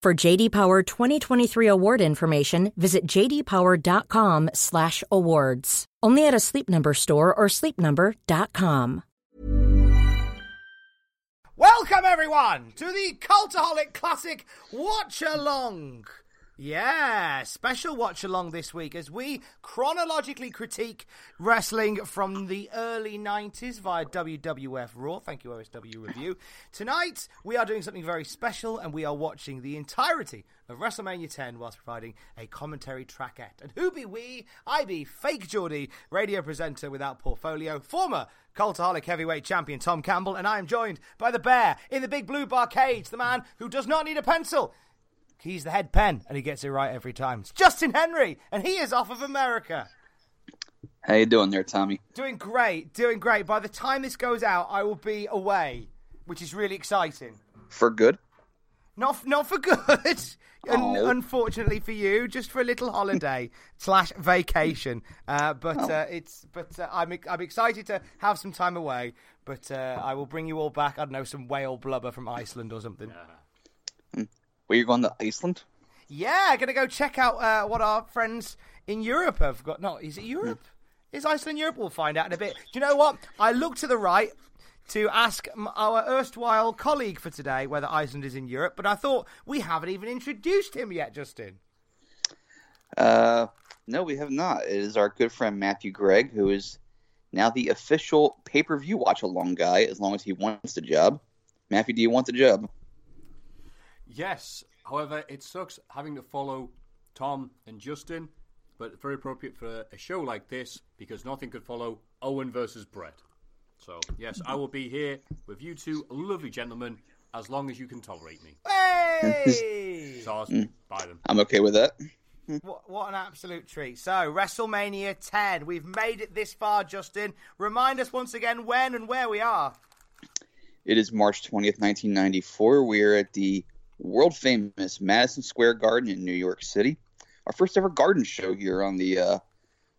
For JD Power 2023 award information, visit jdpower.com/awards. Only at a Sleep Number store or sleepnumber.com. Welcome everyone to the Cultaholic Classic Watch Along. Yeah, special watch along this week as we chronologically critique wrestling from the early 90s via WWF Raw. Thank you, OSW Review. Tonight, we are doing something very special and we are watching the entirety of WrestleMania 10 whilst providing a commentary trackette. And who be we? I be Fake Geordie, radio presenter without portfolio, former Cultaholic heavyweight champion Tom Campbell, and I am joined by the bear in the big blue bar cage, the man who does not need a pencil. He's the head pen, and he gets it right every time. It's Justin Henry, and he is off of America. How you doing there, Tommy? Doing great, doing great. By the time this goes out, I will be away, which is really exciting. For good? Not, f- not for good. Un- Oh. Unfortunately for you, just for a little holiday slash vacation. Uh, but uh, it's but uh, I'm I'm excited to have some time away. But uh, I will bring you all back. I don't know some whale blubber from Iceland or something. Were you going to Iceland? Yeah, gonna go check out uh, what our friends in Europe have got. No, is it Europe? Is Iceland Europe? We'll find out in a bit. Do you know what? I look to the right to ask m- our erstwhile colleague for today whether Iceland is in Europe, but I thought we haven't even introduced him yet, Justin. Uh, no, we have not. It is our good friend Matthew Gregg, who is now the official pay-per-view watch-along guy, as long as he wants the job. Matthew, do you want the job? Yes. However, it sucks having to follow Tom and Justin, but very appropriate for a show like this because nothing could follow Owen versus Brett. So, yes, I will be here with you two lovely gentlemen as long as you can tolerate me. Hey! Stars, buy them. I'm okay with that. What, what an absolute treat. So, WrestleMania 10. We've made it this far, Justin. Remind us once again when and where we are. It is March 20th, 1994. We are at the world famous Madison Square Garden in New York City. Our first ever garden show here on the uh,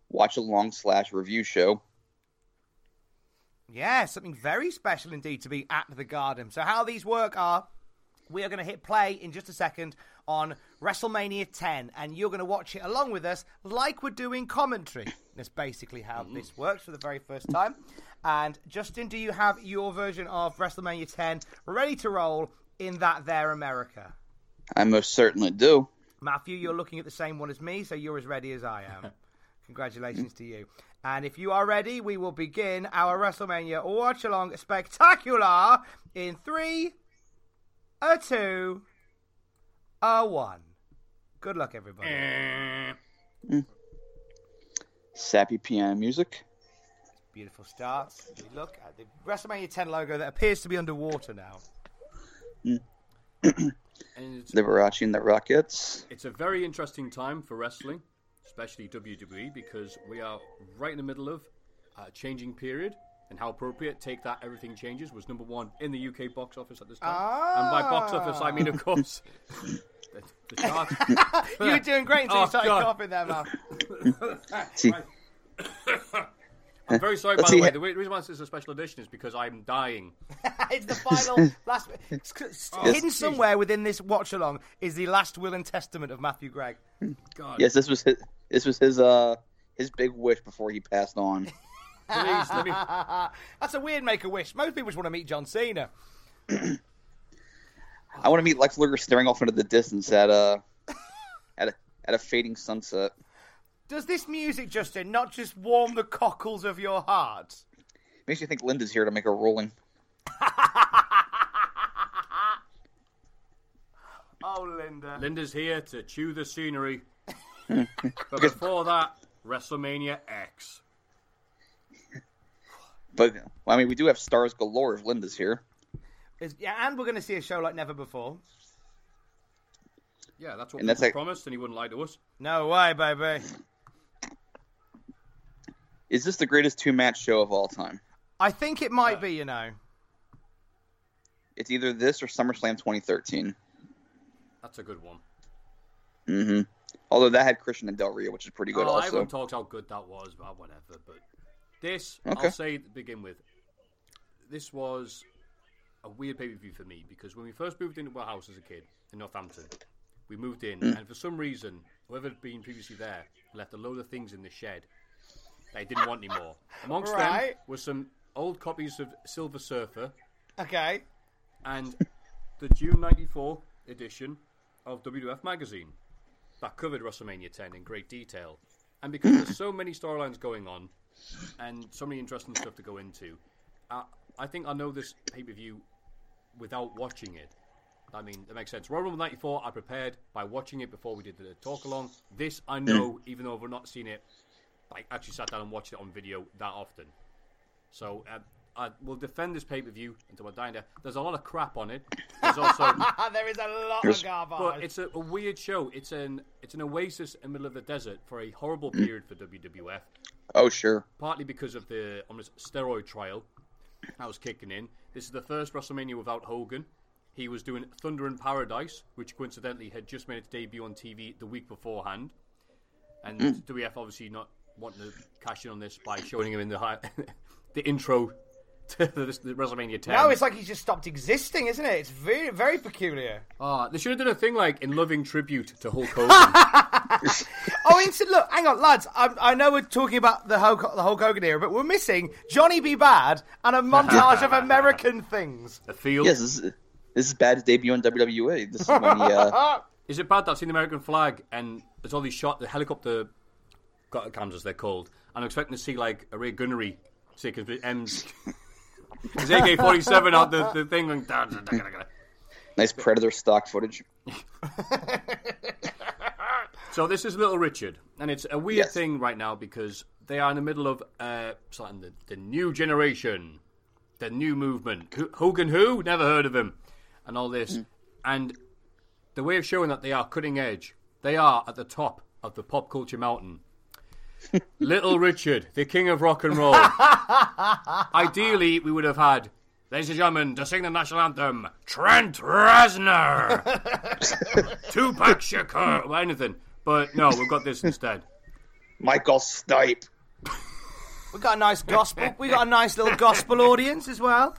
watch along slash review show. Yeah, something very special indeed to be at the Garden. So, how these work are we are going to hit play in just a second on WrestleMania 10, and you're going to watch it along with us like we're doing commentary. That's basically how this works for the very first time. And, Justin, do you have your version of WrestleMania 10 ready to roll in that there America? I most certainly do. Matthew, you're looking at the same one as me, so you're as ready as I am. Congratulations to you. And if you are ready, we will begin our WrestleMania Watch Along Spectacular in three, a two, a one. Good luck, everybody. Sappy piano music. Beautiful start. We look at the WrestleMania 10 logo that appears to be underwater now. And it's, Liberace and the Rockets. it's a very interesting time for wrestling, especially WWE, because we are right in the middle of a changing period. And how appropriate, Take That Everything Changes was number one in the UK box office at this time. And by box Ah. office, I mean, of course, the, the chart. you were doing great until Oh, you started God. coughing there, Matt. See, I'm very sorry, by Let's the see way. it. The re- reason why this is a special edition is because I'm dying. it's the final last. it's c- Oh. hidden somewhere within this watch along is the last will and testament of Matthew Gregg. God, yes, this was his, this was his uh his big wish before he passed on. please let me. That's a weird make a wish. Most people just want to meet John Cena. I want to meet Lex Luger staring off into the distance at a at a at a fading sunset. Does this music, Justin, not just warm the cockles of your heart? Makes you think Linda's here to make a ruling. Oh, Linda. Linda's here to chew the scenery. but before that, WrestleMania X. But well, I mean, we do have stars galore if Linda's here. Is- yeah, and we're going to see a show like never before. Yeah, that's what And that's Paul like- promised, and he wouldn't lie to us. No way, baby. Is this the greatest two match show of all time? I think it might be, you know. It's either this or SummerSlam 2013. That's a good one. hmm Although that had Christian and Del Rio, which is pretty good oh, I also. haven't talked how good that was, but whatever. But this, Okay. I'll say to begin with, this was a weird pay per view for me because when we first moved into our house as a kid in Northampton, we moved in, Mm. and for some reason, whoever had been previously there left a load of things in the shed that I didn't want anymore. Amongst them Right. were some old copies of Silver Surfer Okay. and the June 94 edition of WWF magazine that covered WrestleMania 10 in great detail. And because there's so many storylines going on and so many interesting stuff to go into, I, I think I know this pay per view without watching it. I mean, that makes sense. Royal Rumble 94, I prepared by watching it before we did the talk along. This I know, even though I've not seen it, I actually sat down and watched it on video that often. So uh, I will defend this pay per view until I die. and die. There's a lot of crap on it. There's also, Ah, there is a lot Yes. of garbage. but it's a, a weird show. It's an it's an oasis in the middle of the desert for a horrible period for WWF, Oh sure. partly because of the ominous steroid trial that was kicking in. This is the first WrestleMania without Hogan. He was doing Thunder in Paradise, which coincidentally had just made its debut on TV the week beforehand. Mm. And WWF obviously not wanting to cash in on this by showing him in the high, the intro to this, the WrestleMania 10. no, it's like he's just stopped existing, isn't it? It's very, very peculiar. Ah, they should have done a thing like in loving tribute to Hulk Hogan. Oh, instant look, hang on, lads. i I know we're talking about the Hulk, the Hulk Hogan era, but we're missing Johnny B. Bad and a montage of American things. the field. Yes, this is, this is Bad's debut on WWE. E. This is when he uh, Is it bad that I've seen the American flag and there's all these shot the helicopter got cams as they're called, and I'm expecting to see like a Ray Gunnery see because M's his AK-47 out the, the thing and da, da, da, da, da. nice Predator stock footage. so this is Little Richard, and it's a weird Yes. thing right now because they are in the middle of uh, starting the, the new generation, the new movement. Who- Hogan who never heard of him, and all this, and the way of showing that they are cutting edge. They are at the top of the pop culture mountain. Little Richard, the king of rock and roll. Ideally, we would have had, ladies and gentlemen, to sing the national anthem, Trent Reznor, Tupac Shakur, or anything. But no, we've got this instead. Michael Stipe. We got a nice gospel. We got a nice little gospel audience as well.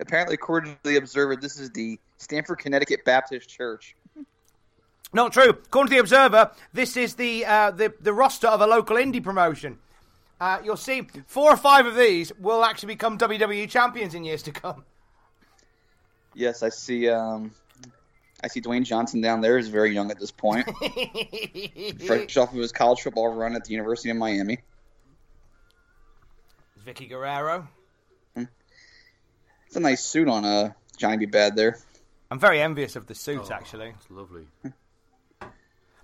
Apparently, according to the Observer, this is the Stanford, Connecticut Baptist Church. Not true. According to the Observer, this is the uh, the, the roster of a local indie promotion. Uh, you'll see four or five of these will actually become WWE champions in years to come. Yes, I see. Um, I see Dwayne Johnson down there is very young at this point, fresh off of his college football run at the University of Miami. Vicky Guerrero. It's a nice suit on uh, Johnny B. Bad there. I'm very envious of the suit, Oh. actually. It's lovely.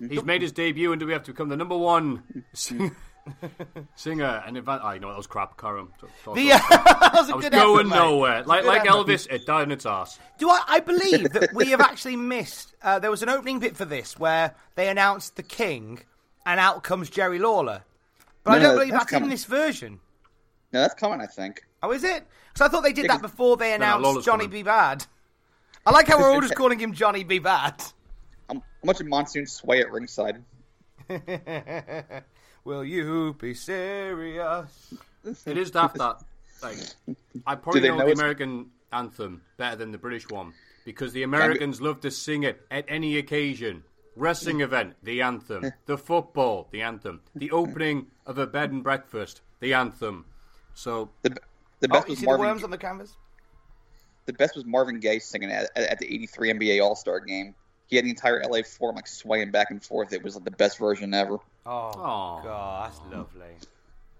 He's made his debut, and do we have to become the number one sing- singer? And advan- oh, you know what, that was crap, Karam. Talk- talk The, about it. that was a I was good going effort, mate. nowhere. Like good like effort. Elvis, it died in its ass. Do I, I believe that we have actually missed? Uh, there was an opening bit for this where they announced the king, and out comes Jerry Lawler. But I No, don't believe that's that's in coming. this version. No, that's coming, I think. Oh, is it? So I thought they did Yeah, that 'cause- before they announced Lawler's Johnny coming. B. Bad. I like how we're all just calling him Johnny B. Bad. I'm, I'm watching Monsoon sway at ringside. Will you be serious? It is daft that like I probably they know, know the it's- American anthem better than the British one because the Americans love to sing it at any occasion. Wrestling event, the anthem. The football, the anthem. The opening of a bed and breakfast, the anthem. So The the Oh, best you was see the Marvin. worms on the canvas? The-, The best was Marvin Gaye singing at, at the 83 NBA All Star game. He had the entire LA Forum like swaying back and forth. It was like the best version ever. Oh, Aw. God, that's lovely.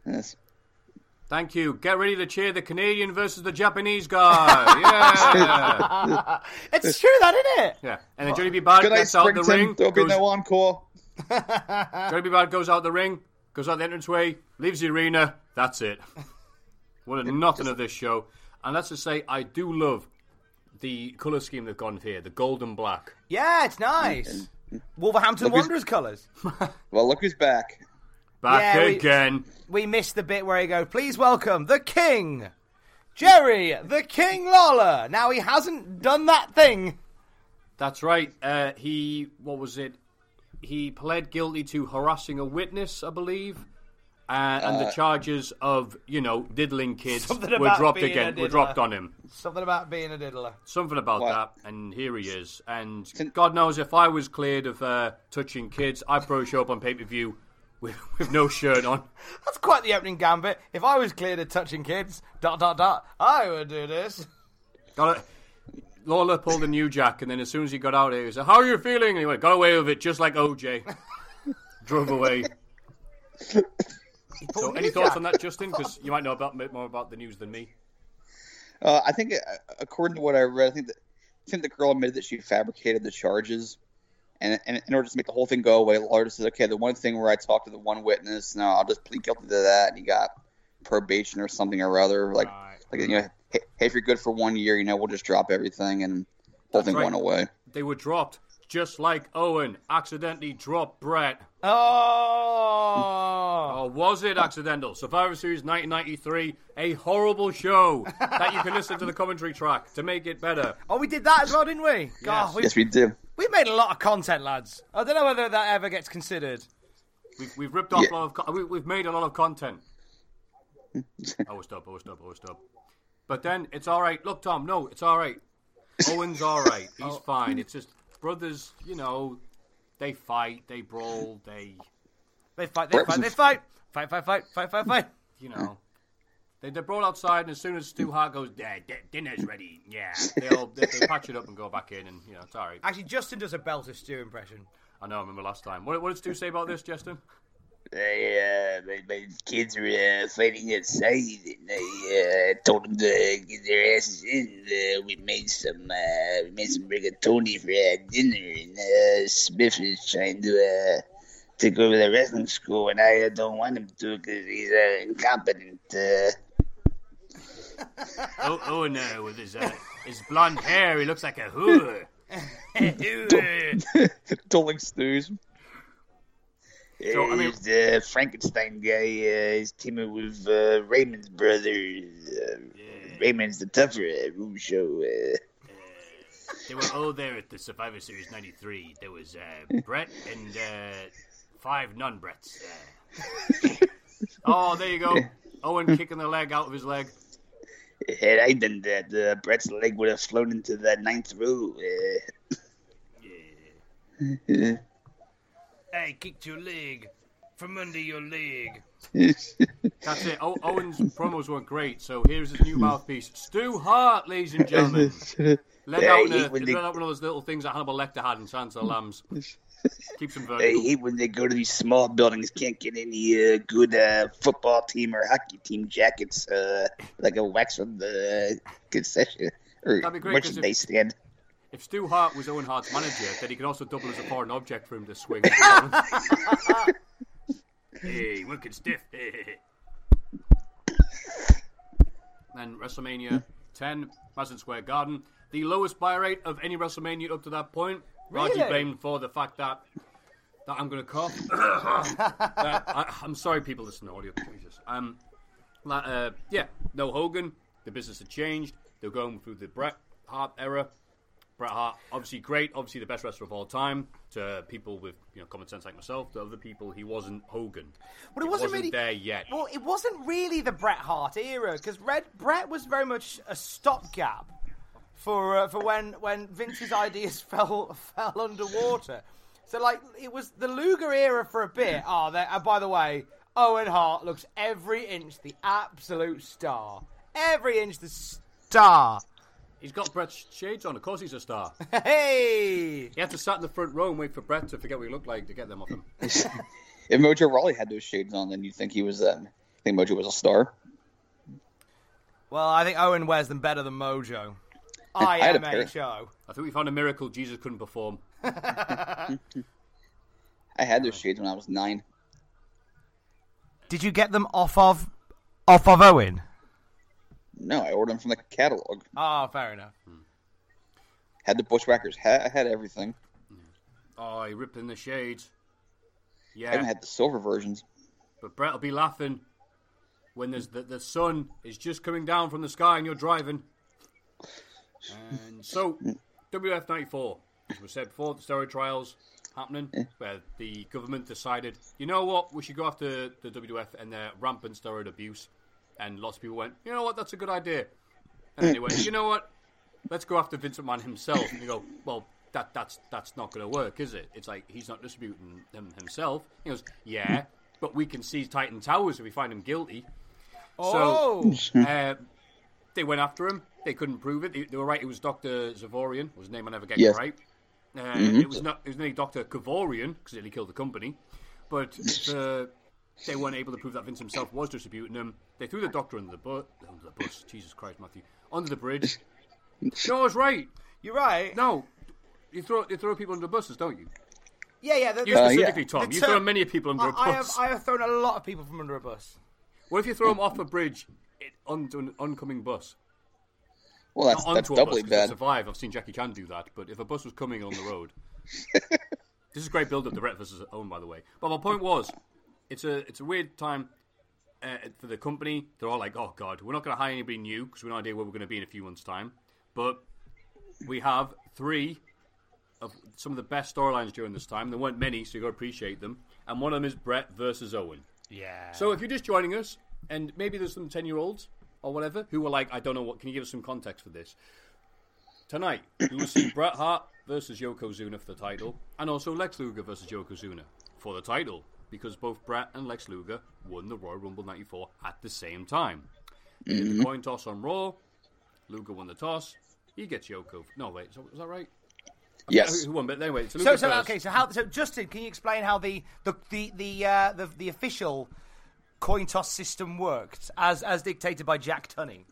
Yes. Thank you. Get ready to cheer the Canadian versus the Japanese guy. Yeah. it's true, that isn't it? yeah. And then Johnny B. Bad Good night, gets out the Springton. ring. There'll be goes- no encore. Johnny B. Bad goes out the ring, goes out the entranceway, leaves the arena. That's it. What a nothing of this show. And let's just say, I do love the colour scheme they've gone here, the gold and black. Yeah, it's nice. Wolverhampton Look who's- Wanderers colours. Well, look who's back. Back Yeah, we- again. We missed the bit where he goes, please welcome the King, Jerry, the King Lawler. Now, he hasn't done that thing. That's right. Uh, he, what was it? He pled guilty to harassing a witness, I believe. Uh, and the charges of, you know, diddling kids Something were about dropped being a again, were diddler. dropped on him. Something about being a diddler. Something about Wow. that, and here he is. And God knows if I was cleared of uh, touching kids, I'd probably show up on pay per view with, with no shirt on. That's quite the opening gambit. If I was cleared of touching kids, dot, dot, dot, I would do this. Got it. Lawler pulled a new jack, and then as soon as he got out, he was like, "How are you feeling?" And he went, "Got away with it, just like OJ." Drove away. so, any thoughts on that, Justin? Because you might know about bit more about the news than me. Uh, I think, uh, according to what I read, I think that I think the girl admitted that she fabricated the charges, and, and in order to make the whole thing go away, Lawyer says, "Okay, the one thing where I talked to the one witness, no, I'll just plead guilty to that." And he got probation or something or other, like like you know, hey, hey, if you're good for one year, you know, we'll just drop everything, and the whole thing right. went away. They were dropped, just like Owen accidentally dropped Brett. Oh. Or was it accidental? Survivor Series 1993, a horrible show that you can listen to the commentary track to make it better. Oh, we did that as well, didn't we? God, we, Yes, we did. we've made a lot of content, lads. I don't know whether that ever gets considered. We've, we've ripped off Yeah. a lot of. Co- we, we've made a lot of content. oh, stop! Oh, stop! Oh, stop! But then it's all right. Look, Tom. No, it's all right. Owen's all right. He's fine. It's just brothers. You know, they fight. They brawl. They, They fight, they fight, they fight. Fight, fight, fight, fight, fight, fight. you know, they they brawl outside, and as soon as Stu Hart goes, yeah, di- dinner's ready. Yeah, they all they, they patch it up and go back in, and you know, it's all right. Actually, Justin does a belter stew impression. I know. I remember last time. What, what did Stu say about this, Justin? They, uh, my, my kids were uh, fighting outside, and I uh, told them to get their asses in. Uh, we made some, uh, we made some rigatoni for uh, dinner, and uh, Smith is trying to uh, take over the wrestling school, and I uh, don't want him to because he's uh, incompetent. Uh, Oh, oh no, with his uh, his blonde hair, he looks like a hooer. Tolling stews. So, I mean- He's the Frankenstein guy. Uh, he's teaming with uh, Raymond's brother. Uh, Raymond's the tougher uh, Rougeau. Uh, They were all there at the Survivor Series '93. There was uh, Brett and uh, five non-Bretts. oh, there you go. Owen kicking the leg out of his leg. had I done that, uh, Brett's leg would have flown into the ninth row. Uh, Hey, kicked your leg from under your leg. That's it. O- Owen's promos were great. So here's his new mouthpiece, Stu Hart, ladies and gentlemen. Let Yeah, out, he- uh, when let they- out one of those little things that Hannibal Lecter had in Silence of the Lambs. Keeps him I vertical. hate when they go to these small buildings, can't get any uh, good uh, football team or hockey team jackets, uh, like a wax from the concession or That'd be great, 'cause if- merchandise stand. If Stu Hart was Owen Hart's manager, then he could also double as a foreign object for him to swing. hey, working stiff. then Hmm. WrestleMania 10, Madison Square Garden, the lowest buy rate of any WrestleMania up to that point. Largely Really? blamed for the fact that that I'm going to cough. That- I, I'm sorry, people listen to audio. Jesus. Um, like, uh, yeah, no Hogan. The business had changed. They're going through the Bret Hart era. Bret Hart, obviously great, obviously the best wrestler of all time. To people with you know common sense like myself, to other people, he wasn't Hogan. Well, it He wasn't, really there yet. Well, it wasn't really the Bret Hart era because Red Bret was very much a stopgap for uh, for when when Vince's ideas fell fell underwater. So like it was the Luger era for a bit. Oh, there, and by the way, Owen Hart looks every inch the absolute star, every inch the star. He's got Brett's shades on. Of course, he's a star. Hey! He had to sat in the front row and wait for Brett to forget what he looked like to get them off him. If Mojo Rawley had those shades on, then you'd think he was. Um, I think Mojo was a star. Well, I think Owen wears them better than Mojo. I had a pair. IMHO. I think we found a miracle Jesus couldn't perform. I had those shades when I was nine. Did you get them off of off of Owen? No, I ordered them from the catalog. Oh, fair enough. Had the Bushwhackers hat. I had everything. Oh, he ripped in the shades. I haven't Yeah, had the silver versions. but Brett will be laughing when there's the, the sun is just coming down from the sky and you're driving. And so, WF 94, as we said before, the steroid trials happening, where the government decided, you know what, we should go after the WF and their rampant steroid abuse. And lots of people went, you know what, that's a good idea. And then they went, you know what, let's go after Vincent Mann himself. And you go, well, that that's that's not going to work, is it? It's like he's not distributing them himself. He goes, yeah, but we can seize Titan Towers if we find him guilty. Oh, So uh, they went after him. They couldn't prove it. They, they were right. It was Doctor Zavorian. Was his name I never get Yes. right. Uh, It was not. It was nearly Doctor Kavorian because he killed the company. But uh, they weren't able to prove that Vince himself was distributing them. They threw the Doctor under the bus. Under the bus. Jesus Christ, Matthew. Under the bridge. No, I was right. you're right. No, you throw you throw people under buses, don't you? Yeah, yeah. The, You the- Uh, specifically, yeah. Tom. the you term- throw many people under a I, I have bus. I have thrown a lot of people from under a bus. What if you throw them off a bridge it, onto an oncoming bus? Well, that's Not that's onto a bus doubly 'cause they'll bad. survive. I've seen Jackie Chan do that. But if a bus was coming on the road, this is great build-up to Brett versus Owen, by the way. But my point was, it's a it's a weird time uh, for the company. They're all like, "Oh God, we're not going to hire anybody new because we have no idea where we're going to be in a few months' time." But we have three of some of the best storylines during this time. There weren't many, so you got to appreciate them. And one of them is Brett versus Owen. Yeah. So if you're just joining us, and maybe there's some 10 year olds or whatever who were like, I don't know what, can you give us some context for this? Tonight, we will see Bret Hart versus Yokozuna for the title, and also Lex Luger versus Yokozuna for the title, because both Bret and Lex Luger won the Royal Rumble 94 at the same time. They did Mm-hmm. the coin toss on Raw, Luger won the toss, he gets Yoko. No, wait, so, was that right? Yes. Who won? But anyway, so So, Luger so first. okay. So how? So Justin, can you explain how the the the the uh, the, the official coin toss system worked, as as dictated by Jack Tunney?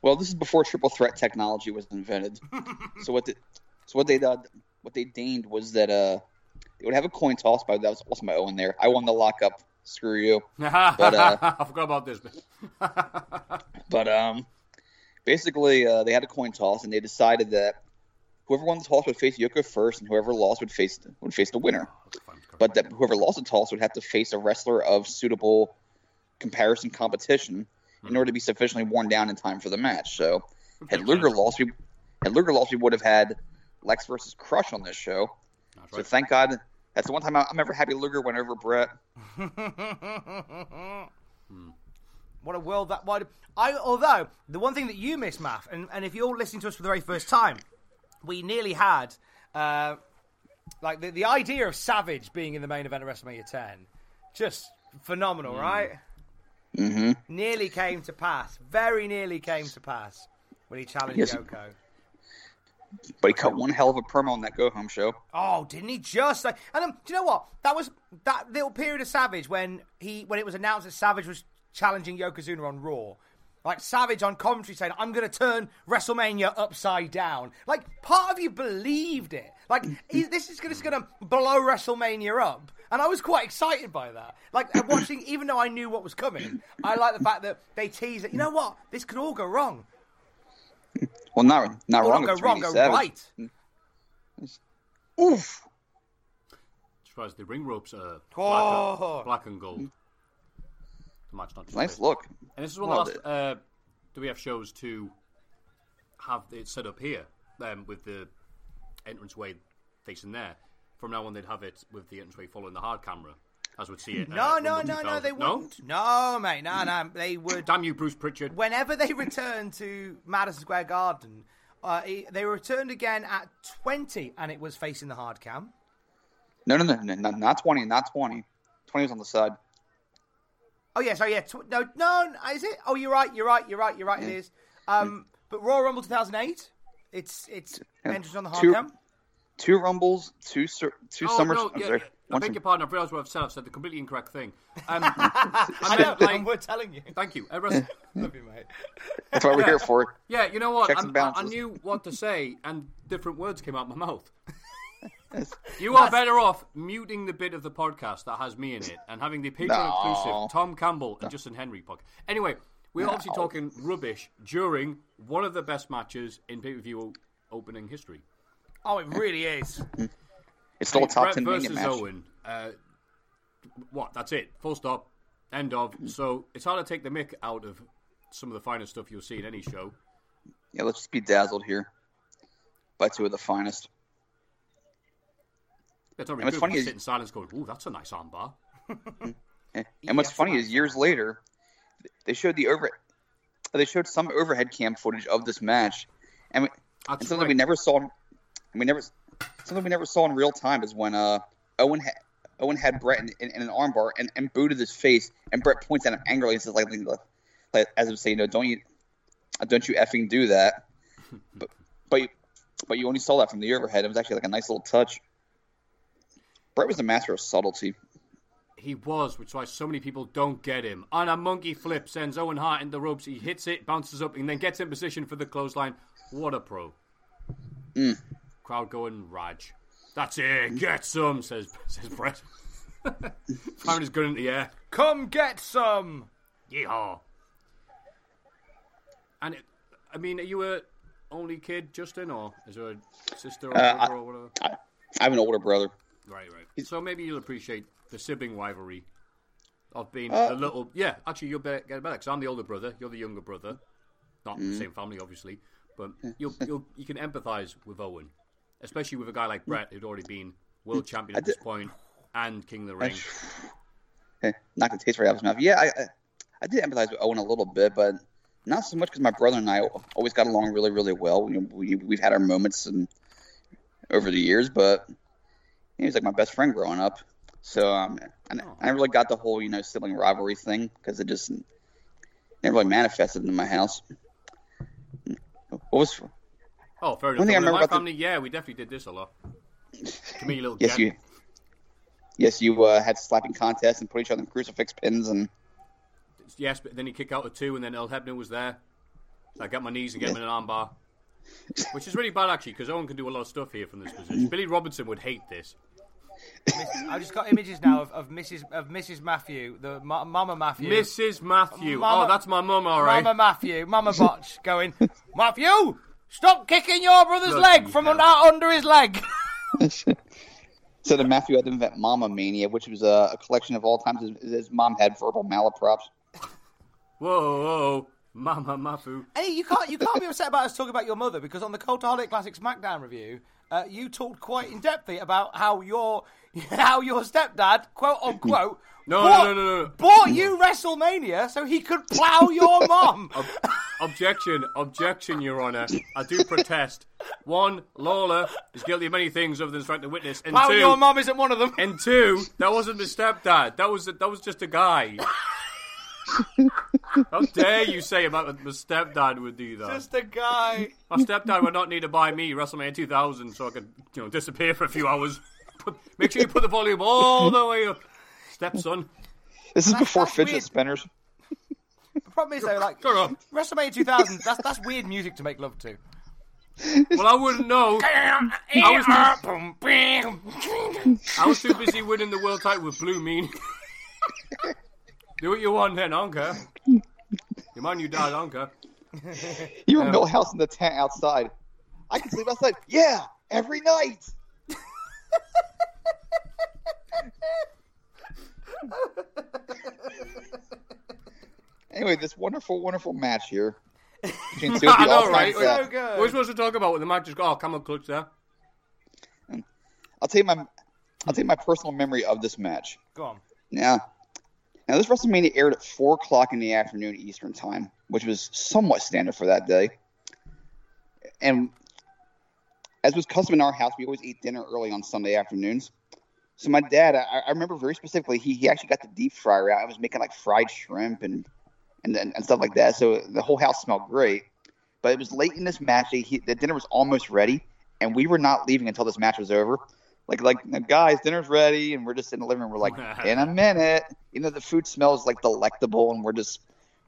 Well, this is before triple threat technology was invented. so what? The, so what they uh, what they deigned was that uh, they would have a coin toss. By that was also my Owen there. I won the lockup. Screw you. But, uh, I forgot about this. But um, basically, uh, they had a coin toss, and they decided that whoever won the toss would face Yoko first, and whoever lost would face would face the winner. But that whoever lost the toss would have to face a wrestler of suitable comparison competition in order to be sufficiently worn down in time for the match. So, had Luger lost, we had Luger lost, we would have had Lex versus Crush on this show. so right. thank God. That's the one time I- I'm ever happy Luger went over Brett. What a world that wide. I although the one thing that you miss, Math, and, and if you're listening to us for the very first time, we nearly had uh, like the, the idea of Savage being in the main event of WrestleMania 10, just phenomenal, right? Mm-hmm. Nearly came to pass. Very nearly came to pass when he challenged Yes. Yoko. But he cut one hell of a promo on that go home show. Oh, didn't he just? Like, and um, do you know what? That was that little period of Savage when he when it was announced that Savage was challenging Yokozuna on Raw. Like Savage on commentary saying, "I'm going to turn WrestleMania upside down." Like part of you believed it. Like he- this is going to blow WrestleMania up, and I was quite excited by that. Like I'm watching, even though I knew what was coming, I like the fact that they tease it. You know what? This could all go wrong. Well, not not Or wrong. not go it's wrong, Randy go Savage. Mm. right. Oof. surprised the ring ropes are black, Oh. black and gold. The match not Nice look. And this is one of Loved the last uh, WF shows to have it set up here um, with the entranceway facing there. From now on, they'd have it with the entranceway following the hard camera, as we'd see it. uh, No, no, Rumble no, no. 2000. They wouldn't. No, mate. No, no. They would. Damn you, Bruce Pritchard. whenever they returned to Madison Square Garden, uh, he- they returned again at 20, and it was facing the hard cam. No, no, no, no, no, not twenty, not twenty. Twenty was on the side. Oh yeah, sorry, yeah, tw- no, no, is it? Oh, you're right, you're right, you're right, you're right. It is. Um, But Royal Rumble 2008, it's it's Yeah. entrance on the hard Two- count. Two Rumbles, two sur- two Oh, Summers. no, I'm yeah, sorry. I One beg Sum- your pardon. I've realised what I've said. I've said the completely incorrect thing. Um, I I know, meant, like, and we're telling you. thank you. Uh, Russ- Love you, mate. That's why we're here for it. yeah, you know what? Checks I'm- and I, I balances. knew what to say, and different words came out my mouth. You are better off muting the bit of the podcast that has me in it and having the Patreon No. exclusive Tom Campbell and Justin Henry podcast. Anyway, we're obviously talking rubbish during one of the best matches in pay per view opening history. Oh, it really is. It's still a top Brett ten versus mania match. Owen. Uh, what? That's it. Full stop. End of. Hmm. So it's hard to take the mick out of some of the finest stuff you'll see in any show. Yeah, let's just be dazzled here by two of the finest. It's not And what's really good. funny We is- sit in silence, going, "Ooh, that's a nice armbar." And what's funny is years later, they showed the over, they showed some overhead cam footage of this match, and, we, That's and something right. we never saw, and we never, something we never saw in real time is when uh Owen had. Owen had Brett in, in, in an armbar and, and booted his face, and Brett points at him angrily and says, like, like, like as if saying, "No, don't you, don't you effing do that." But but you, but you only saw that from the overhead. It was actually like a nice little touch. Brett was the master of subtlety. He was, which is why so many people don't get him. On a monkey flip, sends Owen Hart in the ropes. He hits it, bounces up, and then gets in position for the clothesline. What a pro! Mm. Crowd going Raj. That's it. Get some, says says Brett. Firing his gun in the air. Come get some. Yeehaw! And it, I mean, are you a only kid, Justin, or is there a sister or Uh, brother or whatever? I, I have an older brother. Right, right. So maybe you'll appreciate the sibling rivalry of being Uh, the little. Yeah, actually, you'll be- get it better because I'm the older brother. You're the younger brother. Not Mm. the same family, obviously, but you'll, you'll you can empathise with Owen, especially with a guy like Brett who'd already been Mm. world champion at this point and king of the ring. Eh, Knocked the taste right out of his mouth. Yeah, I, I, I did empathize with Owen a little bit, but not so much because my brother and I always got along really, really well. We, we, we've had our moments and over the years, but he was like my best friend growing up. So um, I, I never really got the whole you know sibling rivalry thing because it just never really manifested in my house. What was Oh, fair One thing I enough. Well, in remember my about the- family, yeah, we definitely did this a lot. Come here, you little yes gent. you yes you uh, had slapping contests and put each other in crucifix pins and Yes, but then he kicked out a two, and then El Hebner was there. So I got my knees and get him in an armbar, which is really bad actually, because Owen can do a lot of stuff here from this position. Billy Robinson would hate this. I've just got images now of, of Mrs. of Mrs. Matthew, the ma- Mama Matthew, Mrs. Matthew. Mama- oh, that's my mum, all right. Mama Matthew, Mama Botch, going, Matthew, stop kicking your brother's Bloody leg from hell. un- under his leg. So then Matthew had to invent Mama Mania, which was a, a collection of all times his, his mom had verbal malaprops. Whoa, whoa, whoa. Mama Mafu. Hey, you can't you can't be upset about us talking about your mother because on the Cultaholic Classic SmackDown review, uh, you talked quite in depthly about how your how your stepdad, quote unquote, No, bought, no, no, no, no. bought you WrestleMania so he could plow your mom. Objection, objection, Your Honour. I do protest. One, Lawler is guilty of many things other than trying to witness. And Plowing two, your mom isn't one of them. and two, that wasn't my stepdad. That was that was just a guy. How dare you say about my stepdad would do that? Just a guy. My stepdad would not need to buy me WrestleMania 2000 so I could, you know, disappear for a few hours. Put, make sure you put the volume all the way up, stepson. This is before that's fidget weird. spinners. The problem is though, like Shut up. WrestleMania 2000, that's that's weird music to make love to. Well, I wouldn't know. I I was too busy winning the world title with Blue Mean. Do what you want then, I don't care. You mind you die, I don't care. You were Millhouse in the tent outside. I can sleep outside. Yeah, every night. anyway, this wonderful, wonderful match here between two of I the know, all-time right? best. so good. We're supposed to talk about when the match just got. Oh, come on, clutch there. I'll tell you my, I'll tell you my personal memory of this match. Go on. Now, now this WrestleMania aired at four o'clock in the afternoon Eastern time, which was somewhat standard for that day. And as was custom in our house, we always ate dinner early on Sunday afternoons. So my dad, I, I remember very specifically, he, he actually got the deep fryer out. I was making like fried shrimp and and, and and stuff like that. So the whole house smelled great. But it was late in this match. They, he, the dinner was almost ready, and we were not leaving until this match was over. Like, like guys, dinner's ready, and we're just in the living room. We're like, in a minute. You know, the food smells like delectable, and we're just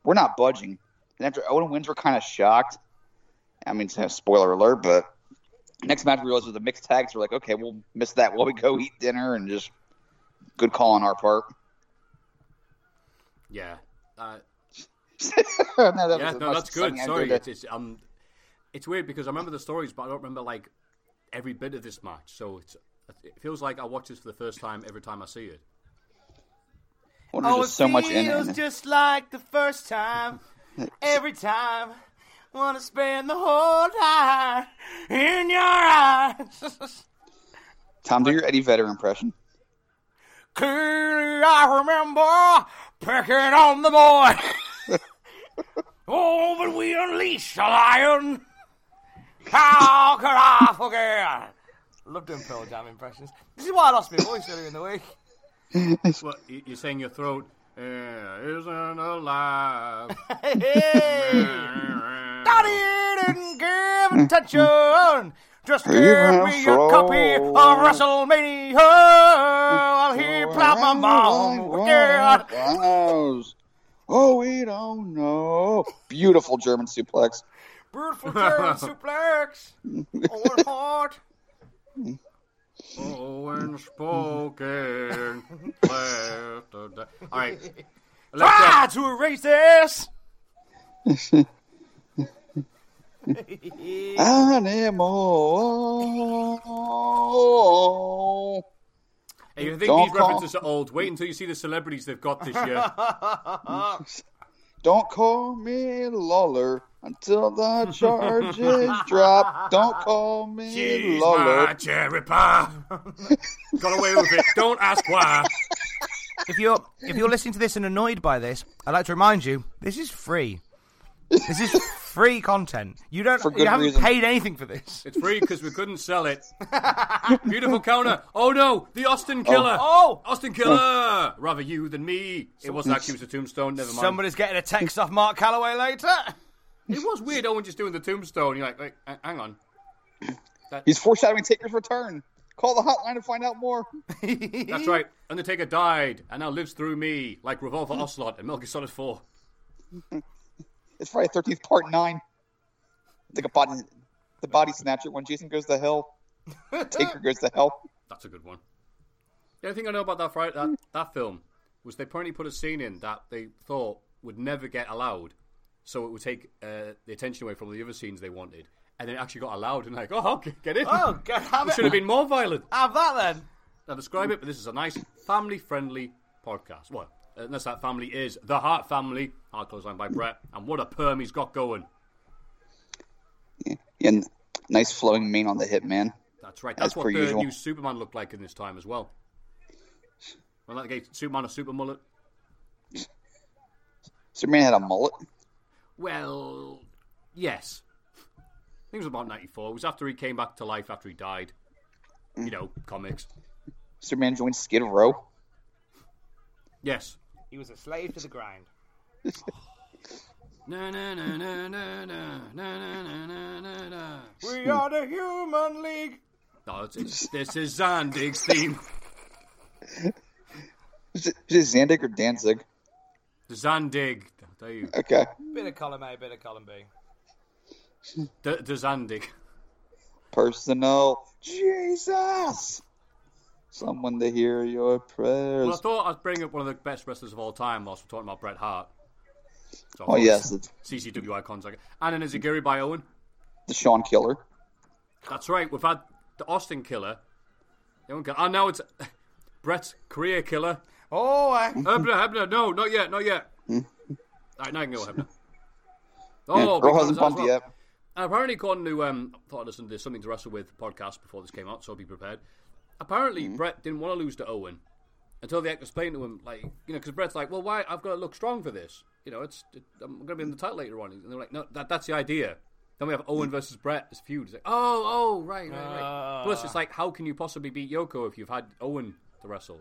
we're not budging. And after Owen wins, we're kind of shocked. I mean, spoiler alert, but next match we realized was the mixed tags. We're like, okay, we'll miss that while we go eat dinner, and just good call on our part. Yeah. Uh, no, that yeah, was- no, that's good. something I Sorry, did. it's, it's um, it's weird because I remember the stories, but I don't remember like every bit of this match. So it's, it feels like I watch this for the first time every time I see it. Well, there's Oh, it just so much in it. feels just like the first time, every time. Wanna spend the whole night in your eyes. Tom, do your Eddie Vedder impression. Clearly, I remember picking on the boy. oh, but we unleashed a lion. How could I forget? Love doing Pearl Jam impressions. This is why I lost my voice earlier in the week. Well, you- you're saying your throat yeah, isn't alive. Hey! Daddy didn't give Mm-hmm. attention. Just give me a copy of WrestleMania. I'll hear plow my mom. Yeah. Oh, we don't know. Beautiful German suplex. Beautiful German suplex. Owen Hart. Owen spoken. left a da- All right. Let's uh, go. Ah, to erase this. Animal. Hey, you think Don't these call- references are old? Wait until you see the celebrities they've got this year. Don't call me Lawler until the charges drop. Don't call me She's Lawler. my cherry pie. got away with it. Don't ask why. If you're if you're listening to this and annoyed by this, I'd like to remind you this is free. This is free content. You don't For good you haven't reason. paid anything for this. It's free because we couldn't sell it. Beautiful counter. Oh no, the Austin Killer. Oh. Austin Killer. Rather you than me. It wasn't actually it was a tombstone. Never mind. Somebody's getting a text off Mark Calloway later. It was weird. Owen just doing the tombstone. You're like, wait, h- hang on. He's foreshadowing Taker's return. Call the hotline and find out more. That's right. Undertaker died and now lives through me, like Revolver Ocelot and Milky Solid Four. It's Friday Thirteenth Part Nine. Like a body, the body snatcher. When Jason goes to hell, Taker goes to hell. That's a good one. The only thing I know about that Friday, that, that film was they apparently put a scene in that they thought would never get allowed, so it would take uh, the attention away from the other scenes they wanted, and then it actually got allowed and like, oh, g- get it? Oh, God, have it should it. have been more violent. Have that then. Now describe it, but this is a nice family-friendly podcast. Well, unless that family is the Hart family. Hart clothesline by Brett, and what a perm he's got going. And nice flowing mane on the hip, man. That's right. As That's what per the usual. new Superman looked like in this time as well. Remember that guy, Superman, a super mullet. Superman had a mullet. Well, yes. I think it was about 94. It was after he came back to life after he died. You know, comics. Superman joined Skid Row. Yes. He was a slave to the grind. Na, na, na, na, na, na, na, na, na, na, na. We are the human league. No, it's, it's, this is Zandig's theme. Is it, is it Zandig or Danzig? The Zandig. I tell you. Okay. Bit of column A, bit of column B. The, the Zandig. Personnel. Jesus. Someone to hear your prayers. Well, I thought I'd bring up one of the best wrestlers of all time whilst we're talking about Bret Hart. So, of oh course, yes, it's CCW icons. Like and an Azagiri by Owen. the Sean Killer. That's right. We've had the Austin killer. The Owen killer. And now it's Brett's career killer. Oh, I... Hebner, Hebner. No, not yet, not yet. Hmm? All right, now I can go, Hebner. Yeah, Oh, Earl because hasn't as pumped well- yet. Apparently, according to um, thought I listened to something to wrestle with podcast before this came out, so be prepared. Apparently, Brett didn't want to lose to Owen until they explained to him, like you know, because Brett's like, "Well, why? I've got to look strong for this. You know, it's it, I'm going to be in the title later on." And they're like, "No, that, that's the idea." Then we have Owen versus Brett as feud. It's like, "Oh, oh, right, right, right." Plus, it's like, how can you possibly beat Yoko if you've had Owen to wrestle?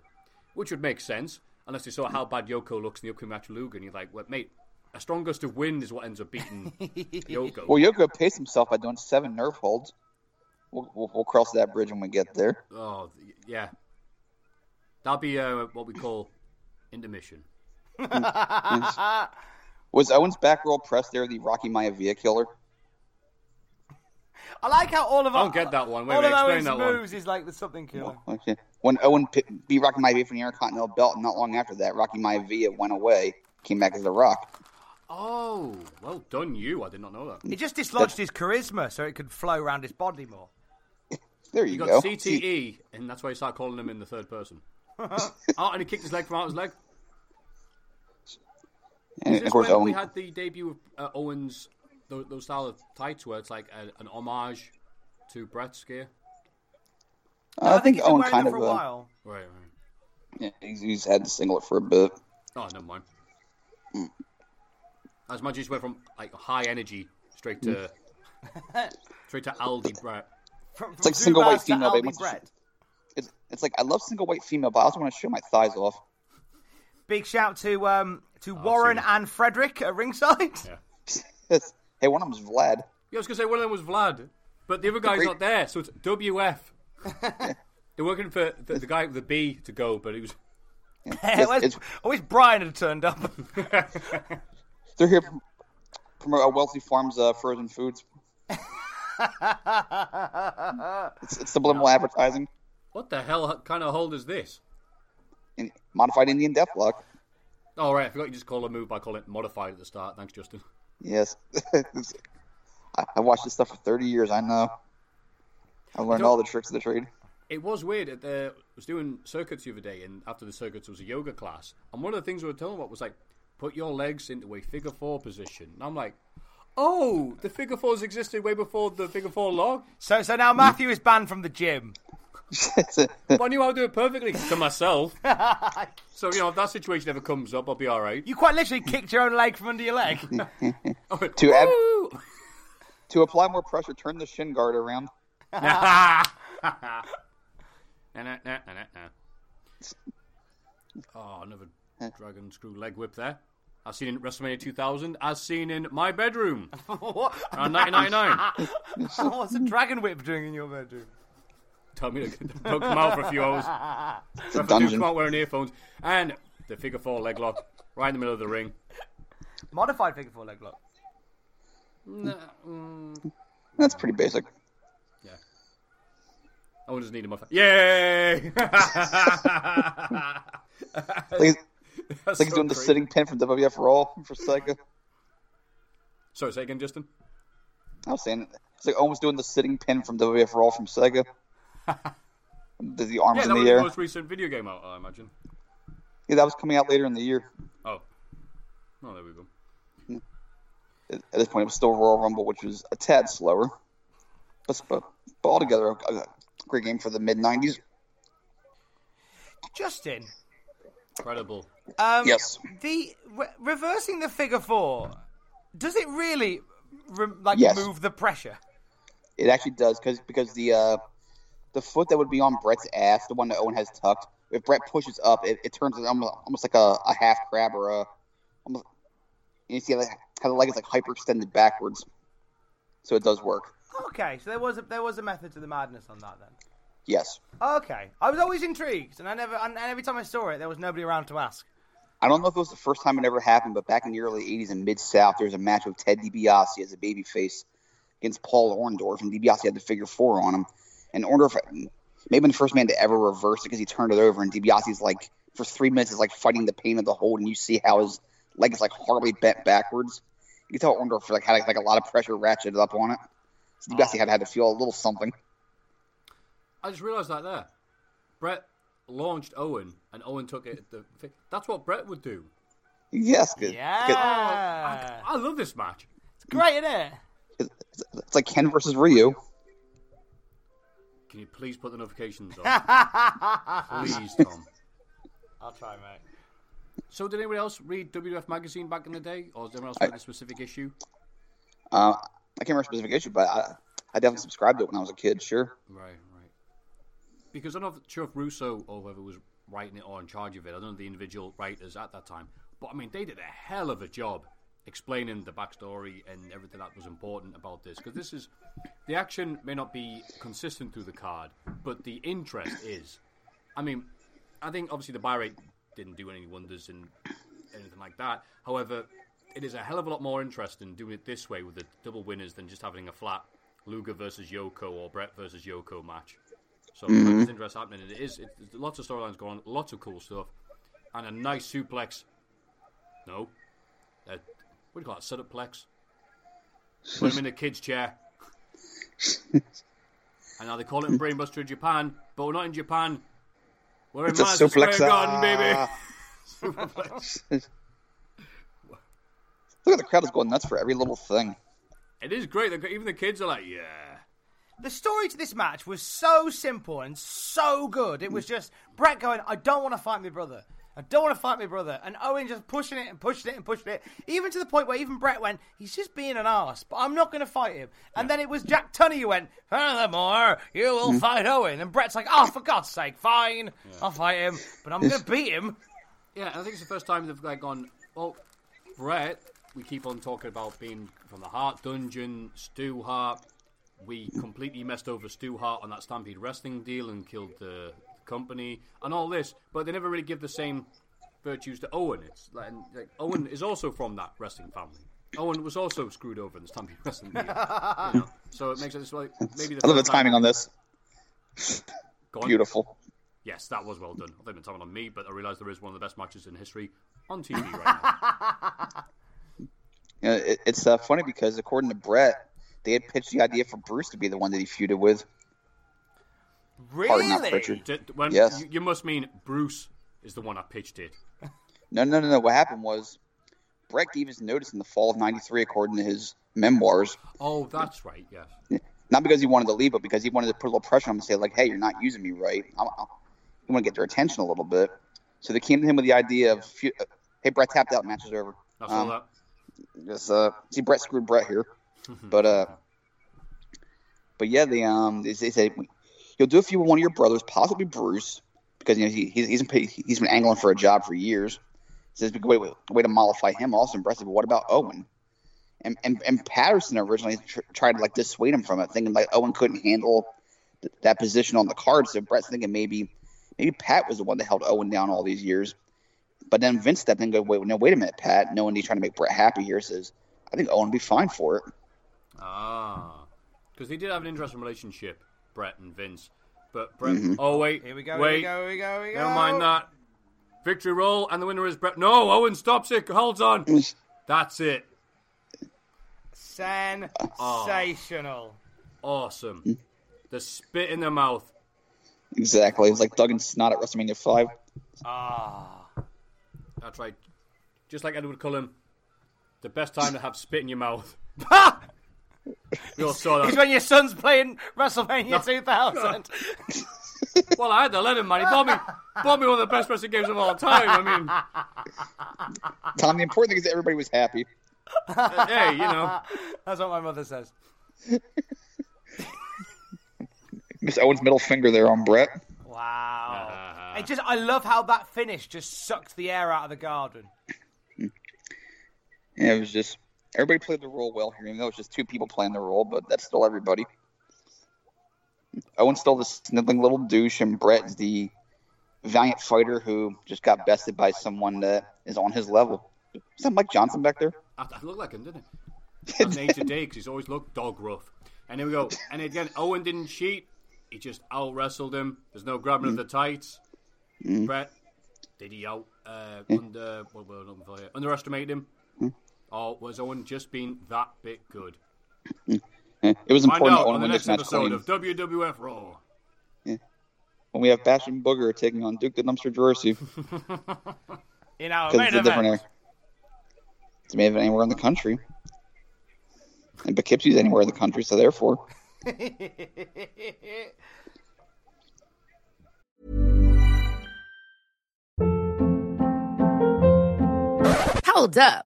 Which would make sense unless you saw how bad Yoko looks in the upcoming match with Luger, and you're like, "Well, mate, a strong gust of wind is what ends up beating Yoko. Well, Yoko paced himself by doing seven nerve holds. We'll, we'll, we'll cross that bridge when we get there. Oh, th- yeah. That'll be uh, what we call intermission. Was Owen's back roll press there the Rocky Maivia killer? I like how all of I our, don't get that one. Wait, all wait, of explain Owen's that one. moves is like the something killer. Okay. When Owen p- beat Rocky Maivia for the Intercontinental Belt, not long after that, Rocky Maivia went away, came back as The Rock. Oh, well done, you. I did not know that. He just dislodged his charisma so it could flow around his body more. There you, He got go. See- CTE, and that's why you start calling him in the third person. oh, and he kicked his leg from out his leg. and Is of this course, when we Owen. had the debut of uh, Owens, those, those style of tights where it's like a, an homage to Brett's gear? I, think he's been Owen wearing kind it for of. a Uh, while. Right, right. yeah, he's, he's had to single it for a bit. Oh, never mind. As much as went from like high energy straight to Mm. straight to Aldi Brett. From, It's like single white Zubaz to female. but he Aldi wants to sh- Brett. it's, it's like I love single white female, but I also want to show my thighs off. Big shout to um, Oh, to Warren and Frederick at ringside. Yes. Hey, one of them's Vlad. Yeah, I was gonna say one of them was Vlad, but the other guy's great- not there, so it's WF. They're working for the, the guy with the B to go, but he was Yes, Where's- it's- I wish Brian had turned up. they're here from, from uh, Wealthy Farms uh, frozen foods. it's, it's subliminal advertising what the hell kind of hold is this? and modified Indian death block. Oh right, I forgot you just call a move by calling it modified at the start. Thanks, Justin. Yes, I, I watched this stuff for thirty years. I know. I learned know- all the tricks of the trade. It was weird. At the, I was doing circuits the other day, and after the circuits was a yoga class, and one of the things we were telling about was like, put your legs into a figure four position. And I'm like, oh, the figure fours existed way before the figure four log. So so Mm. now Matthew is banned from the gym. I knew how to do it perfectly to myself. so you know, if that situation ever comes up, I'll be all right. You quite literally kicked your own leg from under your leg. To add- Woo! to apply more pressure, turn the shin guard around. nah, nah, nah, nah, nah. Oh, another dragon screw leg whip there. I've seen in WrestleMania 2000, as seen in my bedroom what? around 1999. Oh, What's a dragon whip doing in your bedroom? Tell me to don't come out for a few hours. It's a If I do dungeon. come out wearing earphones. And the figure four leg lock right in the middle of the ring. Modified figure four leg lock. That's pretty basic. Yeah. I just need him off. Yay! Like, That's like he's so doing the great. sitting pin from WWF Raw for Psycho. Sorry, say again, Justin. I was saying it. It's like almost doing the sitting pin from WWF Raw from Sega. the, the arms Yeah, that in was the the air. most recent video game out, I imagine. Yeah, that was coming out later in the year. Oh. Oh, there we go. At at this point, it was still Royal Rumble, which was a tad slower. But, but, but altogether, a, a great game for the mid 90s. Justin, Incredible. um, Yes. the re- reversing the figure four, does it really re- like Yes. remove the pressure? It actually does, cause, because the uh, the foot that would be on Brett's ass, the one that Owen has tucked, if Brett pushes up, it, it turns it almost, almost like a, a half crab or a. Almost, you see like, how the leg is like hyperextended backwards. So it does work. Okay, so there was a, there was a method to the madness on that then. Yes. Okay, I was always intrigued, and I never and, and every time I saw it, there was nobody around to ask. I don't know if it was the first time it ever happened, but back in the early 80s in Mid South, there was a match with Ted DiBiase as a babyface against Paul Orndorff, and DiBiase had the figure four on him. And Orndorff may have been the first man to ever reverse it because he turned it over, and DiBiase's like, for three minutes, is like fighting the pain of the hold, and you see how his leg is like horribly bent backwards. You can tell Orndorff like, had like a lot of pressure ratcheted up on it. So DiBiase had had to feel a little something. I just realised that there. Brett launched Owen, and Owen took it. at The fi- That's what Brett would do. Yes, 'cause- 'cause Yeah, I love this match. it's great, isn't it? it's, it's like Ken versus Ryu. Can you please put the notifications on? please, Tom. I'll try, mate. So, did anyone else read WWF magazine back in the day, or did anyone else read a specific issue? Uh, I can't remember specific issue, but I, I definitely subscribed to it when I was a kid. Sure. Right, right. Because I'm not sure if Russo or whoever was writing it or in charge of it. I don't know the individual writers at that time, but I mean, they did a hell of a job explaining the backstory and everything that was important about this because this is the action may not be consistent through the card, but the interest is. I mean, I think obviously the buy rate didn't do any wonders and anything like that. However, it is a hell of a lot more interesting doing it this way with the double winners than just having a flat Luger versus Yoko or Brett versus Yoko match. So Mm-hmm. there's interest happening. and It is it, there's lots of storylines going on, lots of cool stuff, and a nice suplex. No, uh, what do you call it? Setup plex. Put him in a kid's chair. and now they call it in Brainbuster in Japan, but we're not in Japan. We're in It's a Madison Square suplex. Garden, baby. Ah. Look at the crowd is going nuts for every little thing. It is great. They've got- Even the kids are like, yeah. The story to this match was so simple and so good. It was just Brett going, I don't want to fight my brother. I don't want to fight my brother. And Owen just pushing it and pushing it and pushing it, even to the point where even Brett went, he's just being an ass, but I'm not going to fight him. And then it was Jack Tunney who went, furthermore, you will fight Owen. And Brett's like, oh, for God's sake, fine. I'll fight him, but I'm going to beat him. Yeah, and I think it's the first time they've like gone. Well, Brett, we keep on talking about being from the Heart Dungeon, Stu Hart. We completely messed over Stu Hart on that Stampede Wrestling deal and killed the company and all this, but they never really give the same virtues to Owen. It's like, and, like Owen is also from that wrestling family. Owen was also screwed over in the Stampede Wrestling deal, you know? so it makes it this way. Maybe the I love the first time- timing on this. Go on. Beautiful. Yes, that was well done. I think it's time on me, but I realise there is one of the best matches in history on TV right now. You know, it, it's uh, funny because according to Brett, they had pitched the idea for Bruce to be the one that he feuded with. Pardon that, Really? Pritchard. D- d- when- Yes. you, you must mean Bruce is the one I pitched it. No, no, no, no. What happened was Brett gave his notice in the fall of '93, according to his memoirs. Oh, that's right. Yes. Not because he wanted to leave, but because he wanted to put a little pressure on him and say, like, "Hey, you're not using me right. I'm, I'm, you want to get their attention a little bit." So they came to him with the idea of, fe- uh, "Hey, Brett tapped out. Match is over." I saw Um, that. Just uh, see, Brett screwed Brett here, but uh, but yeah, they um, they, they said you'll do it for one of your brothers, possibly Bruce, because you know he, he's he's been, he's been angling for a job for years. He says, "But wait, wait, way to mollify him also." And Brett said, "But what about Owen?" And and, and Patterson originally tr- tried to like dissuade him from it, thinking like Owen couldn't handle th- that position on the card. So Brett's thinking maybe maybe Pat was the one that held Owen down all these years. But then Vince stepped in and go, wait, no, wait a minute, Pat. No one he's trying to make Brett happy here says, I think Owen would be fine for it. Ah, because they did have an interesting relationship, Brett and Vince. But Brett. Mm-hmm. Oh wait. Here we go, here Wait. we go, here we go, here we go. Never mind that. Victory roll, and the winner is Brett. No, Owen stops it. Holds on. That's it. Sensational. Mm. Awesome. The spit in the mouth. Exactly. It's like Doug and Snot at WrestleMania 5. Ah. That's right. Just like Edward Cullen, the best time to have spit in your mouth. Ah. we all saw It's that. when your son's playing WrespleMania 2000. Well, I had to let him, man. He bought me, bought me one of the best wrestling games of all time. I mean, Tom, the important thing is that everybody was happy. uh, hey, you know, That's what my mother says. Miss Owen's middle finger there on Brett. Wow. it just I love how that finish just sucked the air out of the garden. Yeah, it was just everybody played the role well here. Even though it was just two people playing the role, but that's still everybody. Owen's still the sniveling little douche, and Brett's the valiant fighter who just got bested by someone that is on his level. Is that Mike Johnson back there? I, I looked like him, didn't I? That's nature day because he's always looked dog rough. And here we go. And again, Owen didn't cheat. He just out wrestled him. There's no grabbing of the tights. Mm. Brett, did he out uh, under what were we looking for here? Underestimate him, Mm. or was Owen just being that bit good? Yeah, Eh, It was Find important out that on Owen the win next this match episode clean. of WWF Raw. when we have Bash and Booger taking on Duke the Dumpster You Jersey know, because main it's a different event. area. It's made anywhere in the country, and Poughkeepsie's anywhere in the country, so therefore, Hold up.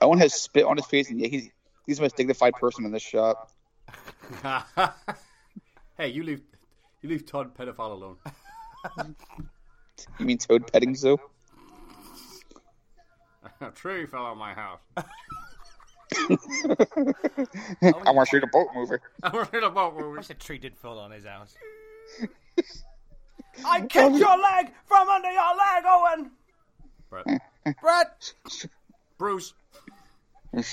Owen has spit on his face, and yeah, he's he's the most dignified person in this shop. hey, you leave you leave Todd pedophile alone. You mean Toad petting zoo? A tree fell on my house. I want to shoot a boat mover. I was in a boat where we Wish the tree did fall on his house. I kicked your leg from under your leg, Owen. Brett. Brett, Bruce,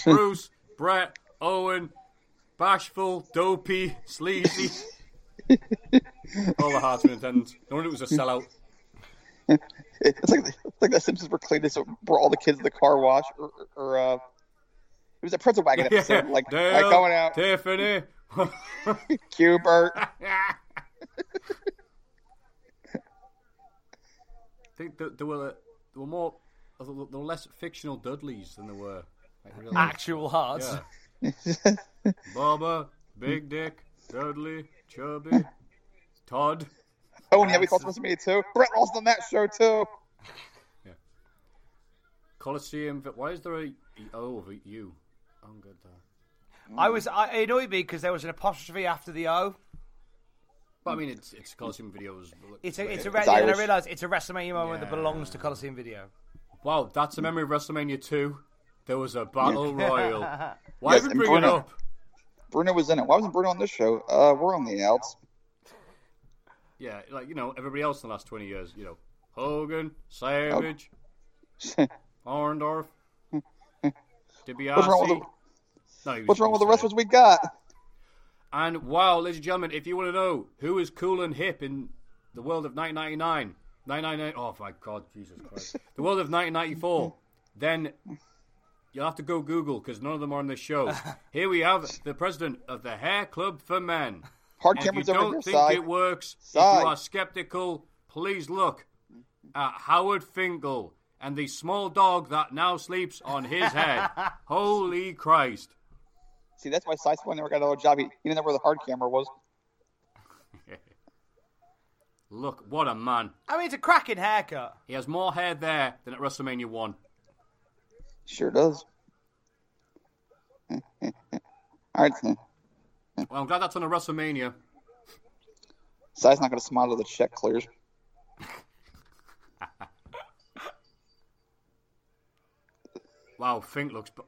Bruce, Brett, Owen, bashful, dopey, sleazy. All the hearts in attendance. No wonder it was a sellout. It's like it's like that Simpsons were cleaning this were all the kids in the car wash or, or uh, it was a pretzel wagon episode. Like, Dale, like going out, Tiffany. Cubert. I think there, there were there were more there were there were less fictional Dudleys than there were like real actual hearts. yeah. Baba, Big Dick, Dudley, Chubby, Todd. Oh, and yeah, we called supposed to me too. Brett lost on that show too. Colosseum. but Why is there a E- O of a U? Oh, good. There. I was I, it annoyed me because there was an apostrophe after the O. But I mean, it's it's Colosseum videos. but- It's a it's a but- re- yeah, and I Irish. realised it's a WrestleMania moment that belongs to Coliseum Video. wow. That's a memory of WrestleMania two. There was a battle royal. Why Yes, did we and bring it Bruno. up? Bruno was in it. Why wasn't Bruno on this show? Uh, we're on the outs. Yeah, like you know, everybody else in the last twenty years. You know, Hogan, Savage, Arndorf, DiBiase. What's wrong with the- No, he was- What's he wrong with the was Savage. wrestlers we got? And wow, ladies and gentlemen, if you want to know who is cool and hip in the world of 1999, 999, oh my God, Jesus Christ, the world of 1994, then you'll have to go Google because none of them are on this show. Here we have the president of the Hair Club for Men. Hard If you cameras over don't here, think side. it works, if Side. you are skeptical, please look at Howard Finkel and the small dog that now sleeps on his head. Holy Christ. See, that's why Sizewell never got another job. He, he didn't know where the hard camera was. Look, what a man. I mean, it's a cracking haircut. He has more hair there than at WrestleMania 1. Sure does. All right, then. Well, I'm glad that's on a WrestleMania. Size not going to smile till the check clears. Wow, Fink looks. b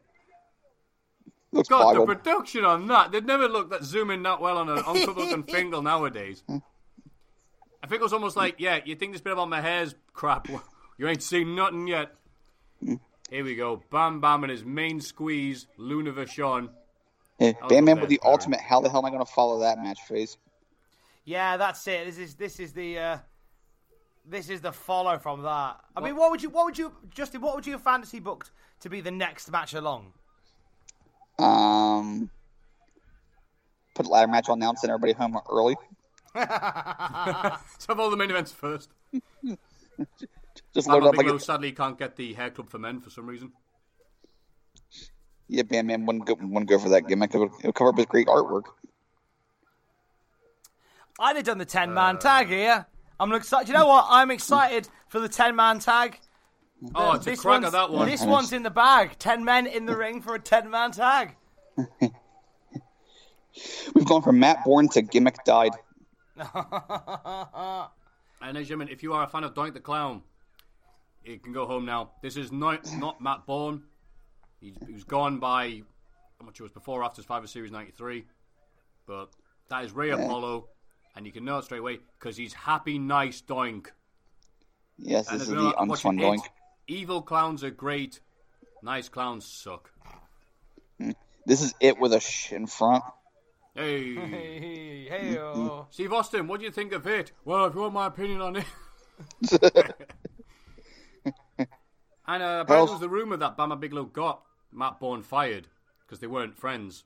Looks God, the boggled. production on that. They'd never look that zoom in that well on an uncovered looking Fingal nowadays. I think it was almost like, yeah, you think this bit about my hair's crap. Well, You ain't seen nothing yet. Here we go. Bam Bam and his main squeeze, Luna Vachon. Yeah, was Batman the with the best, Barry. ultimate. How the hell am I going to follow that match face? Yeah, that's it. This is this is the uh, this is the follow from that. I mean, what would you what would you Justin? What would you have fantasy booked to be the next match along? Um, put the ladder match on now and send everybody home early. Let's have all the main events first. Just load it Bam up Bam like Bigelow a, sadly can't get the hair club for men for some reason. yeah, Batman wouldn't go, wouldn't go for that gimmick. It would, it would cover up his great artwork. I'd have Uh, done the ten man tag here. I'm excited. You know what? I'm excited for the ten man tag. Oh, it's a Mm. this cracker one's- that one. This one's in the bag. Ten men in the ring for a ten-man tag. We've gone from Matt Bourne to Gimmick Died. And Benjamin, if you are a fan of Doink the Clown, you can go home now. This is not not Matt Bourne. He's, he was gone by how much it was before or after Survivor Series '93, but that is Ray Apollo, and you can know it straight away because he's happy, nice Doink. Yes, And this as is well, the I'm watching unfun it. Doink. Evil clowns are great. Nice clowns suck. This is it with a sh in front. Hey, Hey, hey-o. Steve Austin, what do you think of it? Well, if you want my opinion on it. and uh, apparently there was the rumor that Bama Bigelow got Matt Bourne fired because they weren't friends.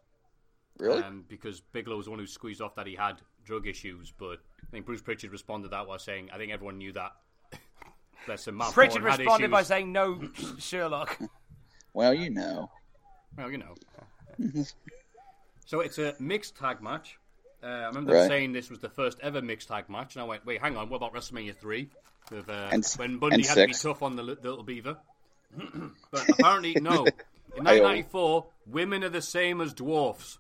Really? Um, because Bigelow was the one who squeezed off that he had drug issues, but I think Bruce Pritchard responded to that by saying, "I think everyone knew that." Bless him, Matt Pritchard Bourne had responded by issues. saying, "No, Sherlock." well, you know. Well, you know. Mm-hmm. so it's a mixed tag match. Uh, I remember Right. saying this was the first ever mixed tag match, and I went, "Wait, hang on. What about WrestleMania three? With, uh, And s- when Bundy and had six. to be tough on the li- the little beaver." but apparently, no. In Ayo. 1994, women are the same as dwarfs.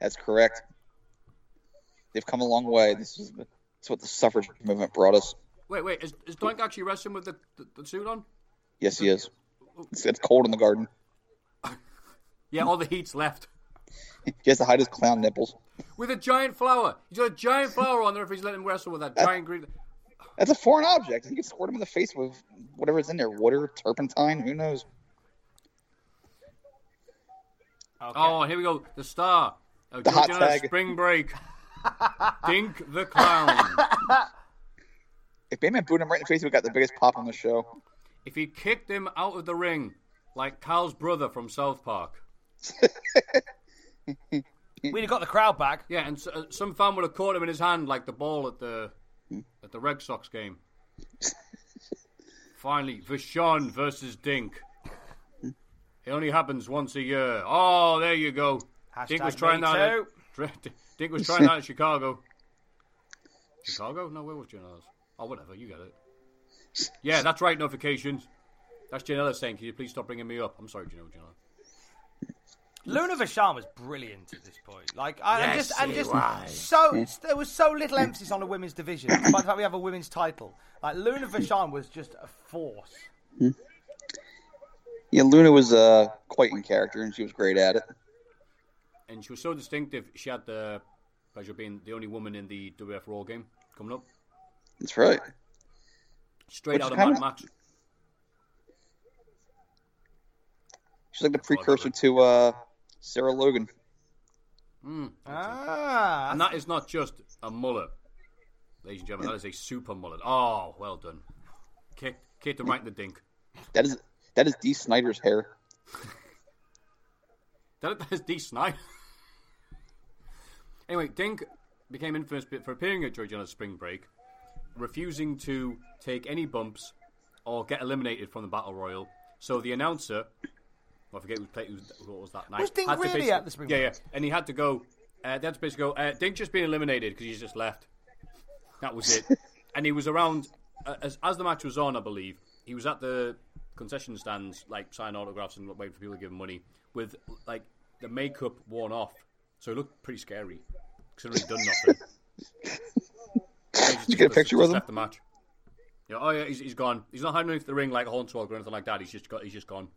That's correct. They've come a long way. This is that's what the suffrage movement brought us. Wait, wait. Is, is Doink actually wrestling with the, the, the suit on? Yes, he is. It's, it's cold in the garden. Yeah, all the heat's left. He has to hide his clown nipples. With a giant flower. He's got a giant flower on there if he's letting him wrestle with Uh, that giant green. That's a foreign object. He can squirt him in the face with whatever's in there water, turpentine, who knows? Oh, here we go. The star. Oh, The hot Georgia on a tag. Spring break. Dink the clown. If Batman booted him right in the face, we got the biggest pop on the show. if he kicked him out of the ring like Cal's brother from South Park. We'd have got the crowd back. Yeah, and s uh, some fan would have caught him in his hand like the ball at the at the Red Sox game. Finally, Vashon versus Dink. It only happens once a year. Oh, there you go. Dink was Hashtag trying me that. eh? At, too. Dr- Dink was trying that in Chicago. Chicago? No, where was Janela's? Oh, whatever. You get it. Yeah, that's right. Notifications. That's Janela saying, "Can you please stop bringing me up?" I'm sorry, Janela. Janela. Luna Vachon was brilliant at this point. Like I, I'm Yes, just, I'm she just was. so there was so little emphasis on a women's division. By the fact we have a women's title, like Luna Vachon was just a force. Yeah, Luna was uh, quite in character, and she was great at it. and she was so distinctive. She had the pleasure of being the only woman in the WF Raw game coming up, That's right. straight Which out of kind Mad of- Max. She's like the precursor to uh, Sarah Logan. Ah, And that is not just a mullet, ladies and gentlemen. That is a super mullet. Oh, well done. Kicked, kicked him right in the dink. That is that is Dee Snyder's hair. That, that is D. Snyder. anyway, Dink became infamous bit for appearing at Georgiana's spring break, refusing to take any bumps or get eliminated from the battle royal. So the announcer, well, I forget who played, who was- who was that night. Was Dink had to really basically- at the spring Yeah, yeah. break? And he had to go. Uh, they had to basically go. Uh, Dink just been eliminated because he's just left. That was it. and he was around uh, as as the match was on, I believe. He was at the concession stands, like signing autographs and waiting for people to give him money, with like the makeup worn off, so he looked pretty scary. Considering he'd done nothing. Did you get a picture with him? Left the match. Yeah, oh yeah, he's, he's gone. He's not hiding underneath the ring like Hornswoggle or anything like that. He's just got. He's just gone.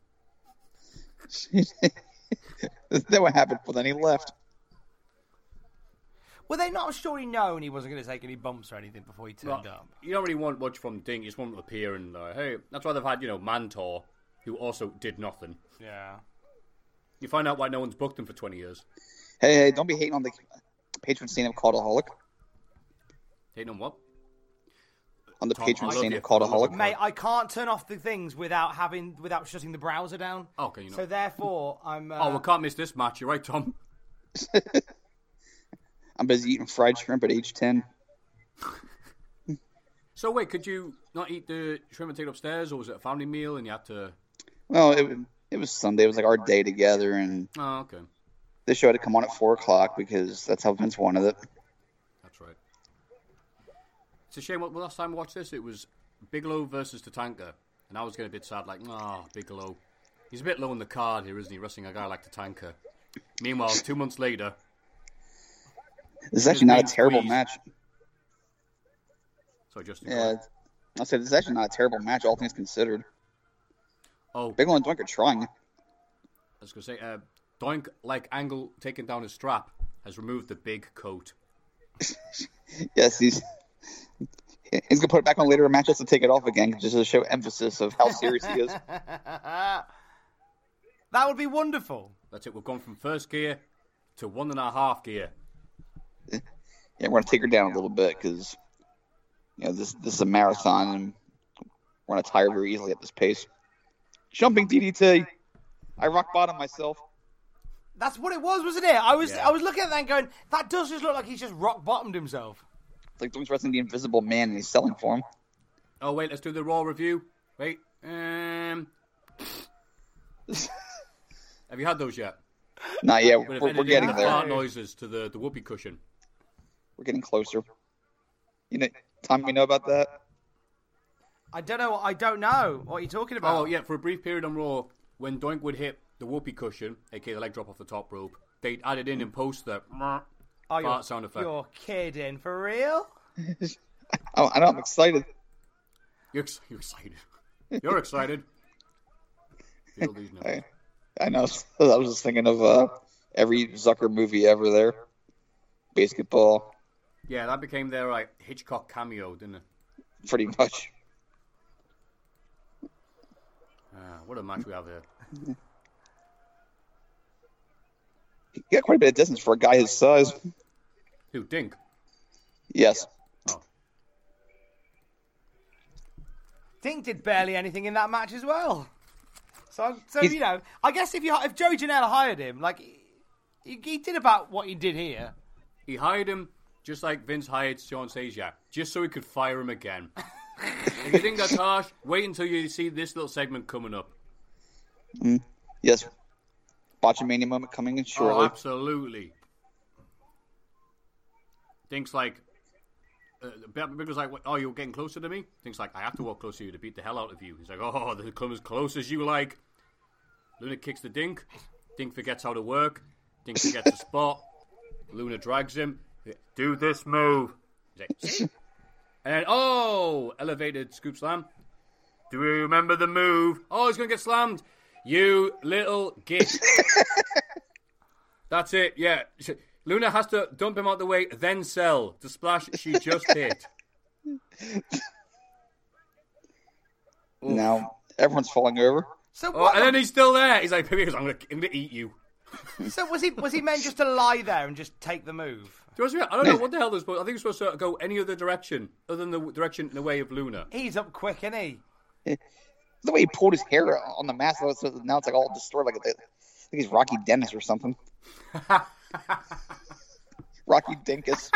That's not what happened, but then he left. were they not surely known he wasn't going to take any bumps or anything before he turned But up? You don't really want much from Ding. You just want him to appear and uh, hey, that's why they've had you know Mantor, who also did nothing. Yeah. You find out why no one's booked him for twenty years. Hey, hey, don't be hating on the patron saint of Caldaholic. Hating on what? On the Tom, patron I love saint you. of Caldaholic. Mate, I can't turn off the things without having without shutting the browser down. Oh, can you not? So therefore, I'm. Uh, oh, we can't miss this match. You're right, Tom. I'm busy eating fried shrimp at age 10. So wait, could you not eat the shrimp and take it upstairs, or was it a family meal and you had to? Well, it, it was Sunday. It was like our day together, and Oh, okay, this show had to come on at 4 o'clock because that's how Vince wanted it. that's right. It's a shame. Well, last time I watched this, it was Bigelow versus Tatanka, and I was getting a bit sad, like, ah, Bigelow. He's a bit low in the card here, isn't he? Wrestling a guy like the tanker. Meanwhile, two months later, This is actually not a made terrible squeeze. match. so Justin. Yeah, I'll say this is actually not a terrible match, all things considered. Oh, I Bigelow and Doink are trying. was gonna say, uh, Doink, like Angle taking down his strap, has removed the big coat. Yes, he's he's gonna put it back on later in matches to take it off again, just to show emphasis of how serious he is. That would be wonderful. That's it. We've gone from first gear to one and a half gear. Yeah, we're gonna take her down a little bit because you know this this is a marathon and we're gonna tire very easily at this pace. Jumping DDT, I rock bottom myself. That's what it was, wasn't it? I was Yeah. I was looking at that and going, that does just look like he's just rock bottomed himself. It's like Doink's wrestling the Invisible Man and he's selling for him. Oh wait, let's do the raw review. Wait, um, have you had those yet? Not yet. Would We're, have we're ended it getting with there. fart noises to the the whoopee cushion. We're getting closer. You know, Tom, we know about that. I don't know. I don't know what you're talking about. Oh yeah, for a brief period on Raw, when Doink would hit the whoopee cushion, aka the leg drop off the top rope, they added in in post that Oh, you're, fart sound effect. you're kidding for real? I, I know. I'm excited. You're, ex- you're excited. You're excited. Feel these numbers. Hey. I know. I was just thinking of uh, every Zucker movie ever. There, basketball, Yeah, that became their like Hitchcock cameo, didn't it? pretty much. Ah, what a match we have here. He got quite a bit of distance for a guy his size. Who Dink? Yes. Oh, Dink did barely anything in that match as well. So, so He's- you know, I guess if you if Joey Janela hired him, like he, he did about what he did here. He hired him just like Vince hired Sean Sajak, just so he could fire him again. if you think that's harsh, wait until you see this little segment coming up. Yes. Botchamania moment coming in Oh, shortly. absolutely. Things like, uh, Big Big was like, "Oh, you're getting closer to me." Things like, "I have to walk closer to you to beat the hell out of you." He's like, "Oh, the come as close as you like." Luna kicks the Dink. Dink forgets how to work. Dink forgets the spot. Luna drags him. Do this move. He's like, "See?" and then, oh, elevated scoop slam. Do you remember the move? Oh, he's gonna get slammed. You little git. That's it. Yeah, She- Luna has to dump him out the way, then sell the splash she just hit. now everyone's falling over. So Oh, what? and then he's still there. He's like, "Because I'm gonna, I'm gonna eat you." so was he was he meant just to lie there and just take the move? Do you know what I mean? I don't know what the hell they're supposed. I think they're supposed to go any other direction other than the direction in the way of Luna. He's up quick, isn't he? The way he pulled his hair on the mask, so it's- now it's like all distorted, like I think he's Rocky Dennis or something. Rocky Dinkus.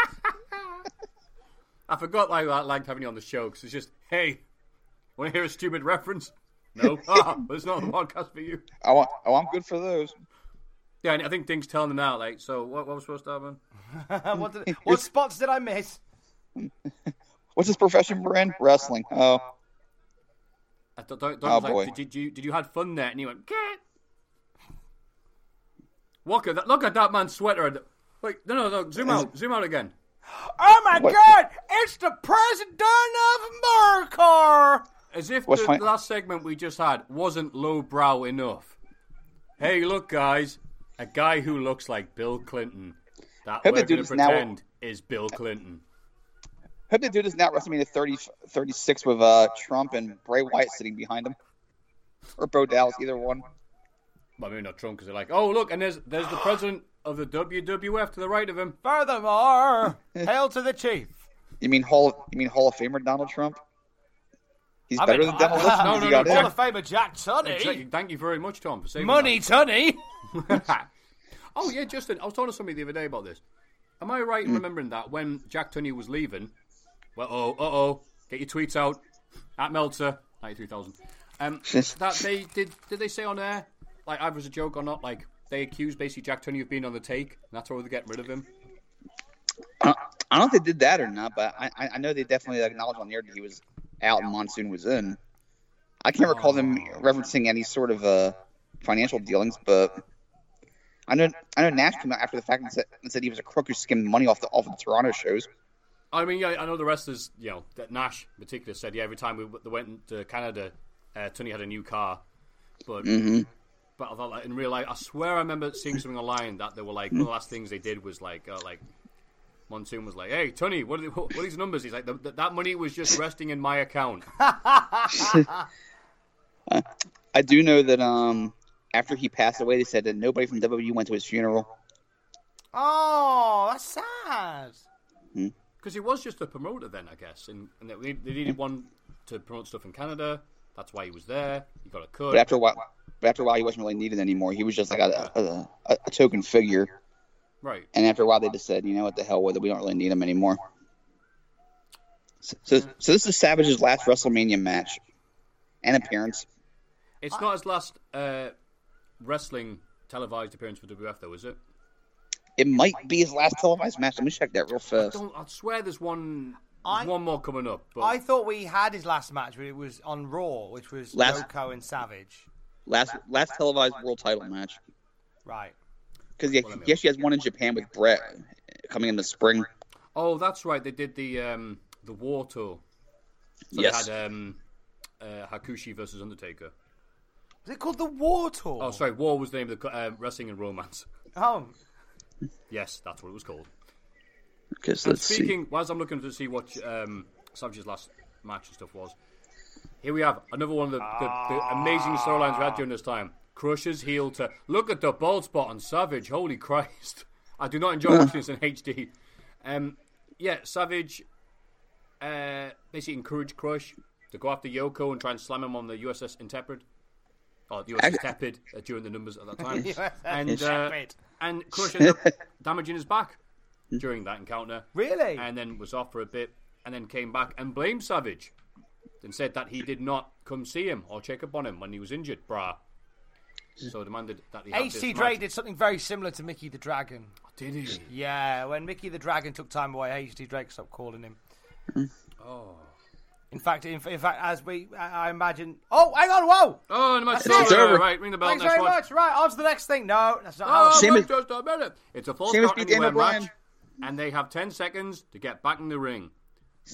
I forgot like I liked having you on the show because it's just, hey, want to hear a stupid reference? No, ah, but it's not the podcast for you. Oh, I- oh, I'm good for those. Yeah, and I think Ding's telling them now, like, so what, what was supposed to happen? what, did, what spots did I miss? What's his profession, Brand? Wrestling. Oh, I thought, Don, Don Oh, was like, boy. Did, did you did you had fun there? And he went, "Cat." Walker, that, look at that man's sweater. Wait, no, no, no, zoom out, zoom out again. Oh my What- God! It's the president of Mercor. As if What's the funny- last segment we just had wasn't lowbrow enough. Hey, look, guys, a guy who looks like Bill Clinton. That Hope they we're do going to this now- pretend is Bill Clinton. hope they do this now. at WrestleMania 30, 36 with uh, Trump and Bray Wyatt sitting behind him, or Bo Dallas, either one. Well, maybe not Trump, because they're like, oh, look, and there's there's the president of the WWF to the right of him. Furthermore, hail to the chief. You mean Hall? You mean Hall of Famer Donald Trump? He's I better mean, than Donald I- Trump. uh, No, he no, got no, in. Hall of Famer Jack Tunney. Exactly. Thank you very much, Tom, for saving Money that. Tunney. oh yeah, Justin, I was talking to somebody the other day about this. Am I right in remembering that when Jack Tunney was leaving? Well, oh, uh oh, get your tweets out at Melter ninety-three thousand. Um, that they did. Did they say on air like either as a joke or not? Like they accused basically Jack Tunney of being on the take, and that's why they're getting rid of him. I don't- I don't know if they did that or not, but I, I I know they definitely acknowledged on the air that he was out and Monsoon was in. I can't recall them Oh. referencing any sort of uh, financial dealings, but I know I know Nash came out after the fact and said, and said he was a crook who skimmed money off the off of the Toronto shows. I mean, yeah, I know the rest is, you know, that Nash in particular said, yeah, every time we w- they went to Canada, uh, Tony had a new car. But but I thought, like, in real life, I swear I remember seeing something online that they were like, one of the last things they did was like, uh, like Monsoon was like, hey, Tony, what are, the, what are these numbers? He's like, "Th- th- that money was just resting in my account. I do know that um, after he passed away, they said that nobody from WWE went to his funeral. Oh, that's sad. Because he was just a promoter then, I guess. And, and they, they needed one to promote stuff in Canada. That's why he was there. He got a cut. But after a while, but after a while, he wasn't really needed anymore. He was just like a, a, a, a token figure. right. And after a while, they just said, you know what, the hell with it. We don't really need him anymore. So, so, so this is Savage's last WrestleMania match and appearance. It's not his last uh, wrestling televised appearance for WF, though, is it? It might be his last televised match. Let me check that real fast. Don't, I swear there's one I- one more coming up. But I thought we had his last match, but it was on Raw, which was Last- Loco and Savage. Last last televised world title match. Right. Because yes, she has one in Japan with Brett coming in the spring. oh, that's right. They did the um, the war tour. So Yes. They had um, uh, Hakushi versus Undertaker. Is it called the War Tour? Oh, sorry. War was the name of the co- uh, wrestling and romance. Oh, Yes, that's what it was called. Because And let's see. speaking, whilst I'm looking to see what um, Savage's last match and stuff was, here we have another one of the, the, the amazing storylines we had during this time. Crusher's heel to look at the bald spot on Savage. Holy Christ! I do not enjoy watching this in HD. Um, yeah, Savage uh, basically encouraged Crush to go after Yoko and try and slam him on the USS Intrepid. Oh, the USS Tepid uh, during the numbers at that time. and uh, Intrepid. and Crush ended up damaging his back during that encounter really? and then was off for a bit, and then came back and blamed Savage, and said that he did not come see him or check up on him when he was injured, brah. So demanded that he have HT this Mm. Drake match. did something very similar to Mickey the Dragon. Did he? Yeah, when Mickey the Dragon took time away, HT Drake stopped calling him. Oh. In fact, in, in fact, as we, I, I imagine. Oh, hang on, whoa! Oh, and the match That's is it. over. It's over. Right, ring the bell. Thanks next very one. much. Right, on to the next thing. No, that's not Oh, how. Same look, as- just a minute. It's a false same as count beat anywhere Daniel Bryan. match, and they have ten seconds to get back in the ring.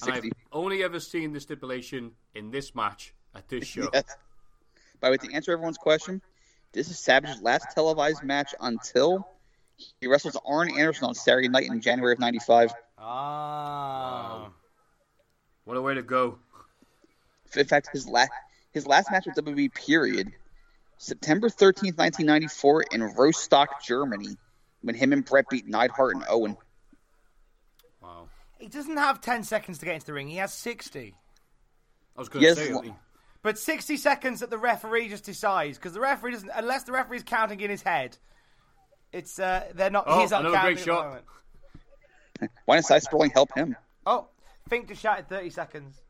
And I've 60. only ever seen the stipulation in this match at this show. Yes. By the way, to answer everyone's question, this is Savage's last televised match until he wrestles Arn Anderson on Saturday night in January of '95. Ah. What a way to go! In fact, his last his last match with WWE period, September 13th, 1994, in Rostock, Germany, when him and Brett beat Neidhart and Owen. Wow. He doesn't have 10 seconds to get into the ring. He has 60. I was going to Yes, say. lo- I- But 60 seconds that the referee just decides, because the referee doesn't, unless the referee's counting in his head, it's, uh, they're not, Oh, he's not another counting great at the shot. moment. Why didn't Cy Sperling help him? Oh, Fink just shouted 30 seconds.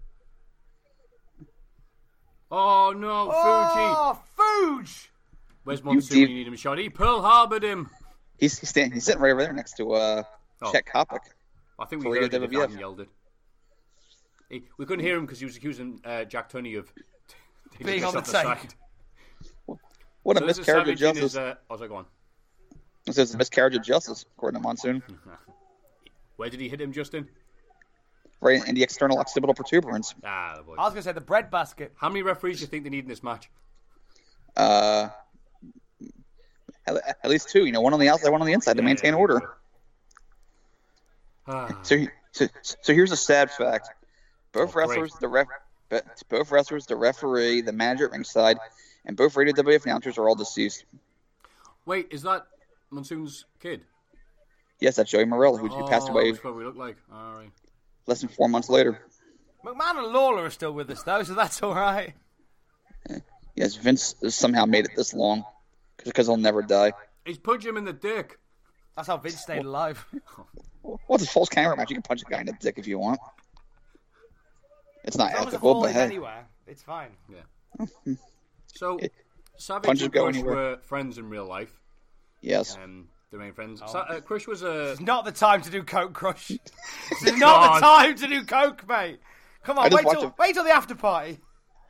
Oh no, Fuji! Oh, Fuge! Where's Monsoon did- when you need him shot? He Pearl Harbored him. He's he's, stand, he's sitting right over there next to uh, Oh. Chet Kopic. I think we Korea heard it if WWF. Adam yelled it. He, we couldn't hear him because he was accusing uh, Jack Tunney of taking Being piss on the off take. side. What a So this is miscarriage of Savage justice! in his. Uh, oh, sorry, go on. This is a miscarriage of justice, according to Monsoon. Hmm. Where did he hit him, Justin? Right in the external occipital protuberance. Ah, the boy. I was going to say the bread basket. How many referees do you think they need in this match? Uh, at, at least two. You know, one on the outside, one on the inside, to maintain order. Ah, So, so, so here's a sad fact: both Oh, great. wrestlers, the ref, but both wrestlers, the referee, the manager at ringside, and both rated WF announcers are all deceased. wait, is that Monsoon's kid? Yes, that's Joey Morel, who who oh, passed away That's what we look like. All right. less than four months later. McMahon and Lawler are still with us, though, so that's all right. Yes, Vince somehow made it this long because he'll never die. He's punched him in the dick. That's how Vince stayed alive. What's a false camera match? You can punch a guy in the dick if you want. It's not That was a ethical, fall but is hey. anywhere. It's fine. So, Savage Punches and go Crush anywhere. were friends in real life. Yes. Um, they remain Oh. friends. Sa- uh, Crush was a It's not the time to do Coke Crush. It's not the time to do Coke, mate. Come on, I just wait till, watched a- wait till the after party.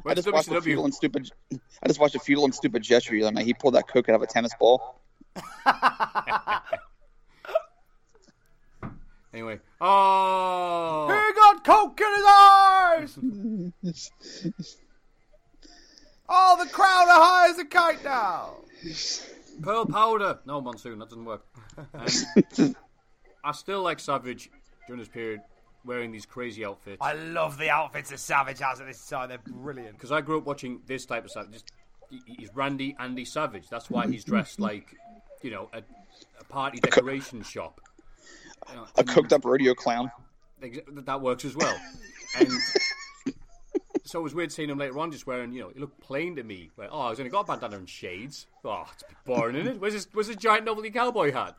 I just watched a futile and stupid. I just watched a futile and stupid gesture the other night. He pulled that coke out of a tennis ball. Anyway. Oh! Who got coke in his eyes? oh, the crowd are high as a kite now. Pearl Powder! No, Monsoon, that doesn't work. Um, I still like Savage during this period wearing these crazy outfits. I love the outfits of Savage has at this time. They're brilliant. Because I grew up watching this type of Savage. Just, he- he's Randy Andy Savage. That's why he's dressed like, you know, a, a party decoration shop. A cooked up rodeo clown. Ex- That works as well. And so it was weird seeing him later on just wearing, you know, it looked plain to me. Like, oh, he's only got a bandana and shades. Oh, it's a bit boring, isn't it? Where's his, where's his giant novelty cowboy hat?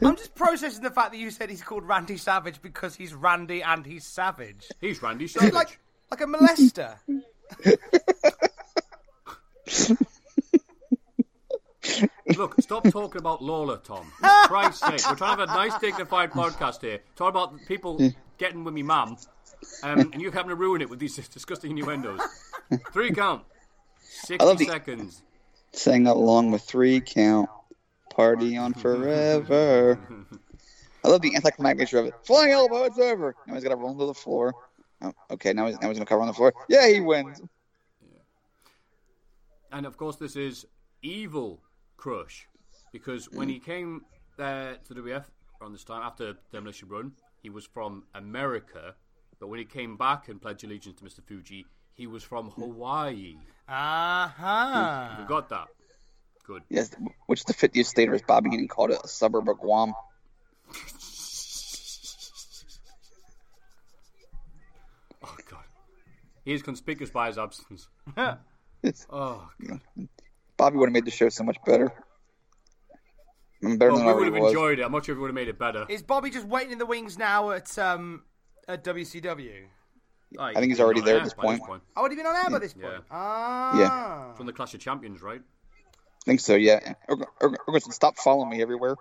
I'm just processing the fact that you said he's called Randy Savage because he's Randy and he's savage. He's Randy Is he Savage. like like a molester? Look, stop talking about Lola, Tom. For Christ's sake, we're trying to have a nice, dignified podcast here. Talking about people getting with me, mum, um, and you having to ruin it with these disgusting innuendos. Three count, love sixty the- seconds. Sang that along with three count. Party on forever. I love the anticlimactic nature of it. Flying elbow, it's over. Now he's got to roll to the floor. Oh, okay, now he's, now he's going to cover on the floor. Yeah, he wins. And of course, this is Evil Crush, because when he came uh, to WF around this time after Demolition Run, he was from America, but when he came back and pledged allegiance to Mr. Fuji, he was from Hawaii. Uh-huh. You got that? Good. Yes, which is the 50th state, or as Bobby Heenan called it, a suburb of Guam. Oh God, he is conspicuous by his absence. oh, Bobby would have made the show so much better. I'm better well, than we I would have already was. enjoyed it. I'm not sure if we would have made it better. Is Bobby just waiting in the wings now at um at WCW? Like, I think he's already not there at there this by this point. point. Oh, would he been on air by this point? Yeah. Ah. Yeah. From the Clash of Champions, right? I think so, yeah. Erg- Erg- Ergerson, stop following me everywhere.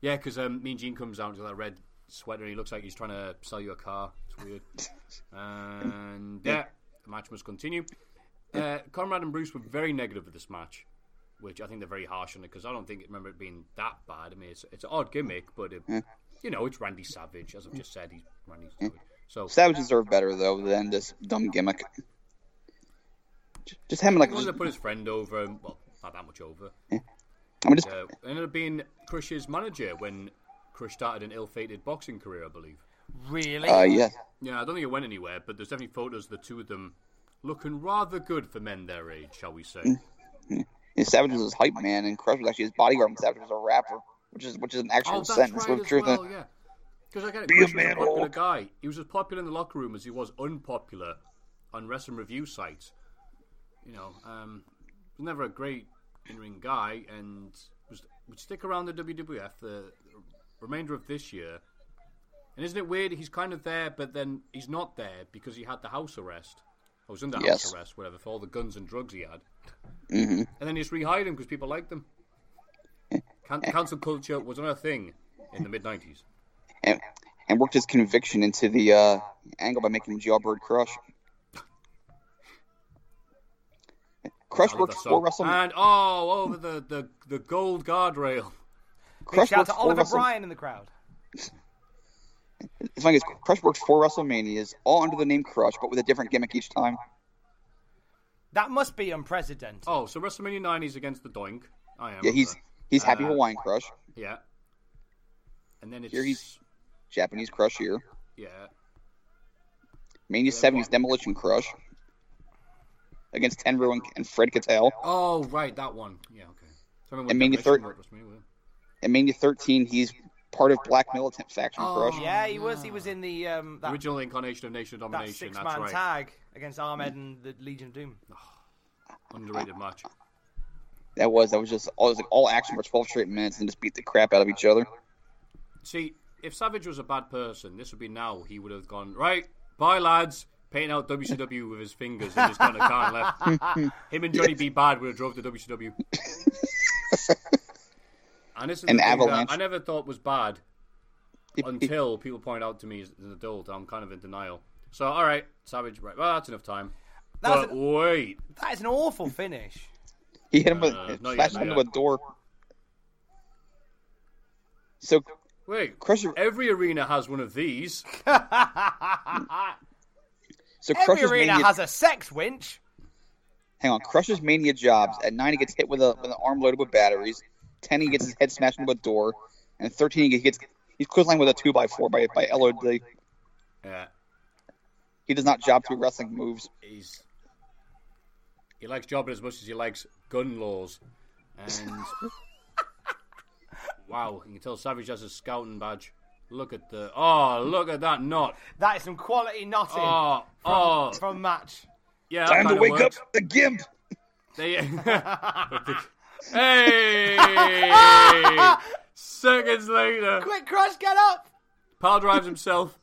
Yeah, because um, Mean Gene comes out with that red sweater. and He looks like he's trying to sell you a car. It's weird. and yeah, the match must continue. Uh, Conrad and Bruce were very negative of this match, which I think they're very harsh on it because I don't think remember it being that bad. I mean, it's it's an odd gimmick, but it, you know, it's Randy Savage, as I've just said. He's Randy Savage. So Savage deserved better, though, than this dumb gimmick. J- Just having like. He wanted to put his friend over, and, well, not that much over. I mean, just Uh, ended up being Crush's manager when Crush started an ill-fated boxing career, I believe. Really? Uh, yeah. Yeah, I don't think it went anywhere, but there's definitely photos of the two of them looking rather good for men their age, shall we say? yeah, Savage was his hype man, and Crush was actually his bodyguard, and Savage was a rapper, which is which is an actual oh, that's sentence right with as truth in it. well, yeah. Because I get it, Crush was a popular guy. He was as popular in the locker room as he was unpopular on wrestling review sites. You know, um, he was never a great in-ring guy, and was, would stick around the WWF the remainder of this year. And isn't it weird? He's kind of there, but then he's not there because he had the house arrest. I was under Yes. Mm-hmm. house arrest, whatever, for all the guns and drugs he had. And then he just rehired him because people liked them. Can- cancel culture was another thing in the mid 90s. and, and worked his conviction into the uh, angle by making him Jailbird Crush. Crush worked for WrestleMania. And oh, over the, the, the gold guardrail. Crush Shout out worked to for Oliver Wrestle- Bryan in the crowd. The funny is, Crush worked for WrestleManias, all under the name Crush, but with a different gimmick each time. That must be unprecedented. Oh, so WrestleMania 9 is against the Doink. I am. Yeah, he's okay. he's Happy Uh, Hawaiian Crush, Yeah. And then it's. Here he's- Japanese Crush here, Yeah. Mania '70s Demolition Crush against Tenru and, and Fred Cattell. Oh, right, that one. Yeah, okay. So I remember And when Mania 30 Demolition were at WrestleMania, weren't And Mania 13, he's part of Black Militant Faction Crush. yeah, he was. He was in the um, they? that, Original incarnation of Nation of that Domination. six That's man right. tag against Ahmed and the Legion of Doom. Underrated match. That was that was just all it was like all action for 12 straight minutes and just beat the crap out of each other. See, if Savage was a bad person, this would be now. He would have gone right. Bye, lads. Painting out WCW with his fingers and just gone a car and left. Him and Johnny B. Bad would have drove to WCW. and this is An the thing that avalanche. I never thought was bad It- it- until people point out to me as an adult. I'm kind of in denial. So, all right, Savage, right? Well, that's enough time. That was but an- wait, That is an awful finish. He hit him with, Uh, not yet, smashed not into a yet. door. So wait. Crusher- Every arena has one of these. so Every Crusher's arena mania. has a sex winch. hang on, Crusher's mania jobs. At nine, he gets hit with a with an arm loaded with batteries. Ten, he gets his head smashed into a door, and thirteen, he gets he's clotheslined with a two by four by by LOD. Yeah, He does not job through wrestling moves. he's he likes jobbing as much as he likes gun laws, and wow, you can tell Savage has a scouting badge. Look at the oh, look at that knot. That is some quality knotting Oh, oh, from match. yeah. Time that to kinda wake up, works. the gimp. They- hey! Seconds later, Quick, Crush, get up! power drives himself.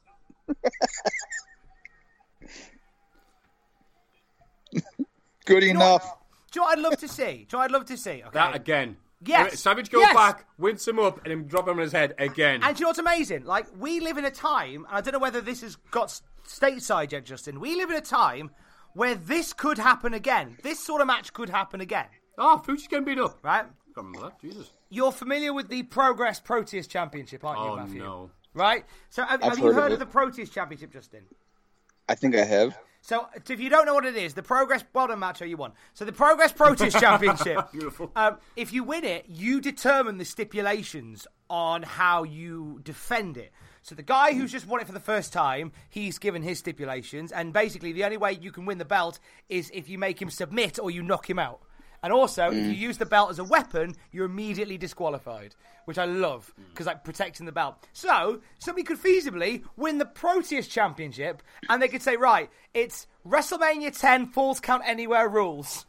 Good enough. Do you know what I'd love to see? Do you know what I'd love to see? Okay. That again. Yes. Savage go Yes. back, wins him up, and then drop him on his head again. And do you know what's amazing? Like, we live in a time, and I don't know whether this has got s- stateside yet, Justin. We live in a time where this could happen again. This sort of match could happen again, oh, Fuji's getting beat up. right? Can't remember that. Jesus. You're familiar with the Progress Proteus Championship, aren't you, Oh Matthew? no. Right? So, have, I've have you heard of heard it. of the Proteus Championship, Justin? I think I have. So, if you don't know what it is, the Progress Bottom Match, are you one? So, the Progress Proteus Championship. Beautiful. Um, if you win it, you determine the stipulations on how you defend it. So the guy who's just won it for the first time, he's given his stipulations, and basically the only way you can win the belt is if you make him submit or you knock him out. And also, if you Mm. use the belt as a weapon, you're immediately disqualified, which I love because like protecting the belt. So somebody could feasibly win the Proteus Championship, and they could say, right, it's WrestleMania 10 Falls Count Anywhere rules.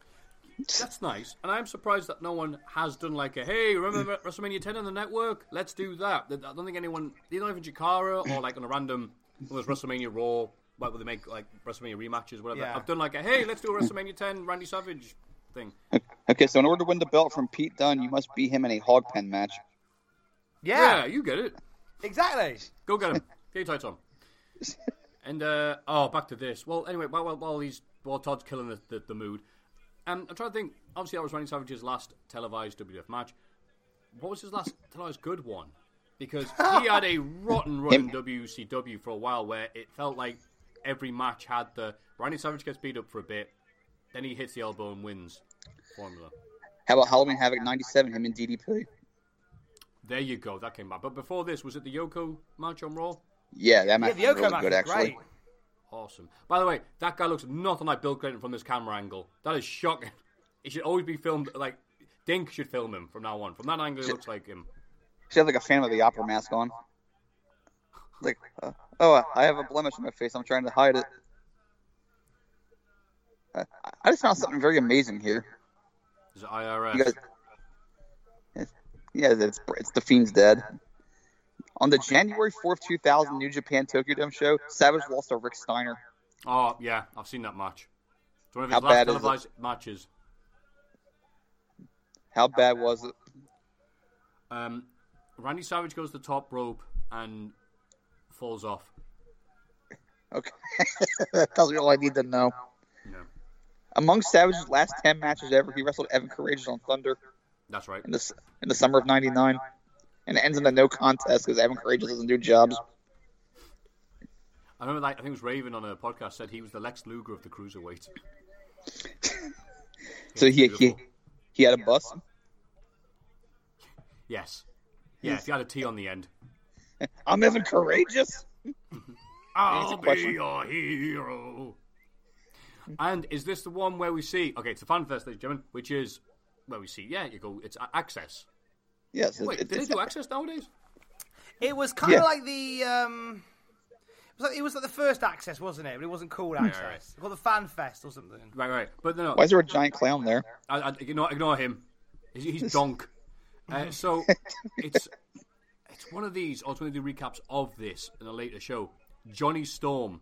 That's nice. And I'm surprised that no one has done like a hey, remember WrestleMania 10 on the network? Let's do that. I don't think anyone, not even Jakara or like on a random well, there's WrestleMania Raw, like where they make like WrestleMania rematches, whatever. Yeah. I've done like a hey, let's do a WrestleMania 10 Randy Savage thing. Okay, so in order to win the belt from Pete Dunne, you must beat him in a hog pen match. Yeah, you get it. exactly. Go get him. Get your tights on. And uh, oh, back to this. Well, anyway, while while, while he's while Todd's killing the, the, the mood, um, I'm trying to think. Obviously, that was Randy Savage's last televised WWF match. What was his last televised good one? Because he had a rotten run in WCW for a while, where it felt like every match had the Randy Savage gets beat up for a bit, then he hits the elbow and wins formula. How about Halloween Havoc 97, him and DDP? There you go. That came back. But before this, was it the Yoko match on Raw? Yeah, that Yeah, match the Yoko was really match good, was actually. great. Awesome. By the way, that guy looks nothing like Bill Clinton from this camera angle. That is shocking. It should always be filmed like Dink should film him from now on. From that angle, it looks like him. She had like a fan of the opera mask on. Like, uh, oh, I have a blemish on my face. I'm trying to hide it. Uh, I just found something very amazing here. Is it IRS? You guys, yeah, it's it's the Fiend's dead. On the January 4th, 2000 New Japan Tokyo Dome show, Savage lost to Rick Steiner. Oh yeah, I've seen that match. It's one of his How last bad is it? televised matches. How bad was it? Um, Randy Savage goes to the top rope and falls off. Okay. that tells me all I need to know. Yeah, Among Savage's last 10 matches ever, he wrestled Evan Courageous on Thunder that's right. in the, s- in the summer of 99 and it ends in a no contest because Evan Courageous doesn't do jobs. I remember like I think it was Raven on a podcast said he was the Lex Luger of the cruiserweight. So he, he, Beautiful. he had a bus. Yes. Yeah, if you had a T on the end. I'm Evan Courageous. I'll question. your hero. And is this the one where we see? Okay, it's the fan fest, ladies and gentlemen, which is where we see. Yeah, you go. It's A- access. Yes. it- Wait, it- do they it's- do access nowadays? It was kind of Yeah. like the. Um, it was like, it was like the first access, wasn't it? But it wasn't called access. It was called the Fan Fest or something. Right, right. But no, no why is there a giant clown there? I, I, ignore, ignore him. He's, he's donk. Uh, so it's it's one of these. Ultimately, recaps of this in a later show. Johnny Storm,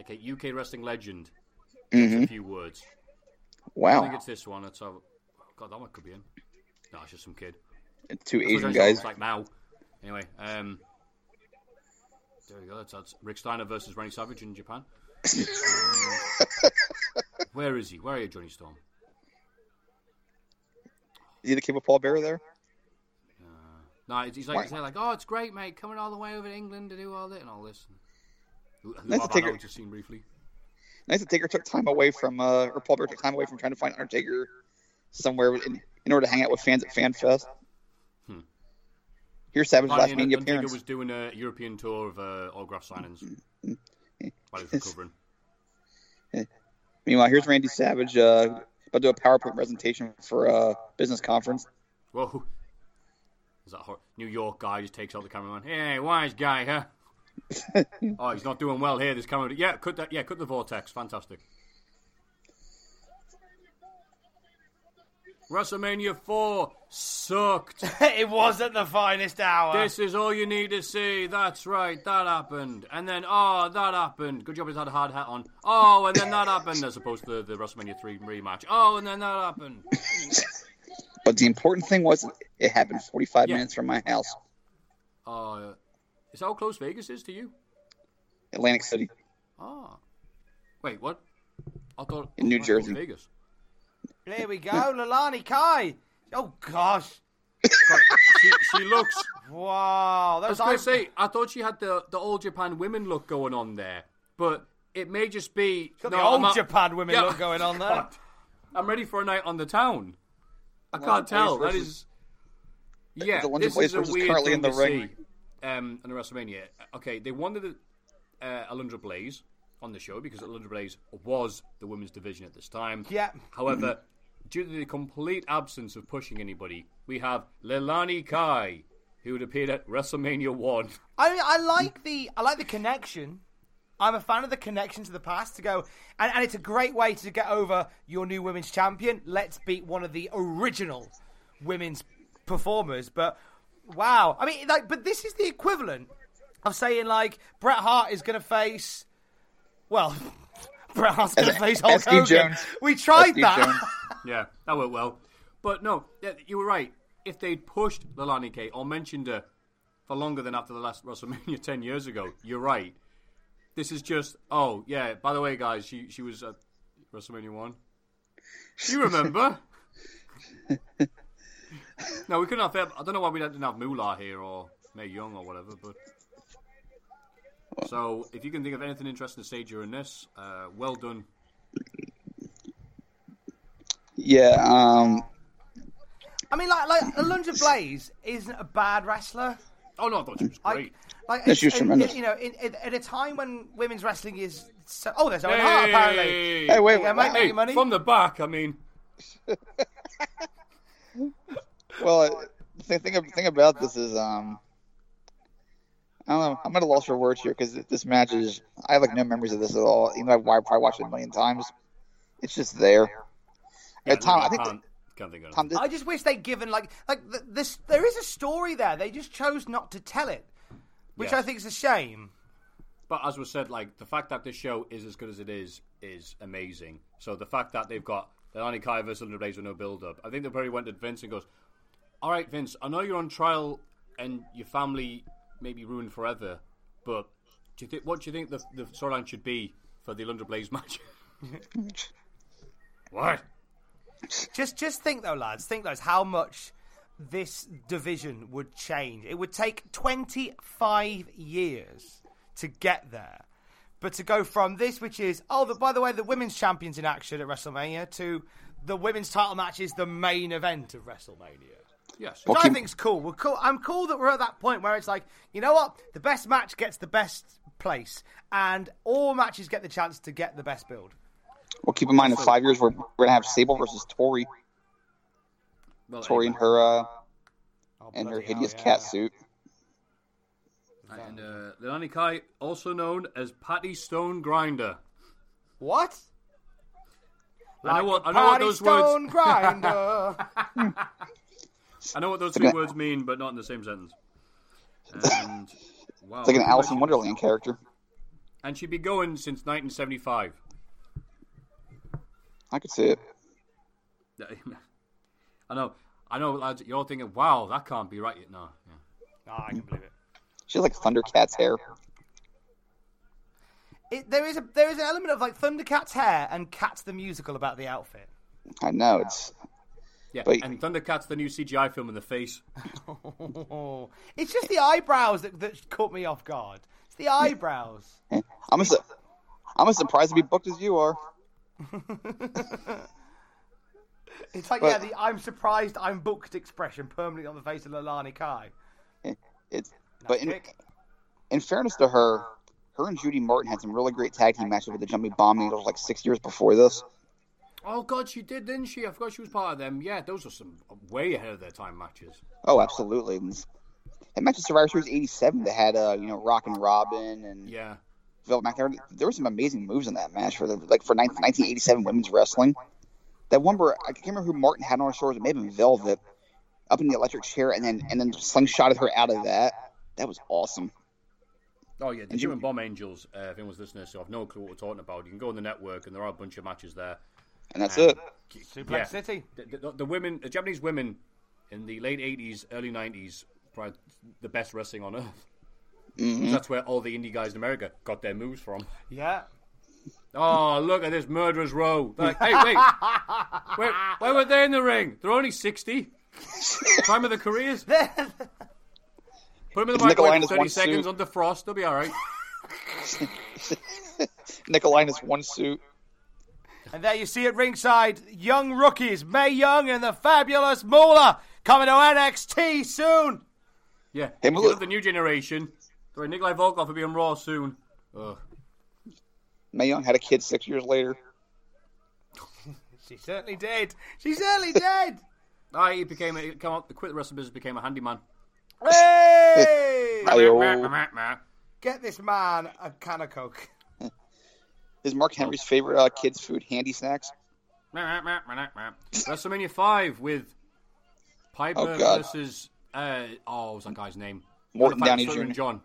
okay, UK wrestling legend. Just a few words. I think Mm-hmm. Oh, Wow. it's this one. Let's have. God, that one could be in. No, it's just some kid. Two That's what Asian Johnny Storm's guys. Like now. Anyway, um, There you go. That's, that's Rick Steiner versus Randy Savage in Japan. Um, Where is he? Where are you, Johnny Storm? Is he the kid with Paul Bearer there? No, it's- he's like, he's like, oh, it's great, mate, coming all the way over to England to do all that and all this. Who, who Let's have I take now it- just seen briefly? Nice that Taker took time away from, uh, or Paul Bearer took time away from trying to find Undertaker somewhere in, in order to hang out with fans at FanFest. Hmm. Here's Savage's Oh, last yeah, Mania Undertaker appearance. was doing a European tour of uh, autograph signings while he was recovering. Meanwhile, here's Randy Savage uh, about to do a PowerPoint presentation for a business conference. Whoa. Is that hor- New York guy just takes out the cameraman? Hey, wise guy, huh? oh, he's not doing well here. This camera. Yeah, cut that. Yeah, cut the vortex. Fantastic. WrestleMania 4 sucked. it wasn't the finest hour. This is all you need to see. That's right. That happened. And then, oh, that happened. Good job he's had a hard hat on. Oh, and then that happened, as opposed to the, the WrestleMania 3 rematch. Oh, and then that happened. But the important thing was it happened 45 Yeah. minutes from my house, Uh, is that how close Vegas is to you? Atlantic City. Ah. Wait, what? I thought In New I thought it was Jersey. Vegas. Here we go, Lalani Kai. Oh gosh! God, she, she looks. Wow, I was those going eyes. to say, I thought she had the the old Japan women look going on there, but it may just be got no, the old I'm out- Japan women Yeah. look going on there. God. I'm ready for a night on the town. I Well, Blaze can't tell. That versus- is. Yeah, the Wonder this Blaze is a versus weird currently in thing the to ring. see, um, in the WrestleMania. Okay, they wanted uh, Alundra Blaze on the show because Alundra Blaze was the women's division at this time. Yeah. However, due to the complete absence of pushing anybody, we have Lilani Kai, who had appeared at WrestleMania One. I I like the I like the connection. I'm a fan of the connection to the past to go, and, and it's a great way to get over your new women's champion. Let's beat one of the original women's performers. But wow, I mean, like, but this is the equivalent of saying like Bret Hart is going to face, well, Bret Hart's going to face Hulk SD Hogan. Jones. We tried SD that. Jones. Yeah, that went well. But no, yeah, you were right. If they'd pushed Lilani K or mentioned her for longer than after the last WrestleMania 10 years ago, you're right. This is just, oh, yeah, by the way, guys, she, she was at WrestleMania 1. You remember? no, we couldn't have. I don't know why we didn't have Moolah here or May Young or whatever, but. So, if you can think of anything interesting to say during this, uh, well done. Yeah, um, I mean, like, like Alundra Blaze isn't a bad wrestler. Oh, no, I thought she was Like, great. like Yes, she was in- tremendous. in- you know, in, in, at a time when women's wrestling is so, oh, there's Owen Hart apparently. Hey! hey, wait, Yeah, mate, wow. Hey, money? from the back, I mean. well, uh, the thing, the thing about this is, um, I don't know, I'm at a loss for words here because this match is, I have like no memories of this at all, even though I've probably watched it a million times. It's just there. Yeah, Uh, Tom, no, I think Tom- can't think of Tom, Tom this, I just wish they'd given like like th- this. There is a story there. They just chose not to tell it, which Yes. I think is a shame. But as was said, like the fact that this show is as good as it is is amazing. So the fact that they've got Lani Kai versus Linda Blaze with no build up, I think they probably went to Vince and goes, "All right, Vince, I know you're on trial and your family may be ruined forever, but do you think what do you think the the storyline should be for the Linda Blaze match?" what? Just just think though, lads. Think those how much this division would change. It would take 25 years to get there. But to go from this, which is oh, the, by the way, the women's champions in action at WrestleMania, to the women's title match is the main event of WrestleMania. Yes. Which I Joaquin- think's cool. We're cool. I'm cool that we're at that point where it's like, you know what? The best match gets the best place, and all matches get the chance to get the best build. well, keep in mind in five years we're, we're going to have Sable versus Tori. Well, Tori and anyway. her, uh, Oh, and her bloody hell, hideous yeah. cat suit. And uh, Lilani Kai, also known as Patty Stone Grinder. What? I know what, I Party know what those stone words. grinder. I know what those three words mean, but not in the same sentence. And wow, It's like an Alice in Wonderland character. And she'd be going since 1975. I could see it. I know, I know, lads. You're all thinking, "Wow, that can't be right." No, yeah. Ah, I can believe it. She has like Thundercat's hair. it, there is a there is an element of like Thundercat's hair and Cat the musical about the outfit. I know it's Yeah, But- and Thundercats, the new CGI film in the face. it's just the eyebrows that that caught me off guard. It's the eyebrows. I'm a, su- I'm as surprised to be booked as you are. It's like yeah, But- the I'm surprised I'm booked expression permanently on the face of Lalani Kai. It's but in, pick. in fairness to her, her and Judy Martin had some really great tag team matches with the Jumping Bomb Needles like six years before this. Oh God, she did, didn't she? I forgot she was part of them. Yeah, those are some way ahead of their time matches. Oh, absolutely. And this- that match at Survivor Series '87 that had uh, you know Rock and Robin and Yeah, Velvet McIntyre. There were some amazing moves in that match for the like for 19- 1987 women's wrestling. That one where I can't remember who Martin had on her shoulders. It may have been Velvet up in the electric chair and then and then slingshotted her out of that. That was awesome. Oh yeah, And the you- Human Bomb Angels. Uh, if anyone's listening, so I've no clue what we're talking about. You can go on the network, and there are a bunch of matches there. And that's Um, it. Suplex Yeah. City. The, the, the women, the Japanese women, in the late '80s, early '90s, probably the best wrestling on earth. That's where all the indie guys in America got their moves from. Yeah. Oh, look at this murderer's row! They're Like, hey, wait, wait, why were they in the ring? They're only sixty. Time of the careers. Put them in the microwave for Nicolaitis thirty wants seconds to- under frost. They'll be all right. Nicolinus one suit. And there you see at ringside, young rookies, May Young and the fabulous Moolah coming to NXT soon. Yeah, Hey, you look- love the new generation. Sorry, Nikolai Volkov will be on Raw soon. Ugh. Mae Young had a kid six years later. She certainly did. She certainly did. Ah, he became a, come up, quit the wrestling business, became a handyman. Hey! Ayo. Get this man a can of Coke. Is Mark Henry's favorite uh, kids' food handy snacks? WrestleMania five with Piper Oh, God. versus uh, oh, what was that guy's name? Morton Motherfucker, Downey Southern Jr.. John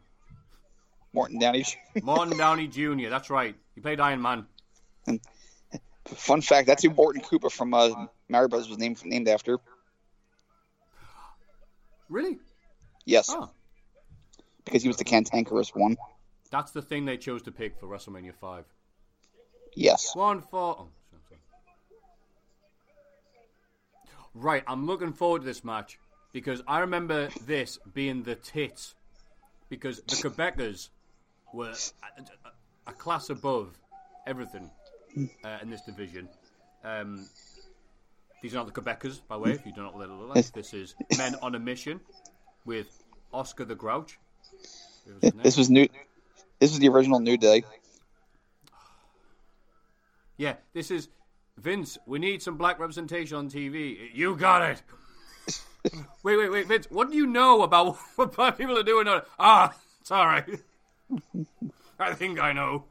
Morton Downey. Morton Downey Jr. That's right. He played Iron Man. Fun fact: That's who Morton Koopa from uh, Mario Brothers was named named after. Really? Yes, Oh, because he was the cantankerous one. that's the thing they chose to pick for WrestleMania five. Yes. One for. Oh, sorry, sorry. Right, I'm looking forward to this match because I remember this being the tits because the Quebecers were a, a, a class above everything uh, in this division. Um, these are not the Quebecers, by the way, if you don't know what they look like. This is Men on a Mission with Oscar the Grouch. Who was his name? This was new. This was the original New Day. Yeah, this is Vince. We need some black representation on TV. You got it. wait, wait, wait, Vince. What do you know about what black people are doing? On... Ah, it's all right. I think I know.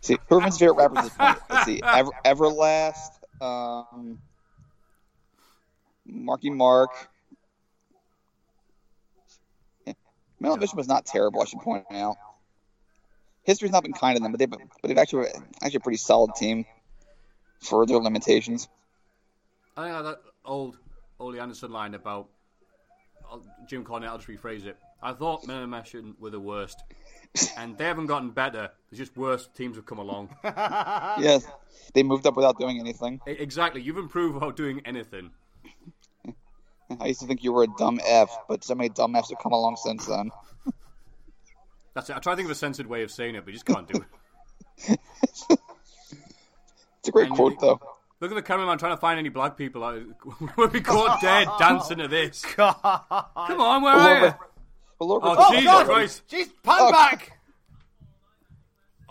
See, who are Vince's favorite rappers? Is Let's see, Ever, Everlast, um, Marky Mark. Yeah. Mel Mission was not terrible. I should point out. History's not been kind to them, but they've but they've actually actually a pretty solid team for their limitations. I think I that old Ole Anderson line about I'll- Jim Cornette. I'll just rephrase it. I thought Men and Mission were the worst, and they haven't gotten better. It's just worse teams have come along. Yes, they moved up without doing anything. E- exactly. You've improved without doing anything. I used to think you were a dumb F, but so many dumb Fs have come along since then. That's it. I try to think of a censored way of saying it, but you just can't do it. It's a great And you- quote, though. Look at the cameraman trying to find any black people. I- We'll be caught dead dancing to this. Come on, where are you? Well, Lord, Oh, Richard- Jesus Oh, God. Christ. She's pan Oh. back.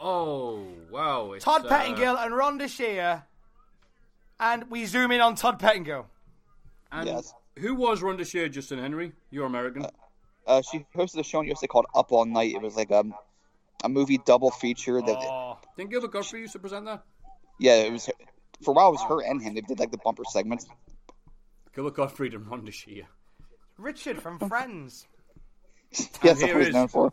Oh, wow. It's, Todd uh, Pettingill and Rhonda Shear. And we zoom in on Todd Pettingill. and Yes. Who was Ronda Shear, Justin Henry? You're American. Uh, she hosted a show on USA called Up All Night. It was like a, a movie double feature. That Didn't Gilbert Godfrey used to present that? yeah, it was for a while. It was her and him. They did like the bumper segments. Gilbert Godfrey and Ronda Shear. Richard from Friends. Yes, that's here what he's is- known for.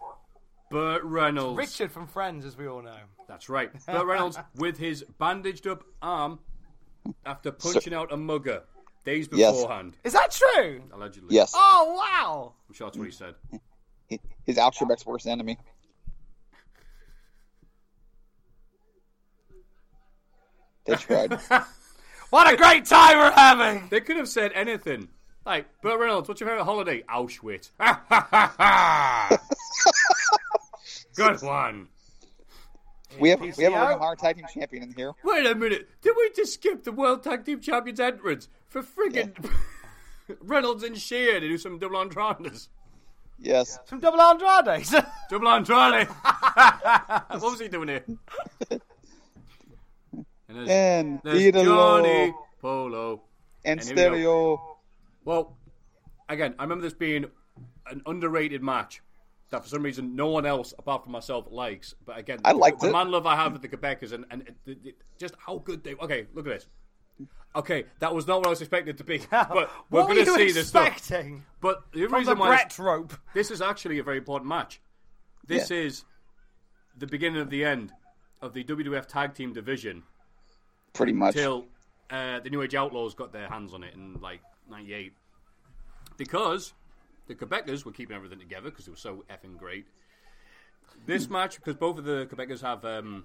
Burt Reynolds. Richard from Friends, as we all know. That's right. Burt Reynolds with his bandaged up arm after punching out a mugger days Yes. beforehand, Is that true? allegedly. Yes, Oh, wow. I'm sure that's what he said. his Al Trebek's worst enemy. They tried. What a great time we're having! They could have said anything. Like, Burt Reynolds, what's your favourite holiday? Auschwitz. Good one. we have we have a PCO? Ring of Honor Tag Team Champion in here. Wait a minute. Did we just skip the World Tag Team Champions entrance for friggin' Reynolds and Sheer to do some double entendres? Yes. Some double Andrades. Double entendre. what was he doing here? And there's, And there's Idolo. Johnny Polo. And, And here we go. Stereo. Well, again, I remember this being an underrated match that for some reason no one else apart from myself likes. But again, I liked the it. man love I have for the Quebecers and, and it- it- it- just how good they. Okay, look at this. Okay, that was not what I was expecting it to be. But we're what were going to you see this stuff. expecting? But the From reason the why Brett rope. this is actually a very important match. This Yeah. is the beginning of the end of the WWF Tag Team Division Pretty much. till uh, the New Age Outlaws got their hands on it in like '98, because the Quebecers were keeping everything together because it was so effing great. Hmm. This match, because both of the Quebecers have um,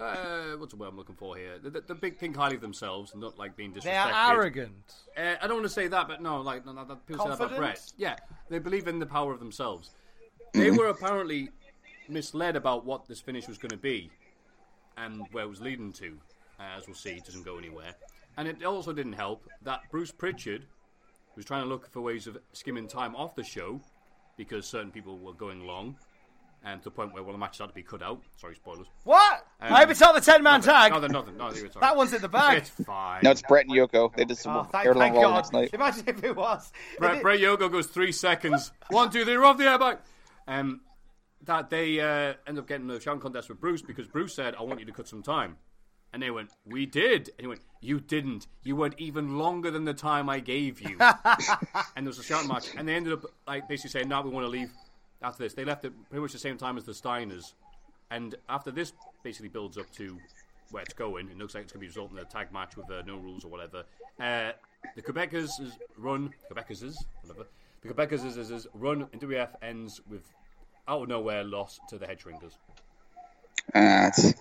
uh, what's the word I'm looking for here? The, the, the big think highly of themselves, not like being disrespected. They are arrogant. Uh, I don't want to say that, but no, like no, no, that people say that about Confident? Brett. Yeah, they believe in the power of themselves. They were apparently misled about what this finish was going to be and where it was leading to. Uh, as we'll see, it doesn't go anywhere. And it also didn't help that Bruce Pritchard was trying to look for ways of skimming time off the show because certain people were going long, and to the point where well, the match had to be cut out. Sorry, spoilers. What? Um, I hope it's not the ten man Nothing, tag. nothing, nothing, nothing, it's all That right. one's in the bag. It's fine. No, it's Brett and Yoko. They did some Oh, thank, aired on thank Raw God. last night. Imagine if it was. Brett, Brett Yogo goes three seconds. One, two, three, we're off the air back. Um, that they uh, end up getting the shouting contest with Bruce because Bruce said, I want you to cut some time. And they went, We did. And he went, You didn't. You went even longer than the time I gave you. and there was a shout match. And they ended up like basically saying, No, we want to leave after this. They left at pretty much the same time as the Steiners. And after this basically builds up to where it's going, it looks like it's going to be resulting in a tag match with uh, no rules or whatever. Uh, the Quebecers' run, Quebecers' whatever, the Quebecers' is, is run in WF ends with out of nowhere loss to the Headshrinkers. Uh, that's,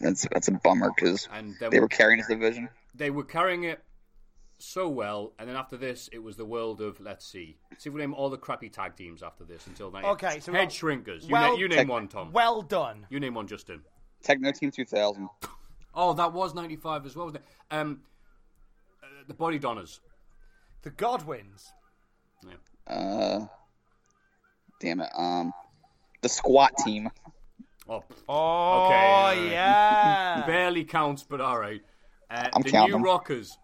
that's that's a bummer because And then they were carrying this division. they were carrying it so well, and then after this, it was the world of let's see, see if we name all the crappy tag teams after this until that. Okay, so Head well- Shrinkers. You, well- na- you name one, Tom. Well done. you name one, Justin. Techno Team 2000. Oh, that was ninety five as well, wasn't it? Um, uh, the Body Donners. The Godwins. Yeah. Uh, damn it. Um, the squat team. Oh, pff, Oh Okay, Ah. yeah. barely counts, but all right. Uh, I'm the counting New them. Rockers.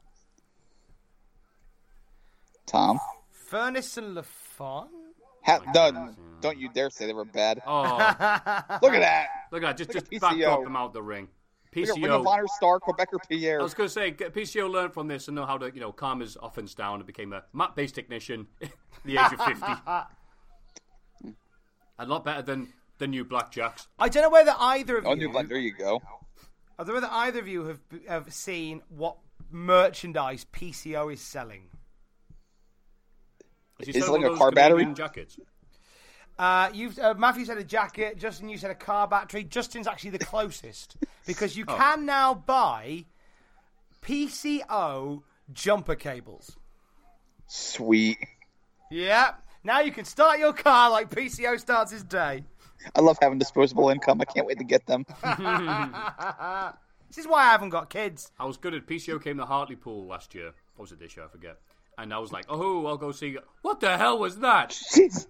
Tom. Furnace and Lafon. Ha- no, don't you dare say they were bad. Oh, Look at that. look at that! Just, Look at just back PCO. up them out the ring. Look at Ring of PCO. Honor star Quebecer Pierre. I was going to say get- PCO learned from this and know how to you know calm his offense down and became a map-based technician at the age of fifty. a lot better than the new Blackjacks. I don't know whether either of Oh, you. New Blood. There you go. I don't know whether either of you have have seen what merchandise PCO is selling. Is he Is it still like one of a those car battery? Canadian jackets? Uh, you've uh, Matthew said a jacket. Justin, you said a car battery. Justin's actually the closest because you can now buy PCO jumper cables. Sweet. Yeah. Now you can start your car like PCO starts his day. I love having disposable income. I can't wait to get them. This is why I haven't got kids. I was good at PCO came to Hartley Pool last year. What was it this year? I forget. And I was like, oh, I'll go see. What the hell was that? Jeez.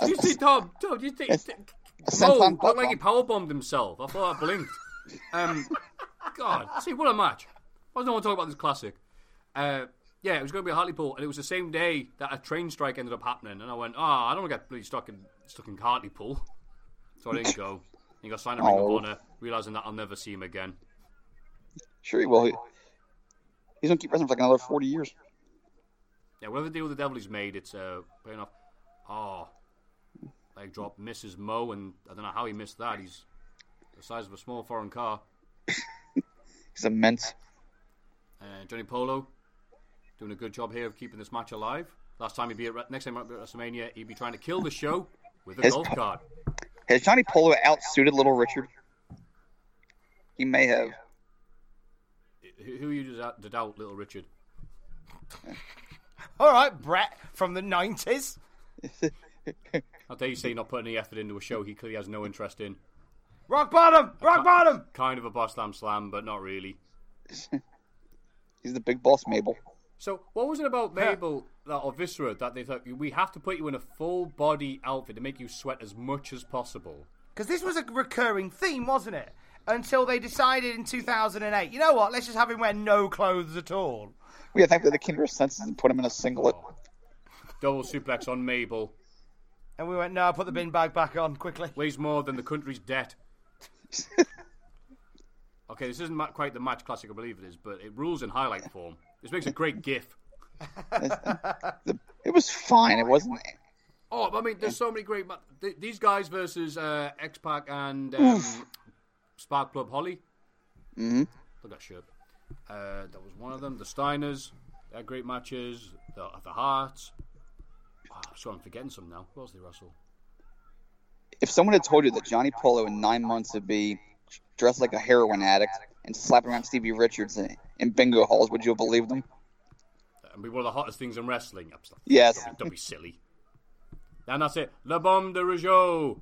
Did you see Tom? Tom, did you think? senton Oh, looked pop like he power bombed himself. I thought I blinked. um, God, see what a match! Why don't want to talk about this classic? Uh, yeah, it was going to be a Hartlepool, and it was the same day that a train strike ended up happening, and I went, oh, I don't want to get bloody stuck in stuck in Hartlepool, so I didn't go. And got signed a Ring of Oh. Honor, realizing that I'll never see him again. Sure he will. He- He's gonna keep wrestling for like another forty years. Yeah, whatever deal the devil he's made, it's uh, paying off. Oh, leg drop misses Mo, and I don't know how he missed that. He's the size of a small foreign car. He's immense. Uh, Johnny Polo doing a good job here of keeping this match alive. Last time he'd be at Re- next time he'd be at WrestleMania, he'd be trying to kill the show with a His golf co- cart. Has Johnny Polo outsuited Little Richard? He may have. Who who are you to doubt, to doubt, little Richard? All right, Brett from the 90s. How dare you say you're not putting any effort into a show he clearly has no interest in? Rock bottom! Rock bottom! Kind of a boss slam slam, but not really. He's the big boss, Mabel. So, what was it about Mabel that, or Viscera that they thought we have to put you in a full body outfit to make you sweat as much as possible? Because this was a recurring theme, wasn't it? Until they decided in 2008, you know what, let's just have him wear no clothes at all. We had to think that they came to their senses and put him in a singlet. Double suplex on Mabel And we went, no, put the bin bag back on quickly. weighs more than the country's debt. Okay, this isn't ma- quite the match classic I believe it is, but it rules in highlight form. This makes a great gif. The- it was fine. It wasn't. Oh, I mean, there's so many great. Ma- th- these guys versus uh, X Pac and um, Spark Club Holly. Mm-hmm. Look at that shirt. Uh, that was one of them. The Steiners, they had great matches. The, the Hearts. Oh, so I'm forgetting some now. Who else did they wrestle? If someone had told you that Johnny Polo in nine months would be dressed like a heroin addict and slapping around Stevie Richards in, in bingo halls, would you have believed them? And be one of the hottest things in wrestling. I'm just like, Yes, Don't be silly. And that's it. Le Bombe de Rougeau.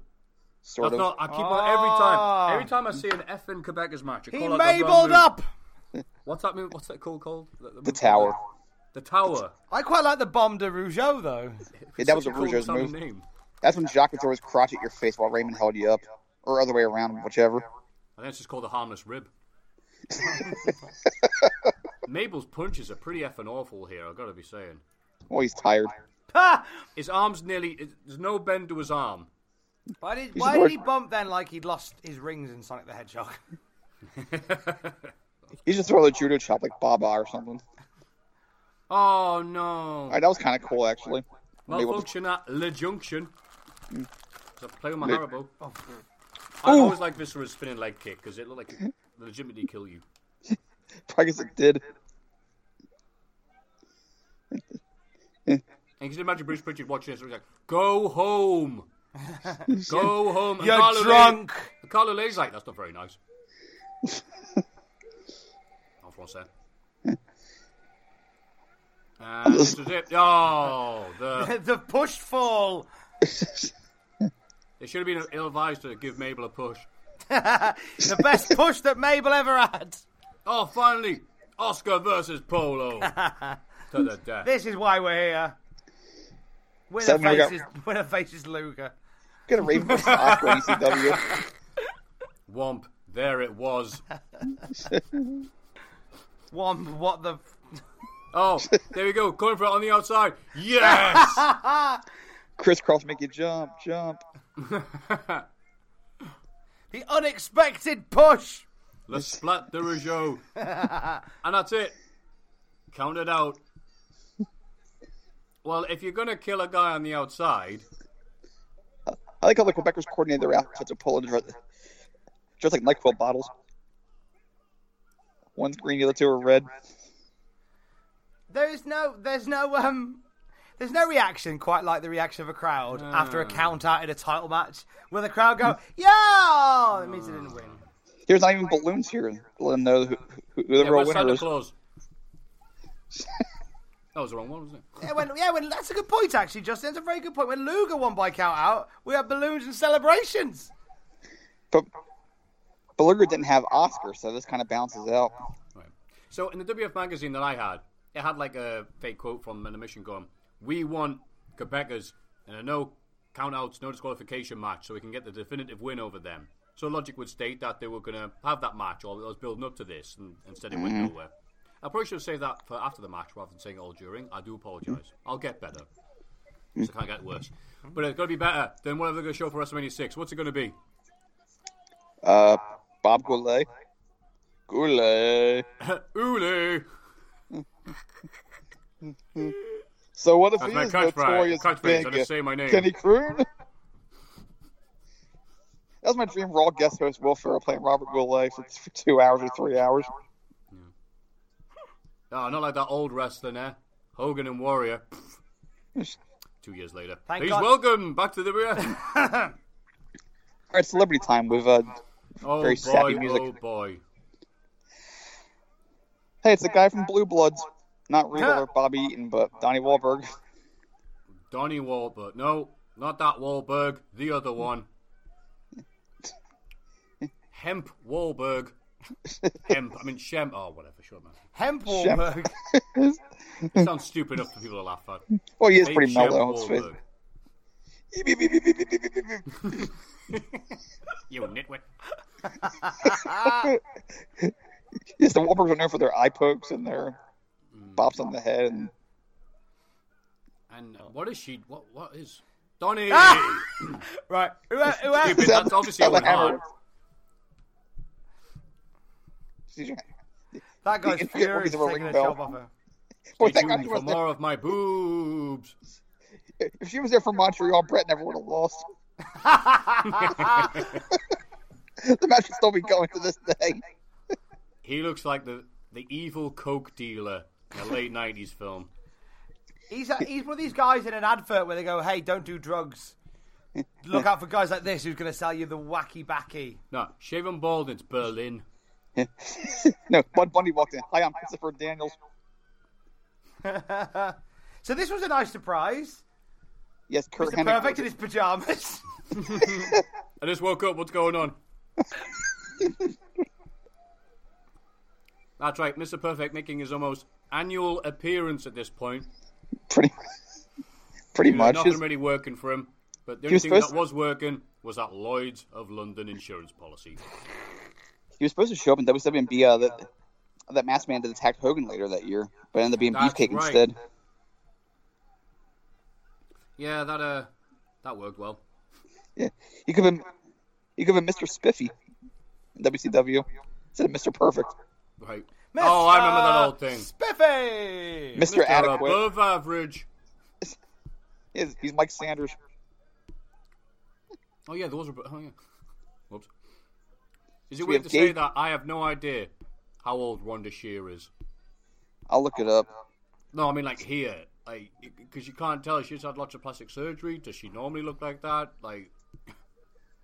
sort of. That's not. I keep on every time. Every time I see an effing Quebecers match, I He call it the Bombe mabled de- up! What's that? Move? What's that called? Called the, the Tower. The tower. I quite like the Bombe de Rougeau, though. Yeah, that was a Such cool Rougeau's sounding move. Name. That's when Jacques would throw his crotch at your face while Raymond held you up, or other way around, whichever. I think it's just called the harmless rib. Mabel's punches are pretty effing awful here. I've got to be saying. Well, he's tired. Ha! His arm's nearly. it- There's no bend to his arm. Why did, He's why the did he worst. bump then like he'd lost his rings in Sonic the Hedgehog? He should throw the judo chop like Baba or something. Oh no! All right, that was kind of cool actually. Mabel just- Malfunction at Le Junction. 'Cause I play with my Mm. Le- Haribo. I always like Viscera's spinning leg kick because it looked like it legitimately kill you. I guess it did. And you can imagine Bruce Pritchard watching this and he's like, go home. go home. And You're Carla Lee- drunk. Carla Lee's like, that's not very nice. That's what's that. And this is it. Oh, the, the push fall. it should have been ill advised to give Mabel a push. The best push that Mabel ever had. Oh, finally, Oscar versus Polo. to the death. This is why we're here. Winner Seven, we got- faces, winner faces Luger. Get a Raven versus Oscar in E ECW. Womp. There it was. One, what the? Oh, there we go. Going for it on the outside. Yes! Crisscross make you jump, jump. The unexpected push. Le Splat de Rougeau. and that's it. Count it out. Well, if you're going to kill a guy on the outside, I like how the Quebecers coordinated their outfits to pull and dress, dress like NyQuil bottles. One's green, the other two are red. There's no, there's no, um, there's no reaction quite like the reaction of a crowd after a count out in a title match, where the crowd go, "Yeah!" It means they didn't win. There's not even balloons here. Let them know who, who, who the yeah, real where's winner Santa is. Claus? that was the wrong one, wasn't it? Yeah, when, yeah, when, that's a good point actually, Justin. That's a very good point. When Luger won by count out, we had balloons and celebrations. But Beluga didn't have Oscar, so this kind of bounces out. Right. So, in the WF magazine that I had, it had like a fake quote from an emission going, We want Quebecers in a no count outs, no disqualification match so we can get the definitive win over them. So, logic would state that they were going to have that match or it was building up to this, and instead it went Mm-hmm. nowhere. I probably should have saved that for after the match rather than saying it all during. I do apologise. I'll get better. Mm. So I can't get worse. But it's going to be better than whatever they're going to show for WrestleMania 6. What's it going to be? Uh, Bob Goulet. Goulet. Ulu! So what if That's he my is catchphrase. notorious Catchphrase, big I just say my name. Kenny Croon? That was my dream Raw guest host Will Ferrell playing Robert Goulet for, for two hours or three hours. Oh, not like that old wrestler there. Hogan and Warrior. Two years later. Thank Please God. welcome back to the rear. All right, celebrity time with uh, oh Very boy, sappy music. oh boy. Hey, it's the guy from Blue Bloods. Not real or Bobby Eaton, but Donnie Wahlberg. Donnie Wahlberg. No, not that Wahlberg. The other one. Hemp Wahlberg. Hemp. I mean, Shemp. Oh, whatever. Sure, man. Hemp Wahlberg. It sounds stupid enough for people to laugh at. Well, he is Hey, pretty Shemp mellow. Let's face Wahlberg. it. You nitwit. yes, the Wahlbergs are known for their eye pokes and their bops on the head. And And uh, what is she? What? What is Donnie? Ah! Right. Who, who else? Stupid. That's obviously Sound Owen like Hart. hammer. Excuse me. That guy's If you get furious one of these taking a ring job bell. off her. Boy, Stay thank God tuned she for wasn't there. more of my boobs. If she was there for Montreal, Brett never would have lost. the match would still be going to this day. He looks like the the evil coke dealer in a late '90s film. He's, a, he's one of these guys in an advert where they go, hey, don't do drugs. Look out for guys like this who's going to sell you the wacky backy. No, shaven bald. It's Berlin. no, Bud Bundy walked in. Hi, I'm Christopher Daniels. So this was a nice surprise. Yes, Kurt Mr. Hennig. Perfect in his pajamas. I just woke up. What's going on? That's right, Mr. Perfect making his almost annual appearance at this point. Pretty, pretty You know, much. nothing His- really working for him. But He the only was thing supposed that was working was that Lloyd's of London insurance policy. He was supposed to show up in WWE and be uh, that, that masked man that attacked Hogan later that year, but ended up being That's Beefcake right. instead. Yeah, that uh, that worked well. Yeah, he could have been, he could have been Mr. Spiffy in WCW instead of Mr. Perfect, Right. Oh, I remember that Mr. old thing. uh, Spiffy! Mr. Adequate. Above average. He's, he's Mike Sanders. Oh yeah, there was a. Oh yeah. Whoops. Is it we weird to have say Gabe- that I have no idea how old Wanda Shear is? I'll look it up. No, I mean like here, like because you can't tell. She's had lots of plastic surgery. Does she normally look like that? Like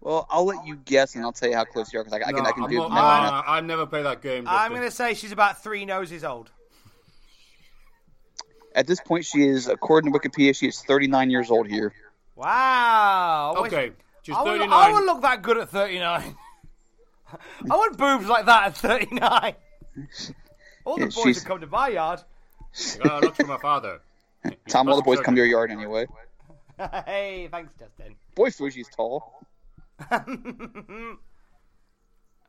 Well, I'll let you guess, and I'll tell you how close you are because I, I can I can I'm do not- the math. no, I, I never play that game. I'm Justin. going to say she's about three noses old. At this point, she is, according to Wikipedia, she is 39 years old here. Wow. I wish- Okay, she's I would, 39. I would look that good at 39. I want boobs like that at 39. All the Yeah, boys she's- would come to my yard. Uh, that's for my father. Tom, all the boys come to your yard anyway. hey, thanks, Justin. Boy, Fuji's tall.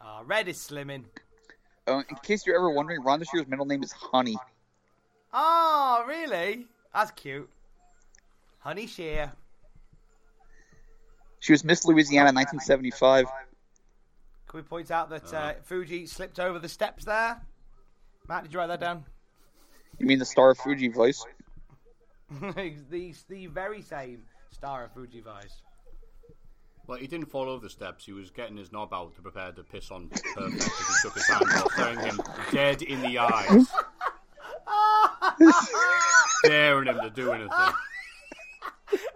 Ah, red is slimming. Uh, in case you're ever wondering, Rhonda Shear's middle name is Honey. Oh, really? That's cute. Honey Shear. She was Miss Louisiana in 1975. Can we point out that Uh-huh. uh, Fuji slipped over the steps there? Matt, did you write that down? You mean the star of Fuji voice? the, the very same star of Fuji Vice. Well, he didn't follow the steps. He was getting his knob out to prepare to piss on Perfect as he shook his hand while staring him dead in the eyes. Daring him to do anything.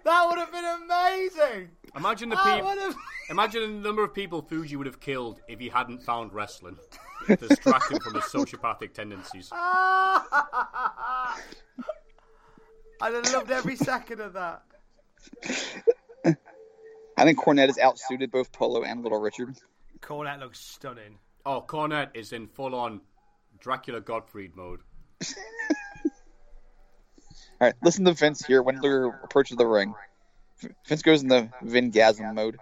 That would have been amazing. Imagine the That people. would have. Imagine the number of people Fuji would have killed if he hadn't found wrestling to distract him from his sociopathic tendencies. I'd have loved every second of that. I think Cornette is outsuited both Polo and Little Richard. Cornet looks stunning. Oh, Cornette is in full-on Dracula Gottfried mode. All right, listen to Vince here when they're approaching the ring. V- Vince goes in the Vingasm mode.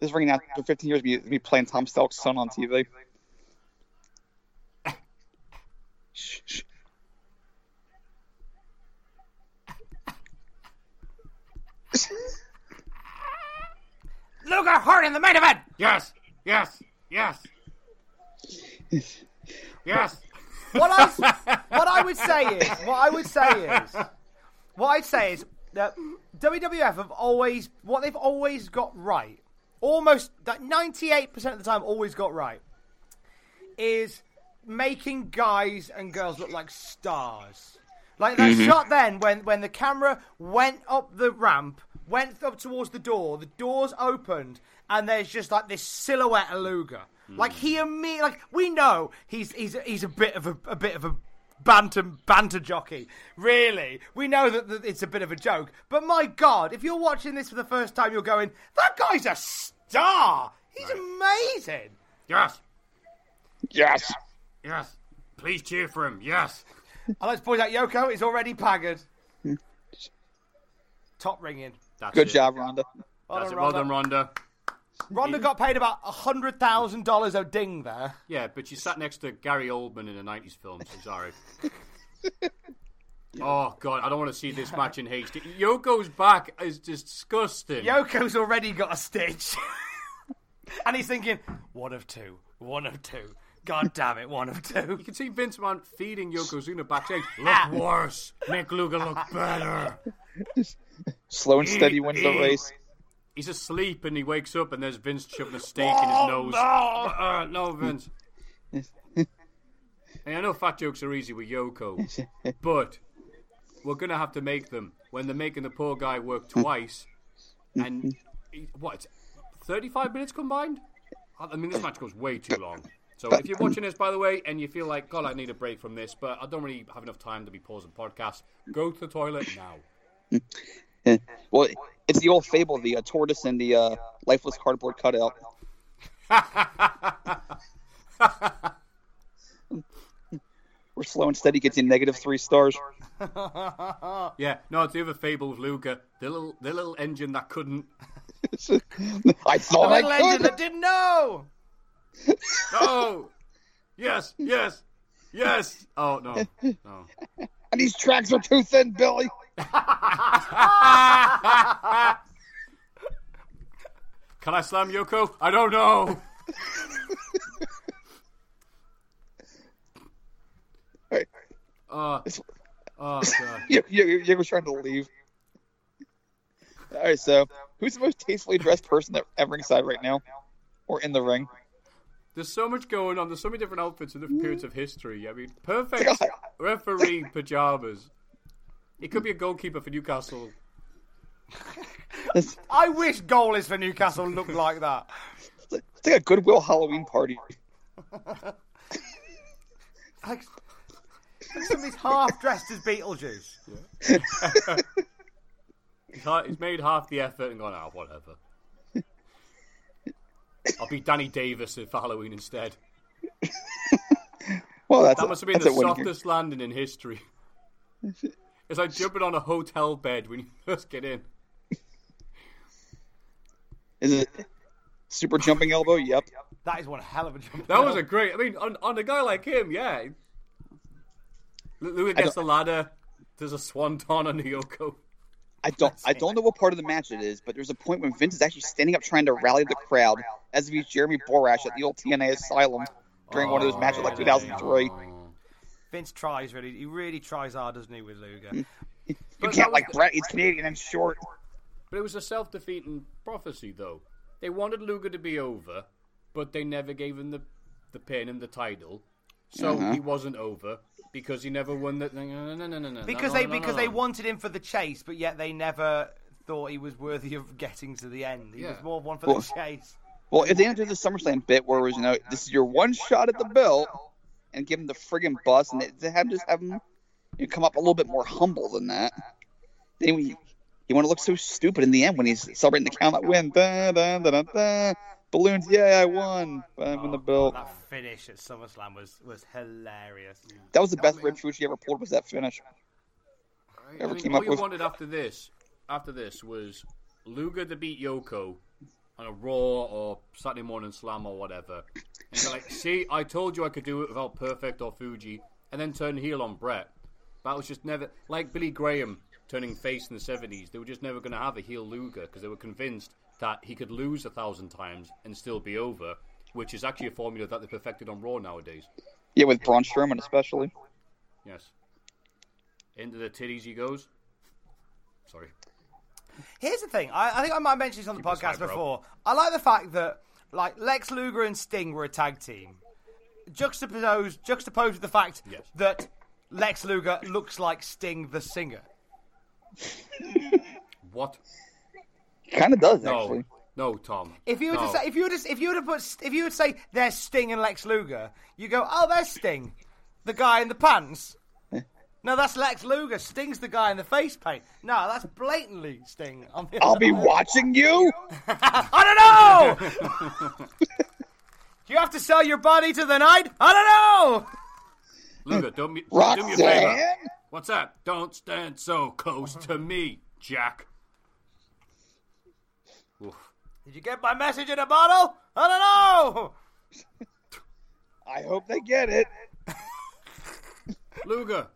this ring now for 15 years be, be playing Tom Selleck's son on TV. Shh, shh. Look at Hart in the main event. Yes, yes, yes, yes. What I, what I would say is, what I would say is, what I'd say is that WWF have always what they've always got right, almost that ninety eight percent of the time always got right, is making guys and girls look like stars. Like that shot then when when the camera went up the ramp went up towards the door. The door's opened, and there's just like this silhouette of Luger. Like he imme- like we know he's he's he's a bit of a, a bit of a banter banter jockey. Really, we know that, that it's a bit of a joke. But my God, if you're watching this for the first time, you're going, "That guy's a star. He's amazing." Yes, Yes. yes. Please cheer for him. Yes. I'd like to point out Yoko is already pagged. Top ringing. That's Good it. job, Rhonda. Well That's done, it. Rhonda. Well done, Rhonda. Rhonda got paid about hundred thousand dollars a ding there. Yeah, but she sat next to Gary Oldman in a '90s film. So sorry. oh God, I don't want to see this match in HD. Yoko's back is disgusting. Yoko's already got a stitch, and he's thinking, one of two, one of two. God damn it, one of two. You can see Vince McMahon feeding Yokozuna backstage. Look worse. Make Luger look better. Slow and steady wins the race. He's asleep and he wakes up and there's Vince shoving a steak in his nose. No, uh, no Vince. Hey, I know fat jokes are easy with Yoko, but we're gonna have to make them when they're making the poor guy work twice. And what? Thirty-five minutes combined? I mean, this match goes way too long. So if you're watching this, by the way, and you feel like, God, I need a break from this, but I don't really have enough time to be pausing podcasts, go to the toilet now. Well, it's the old fable, the uh, tortoise and the uh, lifeless cardboard cutout. Where slow and steady gets you negative three stars. Yeah, no, it's the other fable of Luca, the little, the little engine that couldn't. I thought Little I engine could. that didn't know. Oh, yes, yes, yes. Oh no, no. And these tracks are too thin, Billy. Can I slam Yoko? I don't know. Hey. Uh, oh god. You, you, you were trying to leave. All right, so who's the most tastefully dressed person that at ringside right now, or in the ring? There's so much going on. There's so many different outfits in different periods of history. I mean, perfect referee pajamas. It could be a goalkeeper for Newcastle. It's, I wish goalies for Newcastle looked like that. it's like a Goodwill Halloween party. Like, somebody's half dressed as Beetlejuice. He's ha- he's made half the effort and gone, ah, whatever. I'll be Danny Davis for Halloween instead. Well, that's That a- must have been that's the a winning here. softest landing in history. It's like jumping on a hotel bed when you first get in. Is it super jumping elbow? Yep. That is one hell of a jump. That was a great. I mean, on, on a guy like him, yeah. Lu- Luca gets the ladder. There's a swanton on Yoko. I don't I don't know what part of the match it is, but there's a point when Vince is actually standing up trying to rally the crowd as if he's Jeremy Borash at the old TNA Asylum during one of those matches Oh, like 2003. Vince tries really. He really tries hard, doesn't he, with Luger? You can't like Brett, he's Canadian and short. But it was a self defeating prophecy, though. They wanted Luger to be over, but they never gave him the, the pin and the title. So he wasn't over because he never won the. No, no, no, no, no, no, Because no, they no, no, because no. they wanted him for the chase, but yet they never thought he was worthy of getting to the end. He Yeah. was more one for Well- the chase. Well, if they do the SummerSlam bit where it was you know this is your one shot at the belt and give him the friggin' bus and they- they have just have him you know, come up a little bit more humble than that. Then we you want to look so stupid in the end when he's celebrating the count that win. Da, da, da, da, da. Balloons, yeah, I won. I won the belt. That finish at SummerSlam was was hilarious. That was the best rib shoot she ever pulled. Was that finish? I Ever mean, came all up you with- wanted after this, after this was Luger to beat Yoko on a Raw or Saturday Morning Slam or whatever. And you're like, see, I told you I could do it without Perfect or Fuji, and then turn heel on Brett. That was just never like Billy Graham turning face in the seventies. They were just never going to have a heel Luger because they were convinced that he could lose a thousand times and still be over, which is actually a formula that they perfected on Raw nowadays. Yeah, with Braun Strowman especially. Yes. Into the titties he goes. Sorry. Here's the thing. I, I think I might mention this on the Keep this podcast high, bro. before. I like the fact that like Lex Luger and Sting were a tag team. Juxtaposed juxtaposed with the fact Yes. that Lex Luger looks like Sting the singer. What? Kind of does No, actually. no, Tom. If you were no. to say, if you were to, if you were to put, St- if you would say there's Sting and Lex Luger, you go, oh, there's Sting, the guy in the pants. No, that's Lex Luger. Sting's the guy in the face paint. No, that's blatantly Sting. On the I'll be watching you. I don't know. Do you have to sell your body to the night? I don't know. Luger, don't me, do me a favor. Roxanne. What's that? Don't stand so close to me, Jack. Oof. Did you get my message in a bottle? I don't know. I hope they get it. Luger,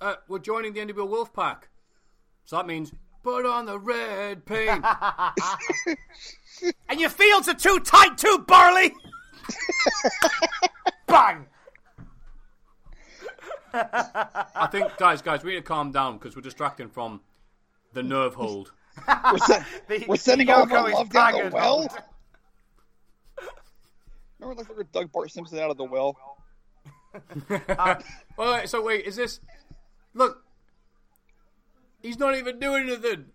uh, we're joining the NWO Wolfpack. So that means put on the red paint. And your fields are too tight, too barley. Bang. I think, guys, guys, we need to calm down because we're distracting from the nerve hold. We're, sen- The- we're the sending all of Yoko our is love down the banging. well. Remember, like we were Doug Bart Simpson out of the well. All right, so wait, is this? Look, he's not even doing anything.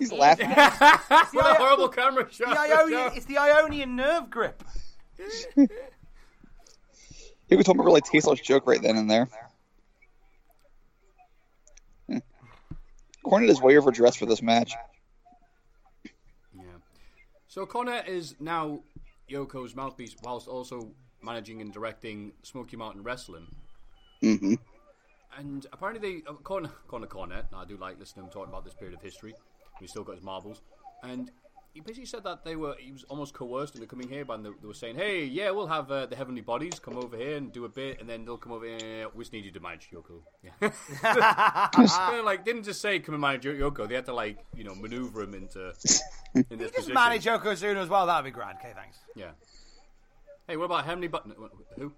He's laughing. What a horrible camera shot! The Ionian, it's the Ionian nerve grip. He was told a really tasteless joke right then and there. Hmm. Cornette is way overdressed for this match. Yeah. So Connor is now Yoko's mouthpiece, whilst also managing and directing Smoky Mountain Wrestling. Mm-hmm. And apparently, they uh, Connor Connor Cornett. And I do like listening to him talking about this period of history. He's still got his marbles, and he basically said that they were he was almost coerced into coming here. But they, they were saying, "Hey, yeah, we'll have uh, the heavenly bodies come over here and do a bit, and then they'll come over here. We just need you to manage Yoko." Yeah, Kinda like didn't just say come and manage Yoko. They had to like you know maneuver him into in Just this position. manage Yokozuna as well. That'd be grand. Okay, thanks. Yeah. Hey, what about Heavenly But Who?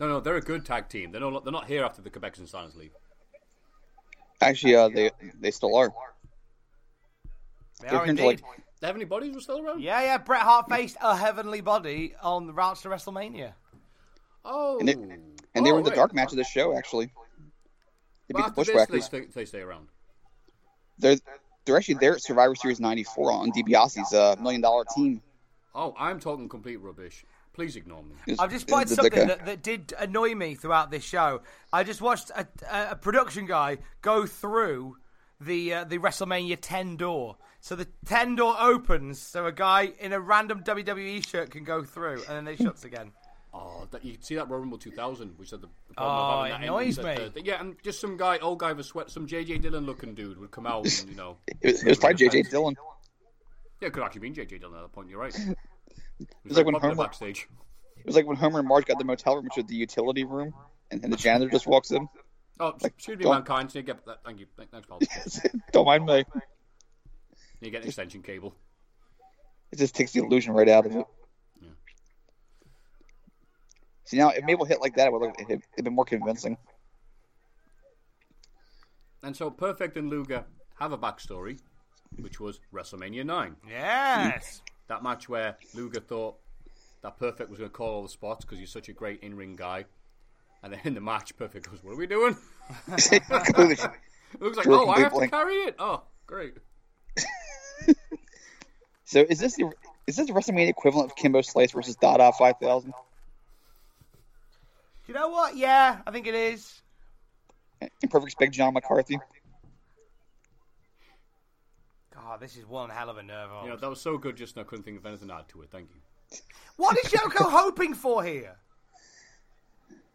No, no, they're a good tag team. They're not they're not here after the Quebecers and Signers leave. Actually, uh, they they still are. They are Different, indeed. like- The Heavenly Bodies were still around. Yeah, yeah. Bret Hart faced a heavenly body on the routes to WrestleMania. Oh. And, it, and they Oh, were in the right. dark match of this show, actually. They beat But the after this, they Bushwhackers. stay, they stay around. They're, they're actually there at Survivor Series 94 on DiBiase's uh, million dollar team. Oh, I'm talking complete rubbish. Please ignore me. It's- I've just spotted it's like something a- that, that did annoy me throughout this show. I just watched a, a, a production guy go through the uh, the WrestleMania 10 door. So the 10 door opens, so a guy in a random WWE shirt can go through, and then it shuts again. Oh, that, you can see that Royal Rumble 2000, which had the, the Oh, problem of it having that annoys entrance at me. the- yeah, and just some guy, old guy with a sweat, some JJ Dillon looking dude would come out and, you know. It was, it was probably JJ Dillon. Yeah, it could actually been JJ Dillon at that point, you're right. It was like very when popular Homer- backstage. It was like when Homer and Marge got the motel room, which was the utility room, and then the janitor just walks in. Oh, s- excuse me, don't- mankind. You get that. Thank you. Th- Thanks, pal. And Don't mind me. you get an extension cable. It just takes the illusion right out of it. See now, if Mabel hit like that, it would look it'd it'd been more convincing. And so, Perfect and Luger have a backstory, which was WrestleMania 9. Yes. That match where Luger thought that Perfect was going to call all the spots because he's such a great in ring guy. And then in the match, Perfect goes, What are we doing? Looks like, Drew Oh, I have to completely. carry it. Oh, great. so is this the is this the WrestleMania equivalent of Kimbo Slice versus Dada Five Thousand? You know what? Yeah, I think it is. In perfect spec, John McCarthy. God, this is one hell of a nerve. You know, that was so good just now. I couldn't think of anything to add to it. Thank you. What is Yoko hoping for here?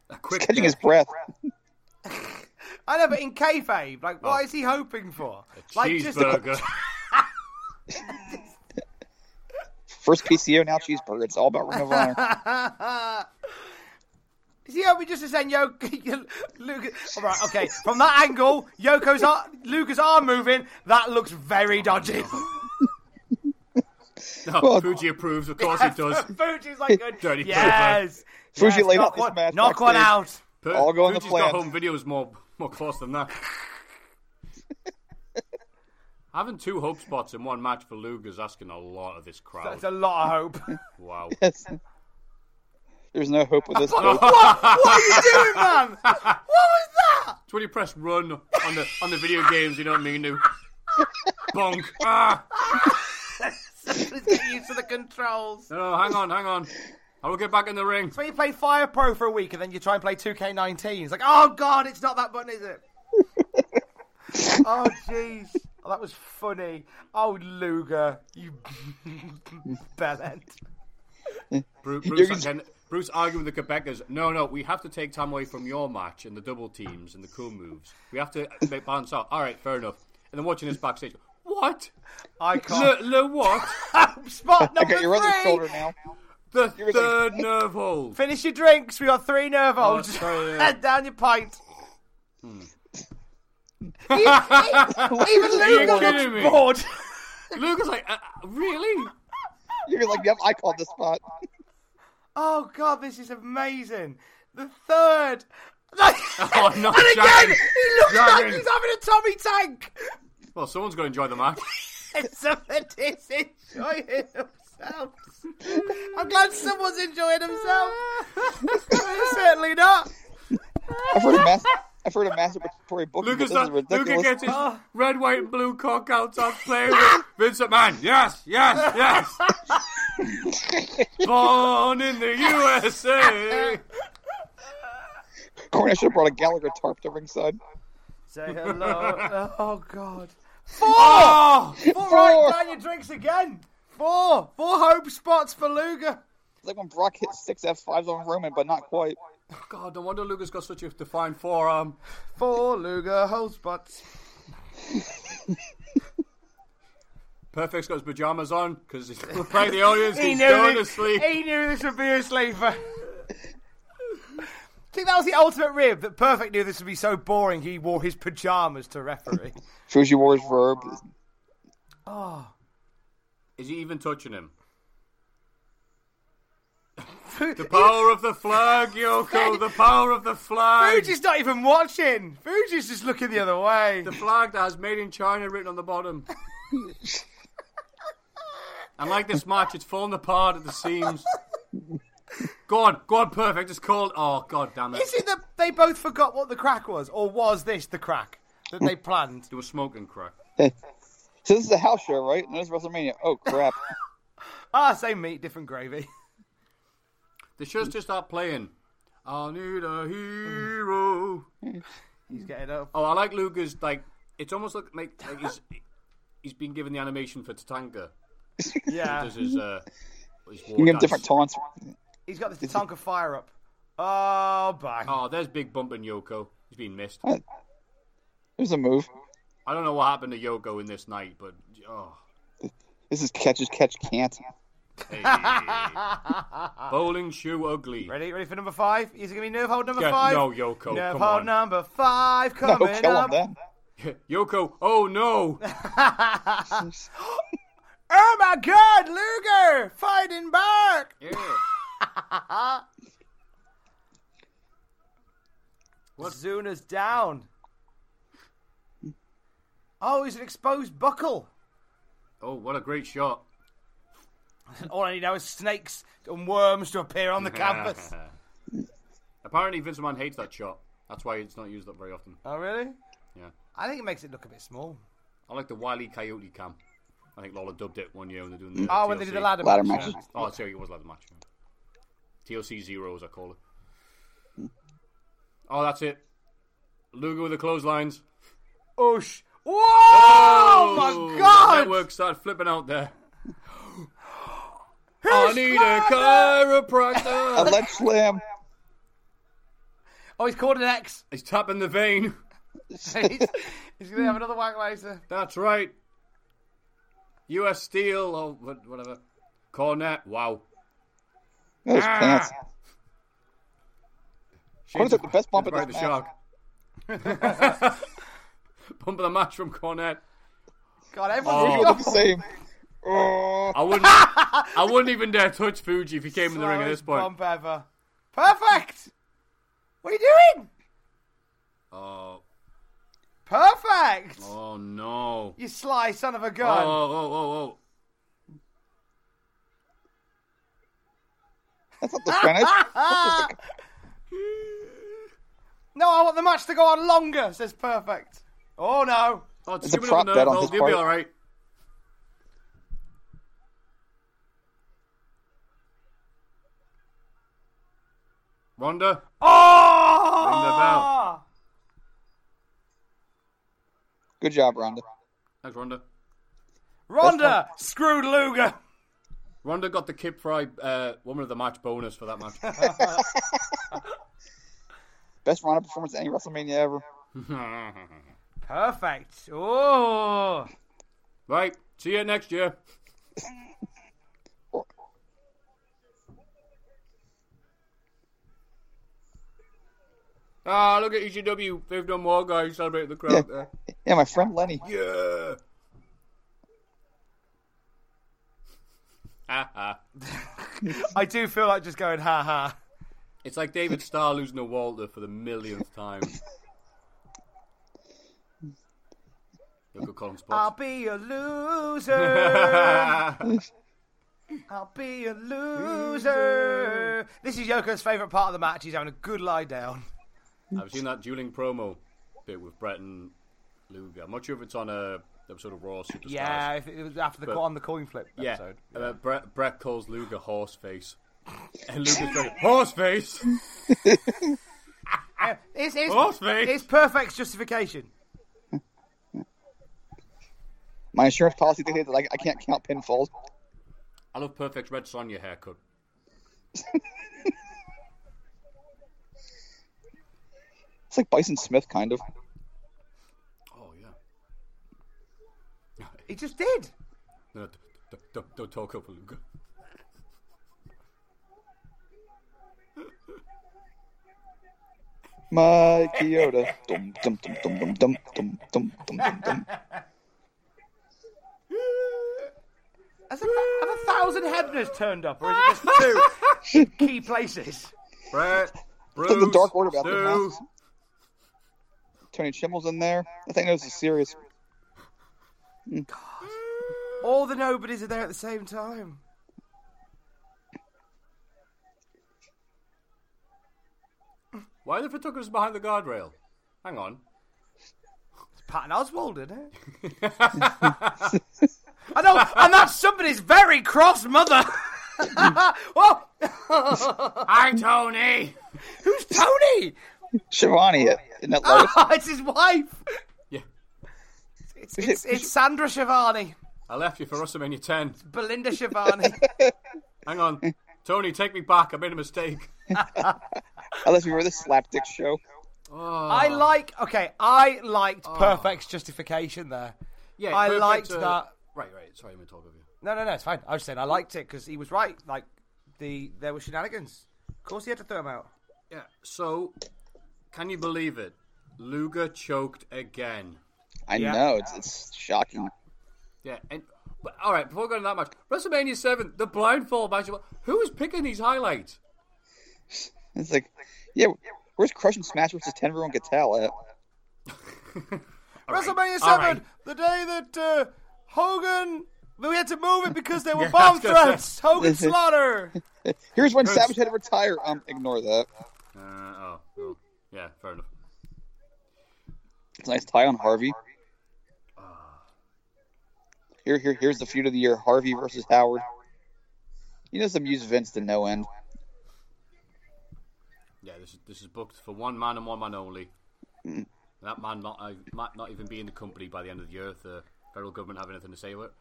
A quick Catching his death. breath. I know, but in kayfabe, like, what Oh. is he hoping for? Like, just Cheeseburger. First PCO, now cheeseburger. It's all about Ring of Honor. Is he hoping just to send Yoko? Luke, all right, okay. From that angle, Yoko's ar- Luca's arm moving. That looks very Oh, dodgy. no, Well- Fuji approves. Of course he does. Fuji's like, good. Dirty yes. Fuji yes, laid out knock this one, match knock one backstage. out. Per- All going to Fuji's plan. got home videos more more close than that. Having two hope spots in one match for Luger's asking a lot of this crowd. That's a lot of hope. Wow. Yes. There's no hope with this. what? What are you doing, man? What was that? It's when you press run on the on the video games, you know what I mean? Lou? bonk. Ah! Let's get used to the controls. No, no, hang on, hang on. I will get back in the ring. So you play Fire Pro for a week and then you try and play 2K19. It's like, oh god, it's not that button, is it? oh jeez. Oh, that was funny. Oh Luger, you bellend. Bruce, Bruce, again- Bruce arguing with the Quebecers. No, no, we have to take time away from your match and the double teams and the cool moves. We have to make balance out. All right, fair enough. And then watching this backstage. What? I Le, can't. le what? Spot number Okay, your other three. shoulder now. The You're third nerve hole. Finish your drinks. We got three nerve Oh, holes. sorry, yeah. Head down your pint. Hmm. Even Luger kidding me? looks bored. Luke is like, uh, really? You're like, yep, I called the spot. Oh god, this is amazing. The third. Oh, no, and again, Jagged. he looks like Jagged. he's having a Tommy tank. Well, someone's going to enjoy the match. Someone is enjoying themselves. I'm glad someone's enjoying themselves. Certainly not. I've heard of mas- I've heard of masturbatory booking, Luke but this is is not, Luke ridiculous. gets his Ah. red, white, and blue cock out on playing with Vincent Man. Yes, yes, yes. Born in the USA. Corny, I should have brought a Gallagher tarp to ringside. Say hello. Oh god. Oh! All Four. right, down your drinks again. Four, four hope spots for Luger. It's like when Brock hit six F5s on Roman, but not quite. God, no wonder Luke has got such a defined forearm. Four Luger hold spots. Perfect's got his pajamas on because he's playing the audience. He he's knew going this, to sleep. He knew this would be a sleeper. I think that was the ultimate rib that Perfect knew this would be so boring he wore his pajamas to referee. Fuji Wars verb. Is he even touching him? the power of the flag, Yoko. The power of the flag. Fuji's not even watching. Fuji's just looking the other way. The flag that has "Made in China" written on the bottom. and like this match, it's fallen apart at the seams. Go on, go on, perfect. It's called. Oh god damn it! Is it that they both forgot what the crack was, or was this the crack that they planned? They were smoking crack. So this is a house show, right? No, this is WrestleMania. Oh crap! Ah, same meat, different gravy. They should just start playing. I need a hero. He's getting up. Oh, I like Luger's like. It's almost like like, like he's he's been given the animation for Tatanka. Yeah, Does his uh. His war You can give dance. different taunts. he's got the Tonka fire up. Oh, bang. Oh, there's Big Bump and Yoko. He's been missed. There's a move. I don't know what happened to Yoko in this night, but oh. This is catch as catch can't. Bowling shoe ugly. Ah. Ready? Ready for number five? Is it gonna be nerve hold number Yeah, five? no, Yoko, Nerve come hold on. number five No, coming kill him up. then. Yoko, oh no! Oh my God, Luger fighting back. Zuna's down. Oh, he's an exposed buckle. Oh, what a great shot. All I need now is snakes and worms to appear on the canvas. Apparently, Vince McMahon hates that shot. That's why it's not used up very often. Oh, really? Yeah. I think it makes it look a bit small. I like the Wily Coyote cam. I think Lola dubbed it one year when they're doing the. Oh, when they did TLC. the ladder, Ladder match. matches. Oh, sorry, it was ladder match. TLC Zero, as I call it. Oh, that's it. Luger with the clotheslines. Oosh. Whoa! Oh Ooh, my the God! Network started flipping out there. I Here's need Ryder! a A chiropractor. ledge slam. Oh, he's called an X. He's tapping the vein. he's he's going to have another whack later. That's right. U.S. Steel or wha- whatever. Cornet. Wow. There's pants. What is it, the best bump Shades in of that the shark. bump of the match from Cornet. God, Oh. everyone's Look got the same. Oh, I wouldn't. I wouldn't even dare touch Fuji if he came in the ring at this slowest point. bump ever. Perfect! What are you doing? Oh, Perfect! oh no. You sly son of a Oh, gun. oh, oh, oh, oh. that's not the finish. No, I want the match to go on longer, says Perfect. Oh no. Oh, it's It's a giving up prop bet nerve. on Oh, his he'll be part. all right. Rhonda, Oh! Good job, Rhonda. thanks, Rhonda. Rhonda Oh. screwed Luger. Rhonda got the Kip Fry uh, Woman of the Match bonus for that match. Best Rhonda performance at any WrestleMania ever. Perfect. Oh. right, see you next year. Ah, look at ECW. They've done more guys celebrating the crowd there. Yeah, my friend Lenny. Yeah. Ha ha. I do feel like just going ha ha. It's like David Starr losing to Walter for the millionth time. Look at Colin I'll Spots. be a loser. I'll be a loser. This is Yoko's favourite part of the match. He's having a good lie down. I've seen that dueling promo bit with Brett and Luger. I'm not sure if it's on a episode of Raw Superstars. Yeah, if it was after the But- on the coin flip Yeah. episode. Uh, Brett, Brett calls Luger horseface. And Luger's like, horseface? Uh, it's, it's, Horse me. it's perfect justification. My insurance policy dictates that I, I can't count pinfalls. I love Perfect Red Sonya haircut. It's like Bison Smith, kind of. Oh, yeah. He just did. No, don't, don't- don't, don't talk over Luger. My Yoda. dum, dum, dum, dum, dum, dum, dum, dum, dum, dum, dum. Has a, have a thousand Hebners turned up, or is it just two key places? Brett, It's Bruce, like the Dark Order about the Stu. house. Tony Chimmel's in there. I think that was a serious. All the nobodies are there at the same time. Why are the photographers behind the guardrail? Hang on. It's Patton Oswald, isn't it? I know, and that's somebody's very cross mother. Whoa, Hi, Tony! who's Tony? Shivani, isn't that Lois? it's his wife. Yeah. It's, it's, it's Sandra Shivani, I left you for WrestleMania 10. Belinda Shivani. Hang on. Tony, take me back. I made a mistake. Unless we were this slapdick show. Oh. I like. Okay, I liked Perfect's justification there. Yeah, I perfect, liked uh, that. Right, right. Sorry, I'm going to talk over you. No, no, no, it's fine. I was saying I liked it because he was right. Like the there were shenanigans. Of course, he had to throw him out. Yeah, so, can you believe it? Luger choked again. I Yeah. know, it's, it's shocking. Yeah, and but, all right. Before going to that match, WrestleMania Seven, the blindfold match. Who is picking these highlights? It's like, yeah, where's Crush and Smash versus Tenver and Gattel at? WrestleMania all Seven, right. the day that uh, Hogan. We had to move it because there were Yeah, I bomb was gonna threats. Hogan Slaughter. Here's when Savage had to retire. Um, ignore that. Uh, oh, oh, yeah, fair enough. It's a nice tie on Harvey. Here, here, here's the feud of the year: Harvey versus Howard. You just abuse Vince to no end. Yeah, this is this is booked for one man and one man only. That man not I might not even be in the company by the end of the year. If the federal government have anything to say about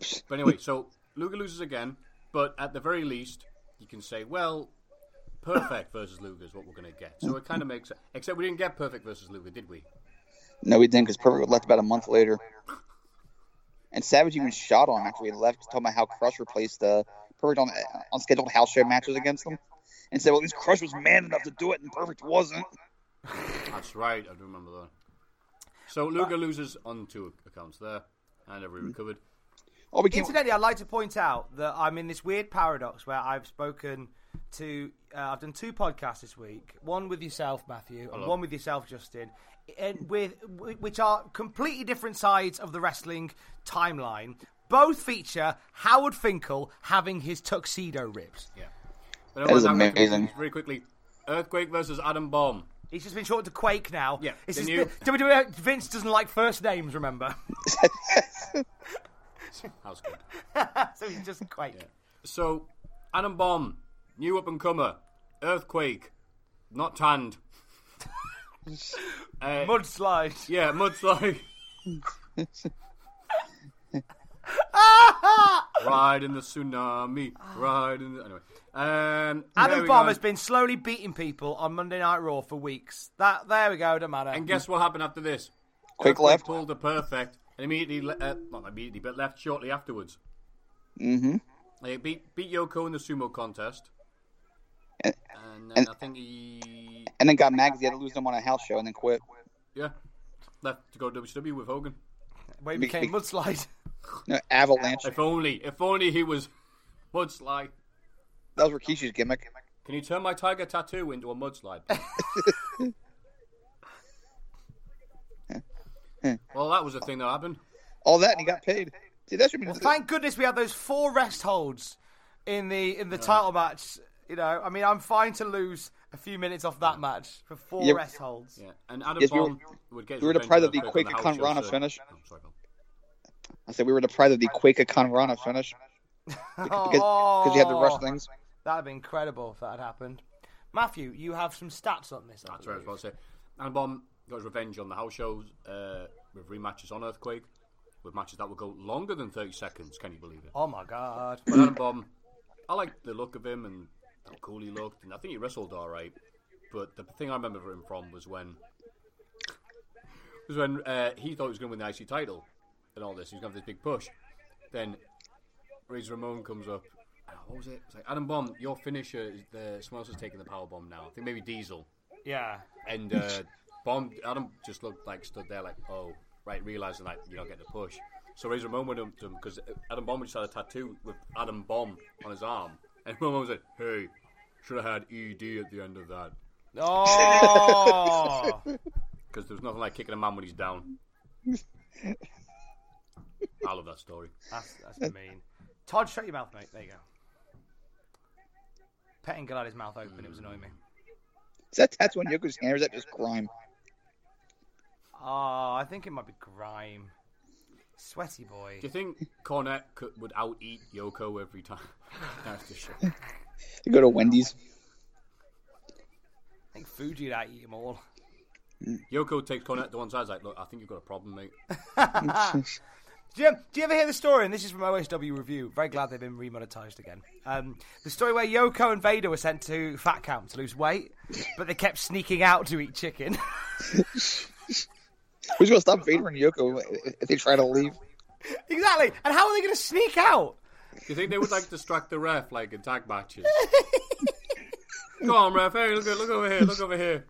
it. But anyway, so Luger loses again. But at the very least, you can say, well, perfect versus Luger is what we're going to get. So it kind of makes sense. Except we didn't get perfect versus Luger, did we? No, he didn't, because Perfect was left about a month later. And Savage even shot on him after he left, talking about how Crush replaced uh, Perfect on on scheduled house show matches against him, and said, "Well, at least Crush was man enough to do it, and Perfect wasn't." That's right. I do remember that. So Luger loses on two accounts there, and every recovered. All we came, Incidentally, I'd like to point out that I'm in this weird paradox where I've spoken to, uh, I've done two podcasts this week, one with yourself, Matthew, and one with yourself, Justin, and with which are completely different sides of the wrestling timeline. Both feature Howard Finkel having his tuxedo ripped. Yeah. But That is everyone's having a- amazing. Very quickly, Earthquake versus Adam Bomb. He's just been shortened to Quake now. Yeah, This the is new- the- WWE Vince doesn't like first names, remember? That was good. so he's just Quake. So Adam Bomb, new up and comer, earthquake, not tanned. uh, Mudslide. yeah, mudslide. ride in the tsunami. Ride in the anyway. Um, there Adam we Bomb go. has been slowly beating people on Monday Night Raw for weeks. That there we go. Don't matter. And guess what happened after this? Quick Earthquake left. Pulled the perfect and immediately, le- uh, not immediately, but left shortly afterwards. Mm-hmm. They beat beat Yoko in the sumo contest, And, and then And- I think he and then got mad 'cause he had to lose them on a house show and then quit. yeah left to go to WCW with Hogan. Where he became mudslide. No, Avalanche. If only, if only he was mudslide. That was Rikishi's gimmick. Can you turn my tiger tattoo into a mudslide? please? well, that was a thing that happened. All that and he got paid. See, that should be. Thank goodness we had those four rest holds in the in the title match. You know, I mean, I'm fine to lose a few minutes off that match for four Yeah. rest holds. Yeah, and Adam Yes, we were- Bomb would get. we were revenge deprived on of the Hogan on Quaker house Con show, Rana so- finish. Oh, sorry, Bill. I said we were deprived of the Quaker Con Rana finish because because he had the rush things. That'd be incredible if that had happened. Matthew, you have some stats on this. I That's what I believe. was about to say. And Bomb got his revenge on the house shows uh, with rematches on Earthquake, with matches that would go longer than 30 seconds. Can you believe it? Oh my god. But Adam Bomb, I liked the look of him and how cool he looked, and I think he wrestled all right. But the thing I remember him from was when was when uh, he thought he was going to win the IC title and all this. He was going to have this big push. Then Razor Ramon comes up. and What was it? It's like Adam Bomb, your finisher. Is the someone else is taking the power bomb now. I think maybe Diesel Yeah. and uh, Bomb Adam just looked like stood there like, oh, right, realizing that you're not getting the push. So Razor Ramon went up to him because Adam Bomb just had a tattoo with Adam Bomb on his arm, and Ramon was like, hey, should have had ED at the end of that Oh. because there's nothing like kicking a man when he's down. I love that story. that's, that's mean. Todd, shut your mouth, mate. There you go. Petting God had his mouth open. It was annoying me. Is that tattoo on Yoko's hand or is that just grime? Oh, I think it might be grime. Sweaty boy. Do you think Cornette could, would out eat Yoko every time? That's the shit. You go to Wendy's. I think Fuji would eat them all. Yoko takes Cornette to one side. He's like, look, I think you've got a problem, mate. Jim, do you ever hear the story? And this is from OSW Review. Very glad they've been remonetized again. Um, the story where Yoko and Vader were sent to Fat Camp to lose weight, but they kept sneaking out to eat chicken. Who's gonna stop Vader and Yoko if they try to leave? exactly. And how are they going to sneak out? Do you think they would like distract the ref like in tag matches? Go on, ref. Hey, look, look over here. Look over here.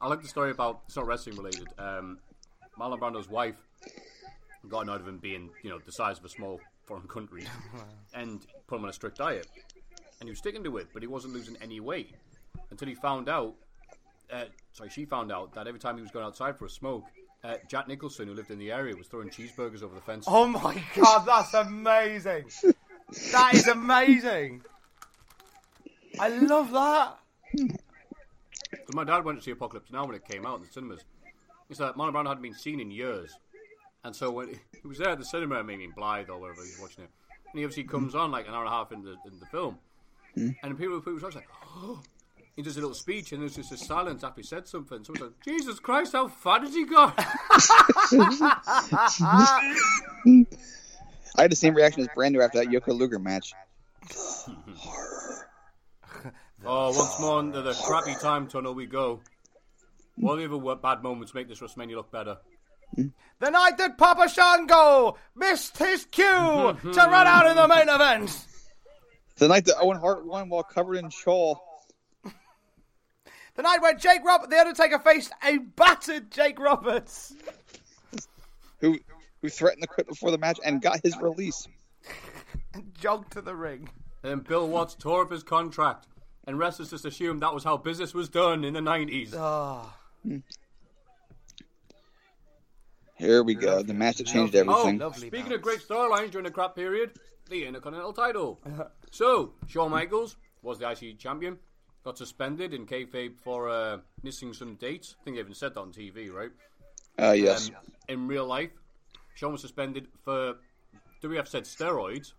I like the story about it's not wrestling related. Um, Marlon Brando's wife got annoyed of him being, you know, the size of a small foreign country, and put him on a strict diet, and he was sticking to it, but he wasn't losing any weight until he found out. Uh, sorry, she found out that every time he was going outside for a smoke, uh, Jack Nicholson, who lived in the area, was throwing cheeseburgers over the fence. Oh my god, that's amazing. that is amazing. I love that. Because my dad went to see Apocalypse Now when it came out in the cinemas. It's like Marlon Brown hadn't been seen in years. And so when he was there at the cinema, maybe in Blythe or wherever he was watching it, and he obviously comes on like an hour and a half into the, in the film. And people, people were like, oh. he does a little speech and there's just a silence after he said something. Someone's like, Jesus Christ, how fat has he got? I had the same reaction as Brando after that Yoko Luger match. oh, once more into the crappy time tunnel we go. What other wo- bad moments make this WrestleMania look better? The night that Papa Shango missed his cue to run out in the main event. The night that Owen Hart won while covered in shawl. The night when Jake Rob The Undertaker faced a battered Jake Roberts. who who threatened to quit before the match and got his release. jogged to the ring. And then Bill Watts tore up his contract, and wrestlers just assumed that was how business was done in the 90s. Here we go, the match that changed Oh, everything. lovely speaking bounce. of great storylines during the crap period, the Intercontinental title. so, Shawn Michaels was the IC champion, got suspended in kayfabe for uh, missing some dates. I think they even said that on TV, right? Uh, yes, Um, in real life, Shawn was suspended for WF said steroids,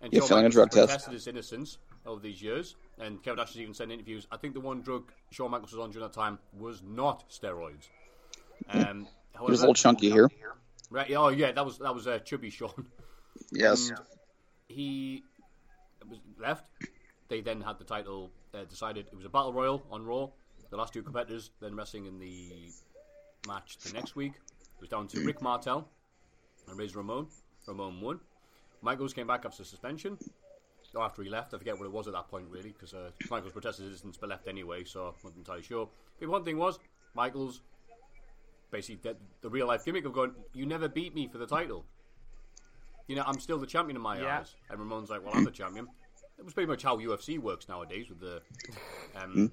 and Yeah, Shawn failing a Michaels drug test. protested his innocence over these years. And Kevin Nash has even said in interviews, I think the one drug Shawn Michaels was on during that time was not steroids. Um, He was a little chunky here. Right? yeah, Oh yeah, that was that was uh, chubby Shawn. Yes. He was left. They then had the title uh, decided. It was a battle royal on Raw. The last two competitors then wrestling in the match the next week. It was down to Rick Martel and Razor Ramon. Ramon won. Michaels came back after suspension. Or after he left, I forget what it was at that point, really, because uh, Michaels protested his innocence but left anyway, so I'm not entirely sure. But one thing was, Michaels basically the, the real life gimmick of going, you never beat me for the title. You know, I'm still the champion in my Yeah. eyes. And Ramon's like, well, I'm the champion. It was pretty much how UFC works nowadays with the, um,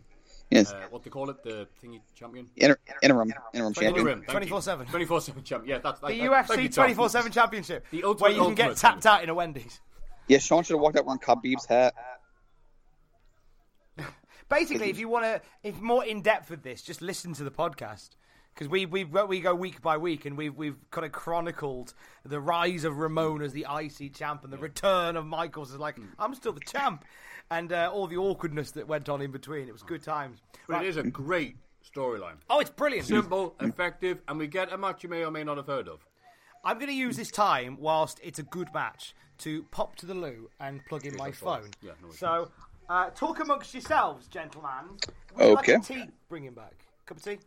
Yes. uh, what they call it, the thingy champion? Inter- interim, interim Thank you, champion. Rim. Thank you. 24/7. 24/7 champ. Yeah, that's The that, that- uh, thank you, UFC Tom. 24 7 Championship, The ultimate where you can get ultimate tapped thing. out in a Wendy's. Yeah, Sean should have walked out wearing Khabib's hat. Basically, if you want to, if more in depth with this, just listen to the podcast because we we we go week by week and we've we've kind of chronicled the rise of Ramon as the IC champ and the return of Michaels as like I'm still the champ, and uh, all the awkwardness that went on in between. It was good times. But it is a great storyline. Oh, it's brilliant. Simple, effective, and we get a match you may or may not have heard of. I'm going to use this time whilst it's a good match to pop to the loo and plug in my phone. Yeah, no, it's so, uh, talk amongst yourselves, gentlemen. Would You Okay. like a tea? Bring him back. Cup of tea.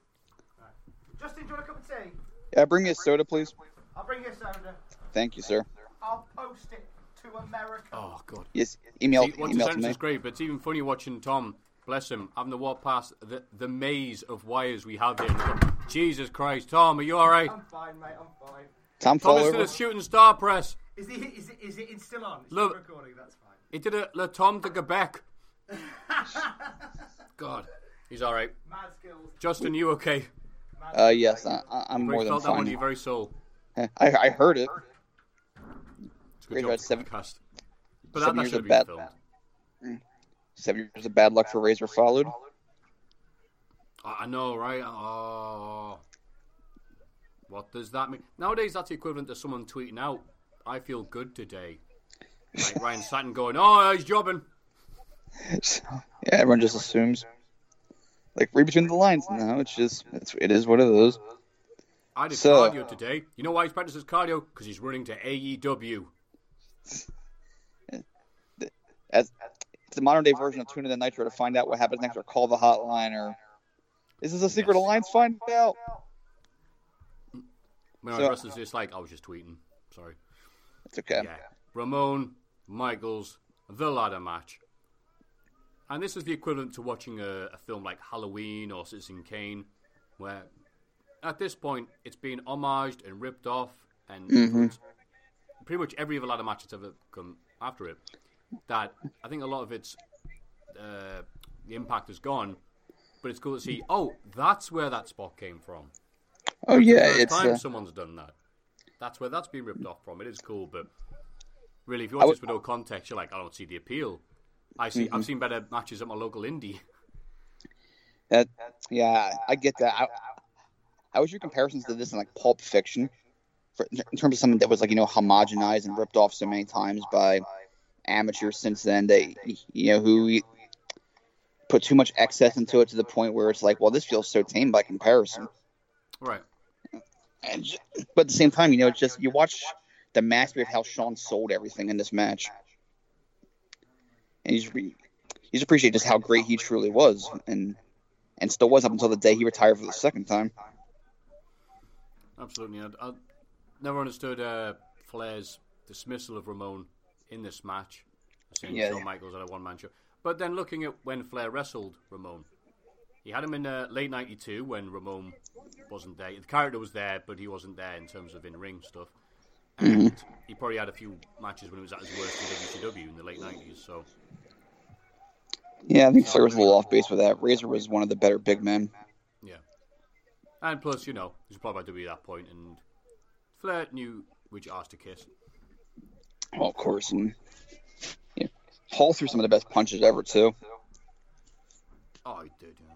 Justin, do you want a cup of tea? Yeah, Uh, bring me a soda, please. I'll bring you a soda. Thank you, sir. I'll post it to America. Oh God. Yes, email, See, once the email to sentence me. is great, but it's even funny watching Tom, bless him, having to walk past the, the maze of wires we have here. Jesus Christ, Tom, are you all right? I'm fine, mate. I'm fine. Tom, Tom fall is still over. a shooting star press. Is it, is it, is it it's still on? It's Look- still recording, that's fine. He did a Le Tom de Quebec. God, he's all right. Mad skills. Justin, you okay? Uh, yes, I, I- I'm more He than felt that one in fine. your very soul. I, I heard it. It's We've good job had seven- podcast. But that, seven that years should have of been bad- filmed. Seven years of bad luck for Razor followed. I I know, right? Oh, what does that mean? Nowadays, that's equivalent to someone tweeting out, "I feel good today," like Ryan Satin going, "Oh, he's jobbing." yeah, everyone just assumes. Like read between the lines. No, it's just it's it is what it is. I did So- cardio today. You know why he's practicing his cardio? Because he's running to E AEW. As it's the modern day version of Tune in the Nitro to find out what happens next, or call the hotline, or is this a secret alliance? Find out. When So- I wrestlers just like, I was just tweeting. Sorry. It's okay. Yeah. Ramon, Michaels, the ladder match. And this is the equivalent to watching a, a film like Halloween or Citizen Kane, where at this point it's being homaged and ripped off, and pretty much every other ladder match that's ever come after it. That I think a lot of its uh, the impact is gone, but it's cool to see. Oh, that's where that spot came from. Oh yeah, First it's time uh, someone's done that. That's where that's been ripped off from. It is cool, but really, if you watch would- this with no context, you're like, I don't see the appeal. I see. Mm-hmm. I've seen better matches at my local indie. that. Yeah, I get that. I, I was your comparisons to this in like Pulp Fiction, for, in terms of something that was like you know homogenized and ripped off so many times by amateurs since then. They you know who put too much excess into it to the point where it's like, well, this feels so tame by comparison. Right. And, j- but at the same time, you know, it's just you watch the mastery of how Sean sold everything in this match, and you just, re- you just appreciate just how great he truly was, and and still was up until the day he retired for the second time. Absolutely. I, I never understood uh, Flair's dismissal of Ramon in this match. Seeing Yeah. Shawn Michaels at a one man show. But then looking at when Flair wrestled Ramon, he had him in uh, late 92 when Ramon wasn't there. The character was there, but he wasn't there in terms of in ring stuff. Mm-hmm. And he probably had a few matches when he was at his worst in WCW in the late 90s. So Yeah, I think Flair was a little off base with that. Razor was one of the better big men. Yeah. And plus, you know, he's probably to be at that point, and Flair knew which ass to kiss. Well, of course, and yeah, Hall threw some of the best punches ever too, Oh, he did, yeah.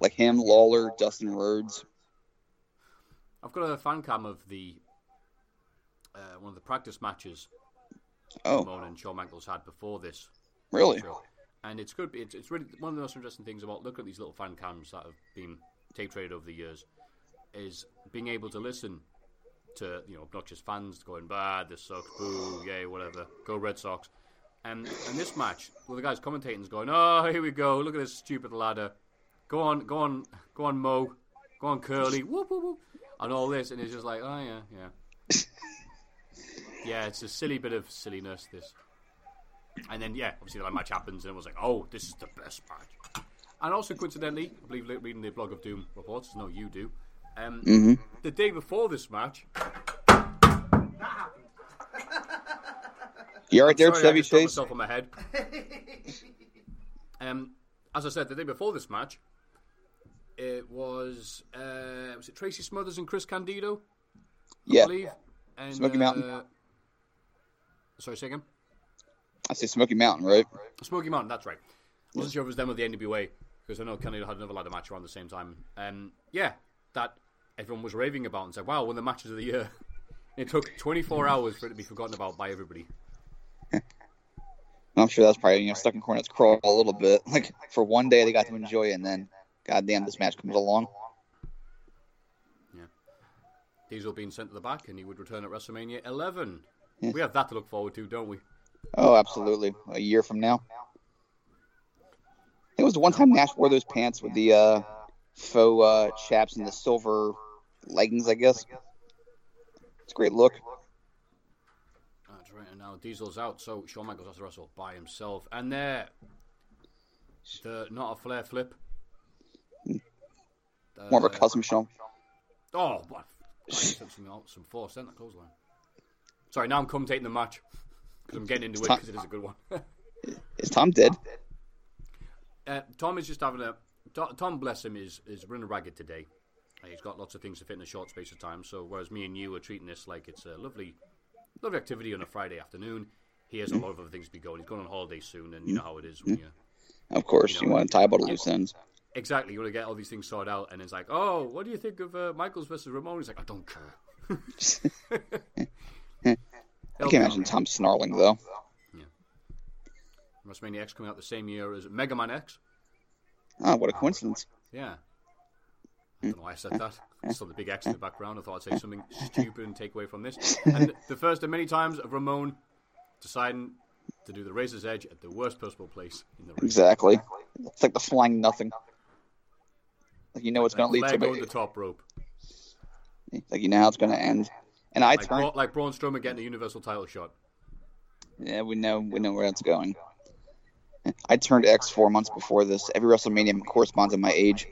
like him, Lawler, Dustin Rhodes. I've got a fan cam of the uh, one of the practice matches Oh, Ramon and Shawn Michaels had before this Really? And it's good. It's, it's really one of the most interesting things about looking at these little fan cams that have been tape traded over the years is being able to listen to you know obnoxious fans going bad, this sucks, boo, yay, whatever, go Red Sox. And and this match, well, the guys commentating is going, oh, here we go, look at this stupid ladder, go on, go on, go on, Mo, go on, Curly, whoop whoop whoop, and all this, and it's just like, oh yeah, yeah, yeah, it's a silly bit of silliness this. And then yeah, obviously that match happens, and everyone's like, oh, this is the best match. And also coincidentally, I believe li- reading the blog of Doom reports, no, you do. Um, Mm-hmm. The day before this match, You all right there, Sorry, I Chevy just shot Chase? myself on my head. um, as I said, the day before this match, it was uh, was it Tracy Smothers and Chris Candido, I Yeah. believe. And, Smoky Mountain. uh, Sorry, say again. I say Smoky Mountain, right? Smoky Mountain, that's right. I wasn't sure if it was them or the NWA because I know Candido had another ladder match around the same time. Um, yeah, that everyone was raving about and said, "Wow, one of the matches of the year." It took 24 hours for it to be forgotten about by everybody. And I'm sure that's probably you know stuck in Cornet's crawl a little bit. Like for one day they got to enjoy it, and then goddamn, this match comes along. Diesel being sent to the back, and he would return at WrestleMania 11. We have that to look forward to, don't we? Oh, absolutely. A year from now. It was the one time Nash wore those pants with the uh, faux uh, chaps and the silver leggings, I guess. It's a great look. That's right. And now Diesel's out, so Shawn Michaels has to wrestle by himself. And there, the not a flare flip. More of a custom show. Oh, what? I took some, out- some force then that clothesline. Sorry, now I'm commentating the match because I'm getting into it because it is a good one. Is Tom dead? Uh, Tom is just having a To- Tom, bless him, is is running ragged today. Uh, He's got lots of things to fit in a short space of time. So whereas me and you are treating this like it's a lovely, lovely activity on a Friday afternoon, he has a lot of other things to be going. He's going on holiday soon, and you know how it is when you Of course, you want to tie about loose ends. exactly you want to get all these things sorted out, and it's like, oh, what do you think of uh, Michaels versus Ramon? He's like, I don't care. I can't imagine Tom snarling though. WrestleMania X coming out the same year as Mega Man X. Ah, what a coincidence. Yeah. I don't know why I said that. I saw the big X in the background. I thought I'd say something stupid and take away from this. And the first of many times of Ramon deciding to do the razor's edge at the worst possible place in the ring. Exactly. It's like the flying nothing. Like you know it's going to lead Flair to, going to the but top rope. like you know how it's going to end. And I Like, turn. Bra- like Braun Strowman getting the Universal title shot. Yeah, we know we know where that's going. I turned X four months before this. Every WrestleMania corresponds to my age,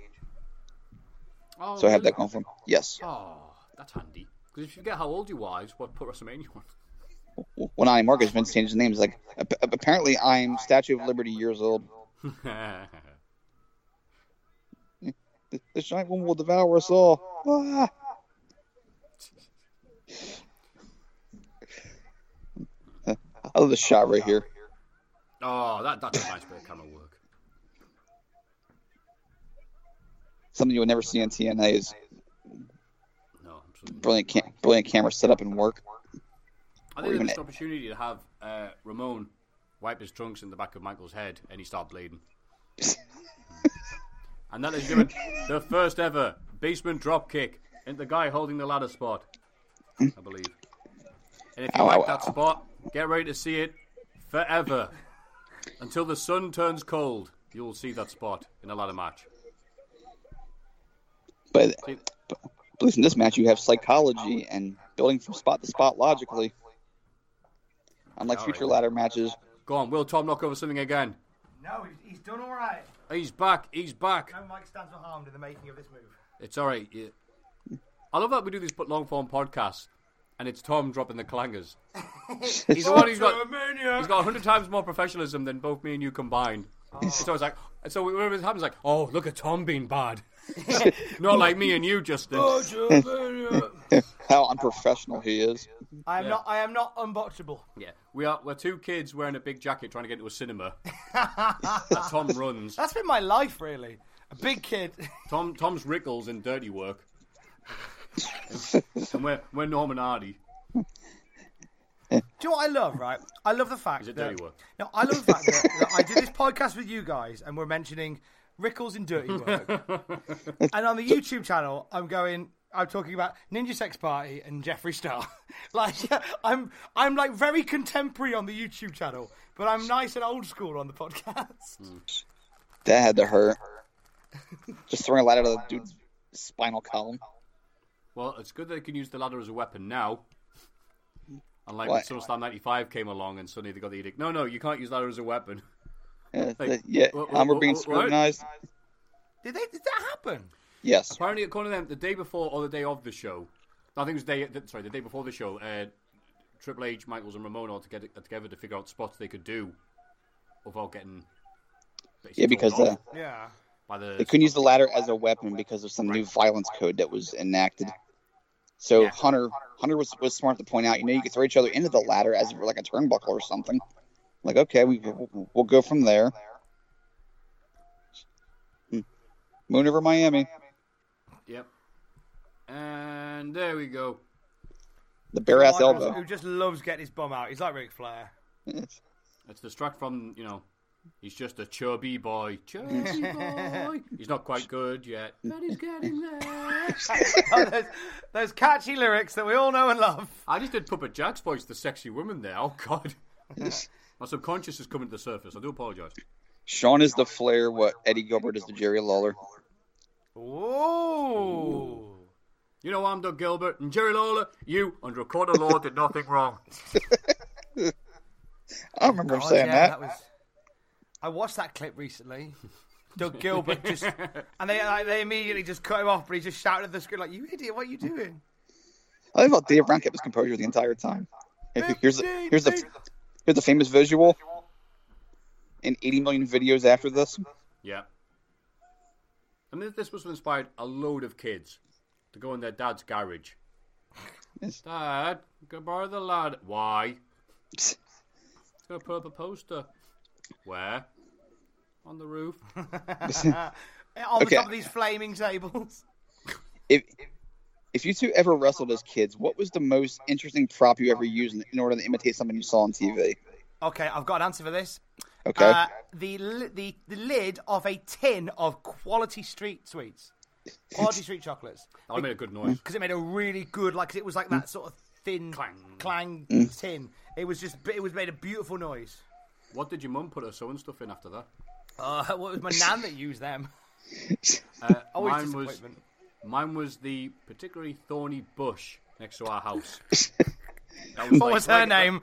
Oh, so I have really? that going for me. Yes. Oh, that's handy. Because if you forget how old you are, it's what put WrestleMania on. When I Marcus Vince changed his name, he's like, "Ap- apparently I'm Statue of Liberty years old. The giant one will devour us all. Ah. I love the shot right here. oh, that, that's a nice bit of camera work. Something you would never see on TNA is No, absolutely. brilliant, cam- brilliant camera setup and work. I think even there's it- an opportunity to have uh, Ramon wipe his trunks in the back of Michael's head and he started bleeding. and that is given the first ever basement drop kick and the guy holding the ladder spot, I believe. And if you Ow, like ow, that ow. spot, get ready to see it forever. Until the sun turns cold, you'll see that spot in a ladder match. But See, At least in this match, you have psychology and building from spot to spot logically. Unlike future ladder matches, Go on, will Tom knock over something again? No, he's- he's done all right. He's back, he's back. No Mike stands were harmed in the making of this move. It's all right. Yeah. I love that we do these long form podcasts, and it's Tom dropping the clangers. he's the one who's got he's got hundred times more professionalism than both me and you combined. So it's like, so whenever it happens, like, oh, look at Tom being bad, not like me and you, Justin. how unprofessional he is. I am not. I am not unbotchable. yeah, we are we're two kids wearing a big jacket trying to get into a cinema. that Tom runs. That's been my life, really. A big kid. Tom Tom's Rickles in Dirty Work, and we're we're Norman Hardy. you know what I love, right? I love the fact Is it that dirty work? no, I love the fact that, that I did this podcast with you guys, and we're mentioning Rickles and dirty work, and on the YouTube channel, I'm going. I'm talking about Ninja Sex Party and Jeffree Star. like I'm, I'm like very contemporary on the YouTube channel, but I'm nice and old school on the podcast. Hmm. That had to hurt. Just throwing a light out of the dude's spinal column. Well, it's good they can use the ladder as a weapon now. Unlike What? when SummerSlam 95 came along and suddenly they got the edict. No, no, you can't use ladder as a weapon. Yeah, Hey, the- yeah. what- um, we're what- being what- what? scrutinized. Did they? Did that happen? Yes. Apparently, according to them, the day before or the day of the show, I think it was day. th- Sorry, the day before the show, uh, Triple H, Michaels, and Ramon all together, together to figure out spots they could do without getting. basically Yeah, because told uh, off Yeah. by the they couldn't use the ladder as a weapon because of some new violence code that was enacted. So Hunter, Hunter was, was smart to point out. You know, you could throw each other into the ladder as if it were like a turnbuckle or something. Like, okay, we we'll, we'll go from there. Hmm. Moon over Miami. Yep. And there we go. The bare ass Michael, elbow. Who just loves getting his bum out. He's like Ric Flair. Let's distract from you know. He's just a chubby boy. Chubby boy. He's not quite good yet. But he's getting there. Oh, those, those catchy lyrics that we all know and love. I just did Puppet Jack's voice, the sexy woman there. Oh, God. My subconscious is coming to the surface. I do apologize. Sean is the Flair. What Eddie Gilbert is the Jerry Lawler. Ooh. You know, I'm Doug Gilbert and Jerry Lawler. You, under a court of law, did nothing wrong. I remember him Oh, saying yeah, that. was. I watched that clip recently. Doug Gilbert just, and they like, they immediately just cut him off, but he just shouted at the screen like, "You idiot! What are you doing?" I love how Dave Brown kept his composure the entire time. If you- Here's the, here's the here's the famous visual in 80 million videos after this. Yeah. I mean, this was inspired a load of kids to go in their dad's garage. Yes. Dad, go borrow the lad. Why? He's going to put up a poster. Where? On the roof. On the Okay. top of these flaming tables. If if you two ever wrestled as kids, what was the most interesting prop you ever used in, in order to imitate something you saw on TV? Okay, I've got an answer for this. Okay, Uh, the, li- the the lid of a tin of quality street sweets, quality street chocolates. I made a good noise. because it made a really good like 'cause it was like that sort of thin clang clang tin. It was just it was made a beautiful noise. What did your mum put her sewing stuff in after that? Uh, what was my nan that used them? Uh, Always mine was disappointment. Mine was the particularly thorny bush next to our house. That What was like- was her like- name?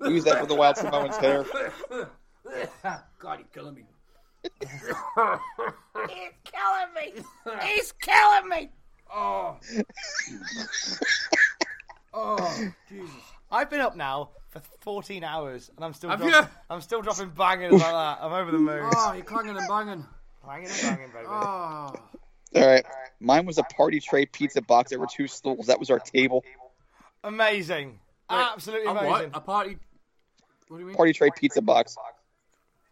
we use that for the wild Samoan's hair. Ah, God, you're killing me. He's killing me. Oh. Oh, I've been up now for 14 hours and I'm still Have dropping, you? I'm still dropping bangers like that. I'm over the moon. Oh, you're clanging and banging. Banging and banging, baby. Oh. All right, mine was a party tray pizza box. There were two stools. That was our table. Amazing. Absolutely A what? amazing. A party. What do you mean? Party tray pizza box.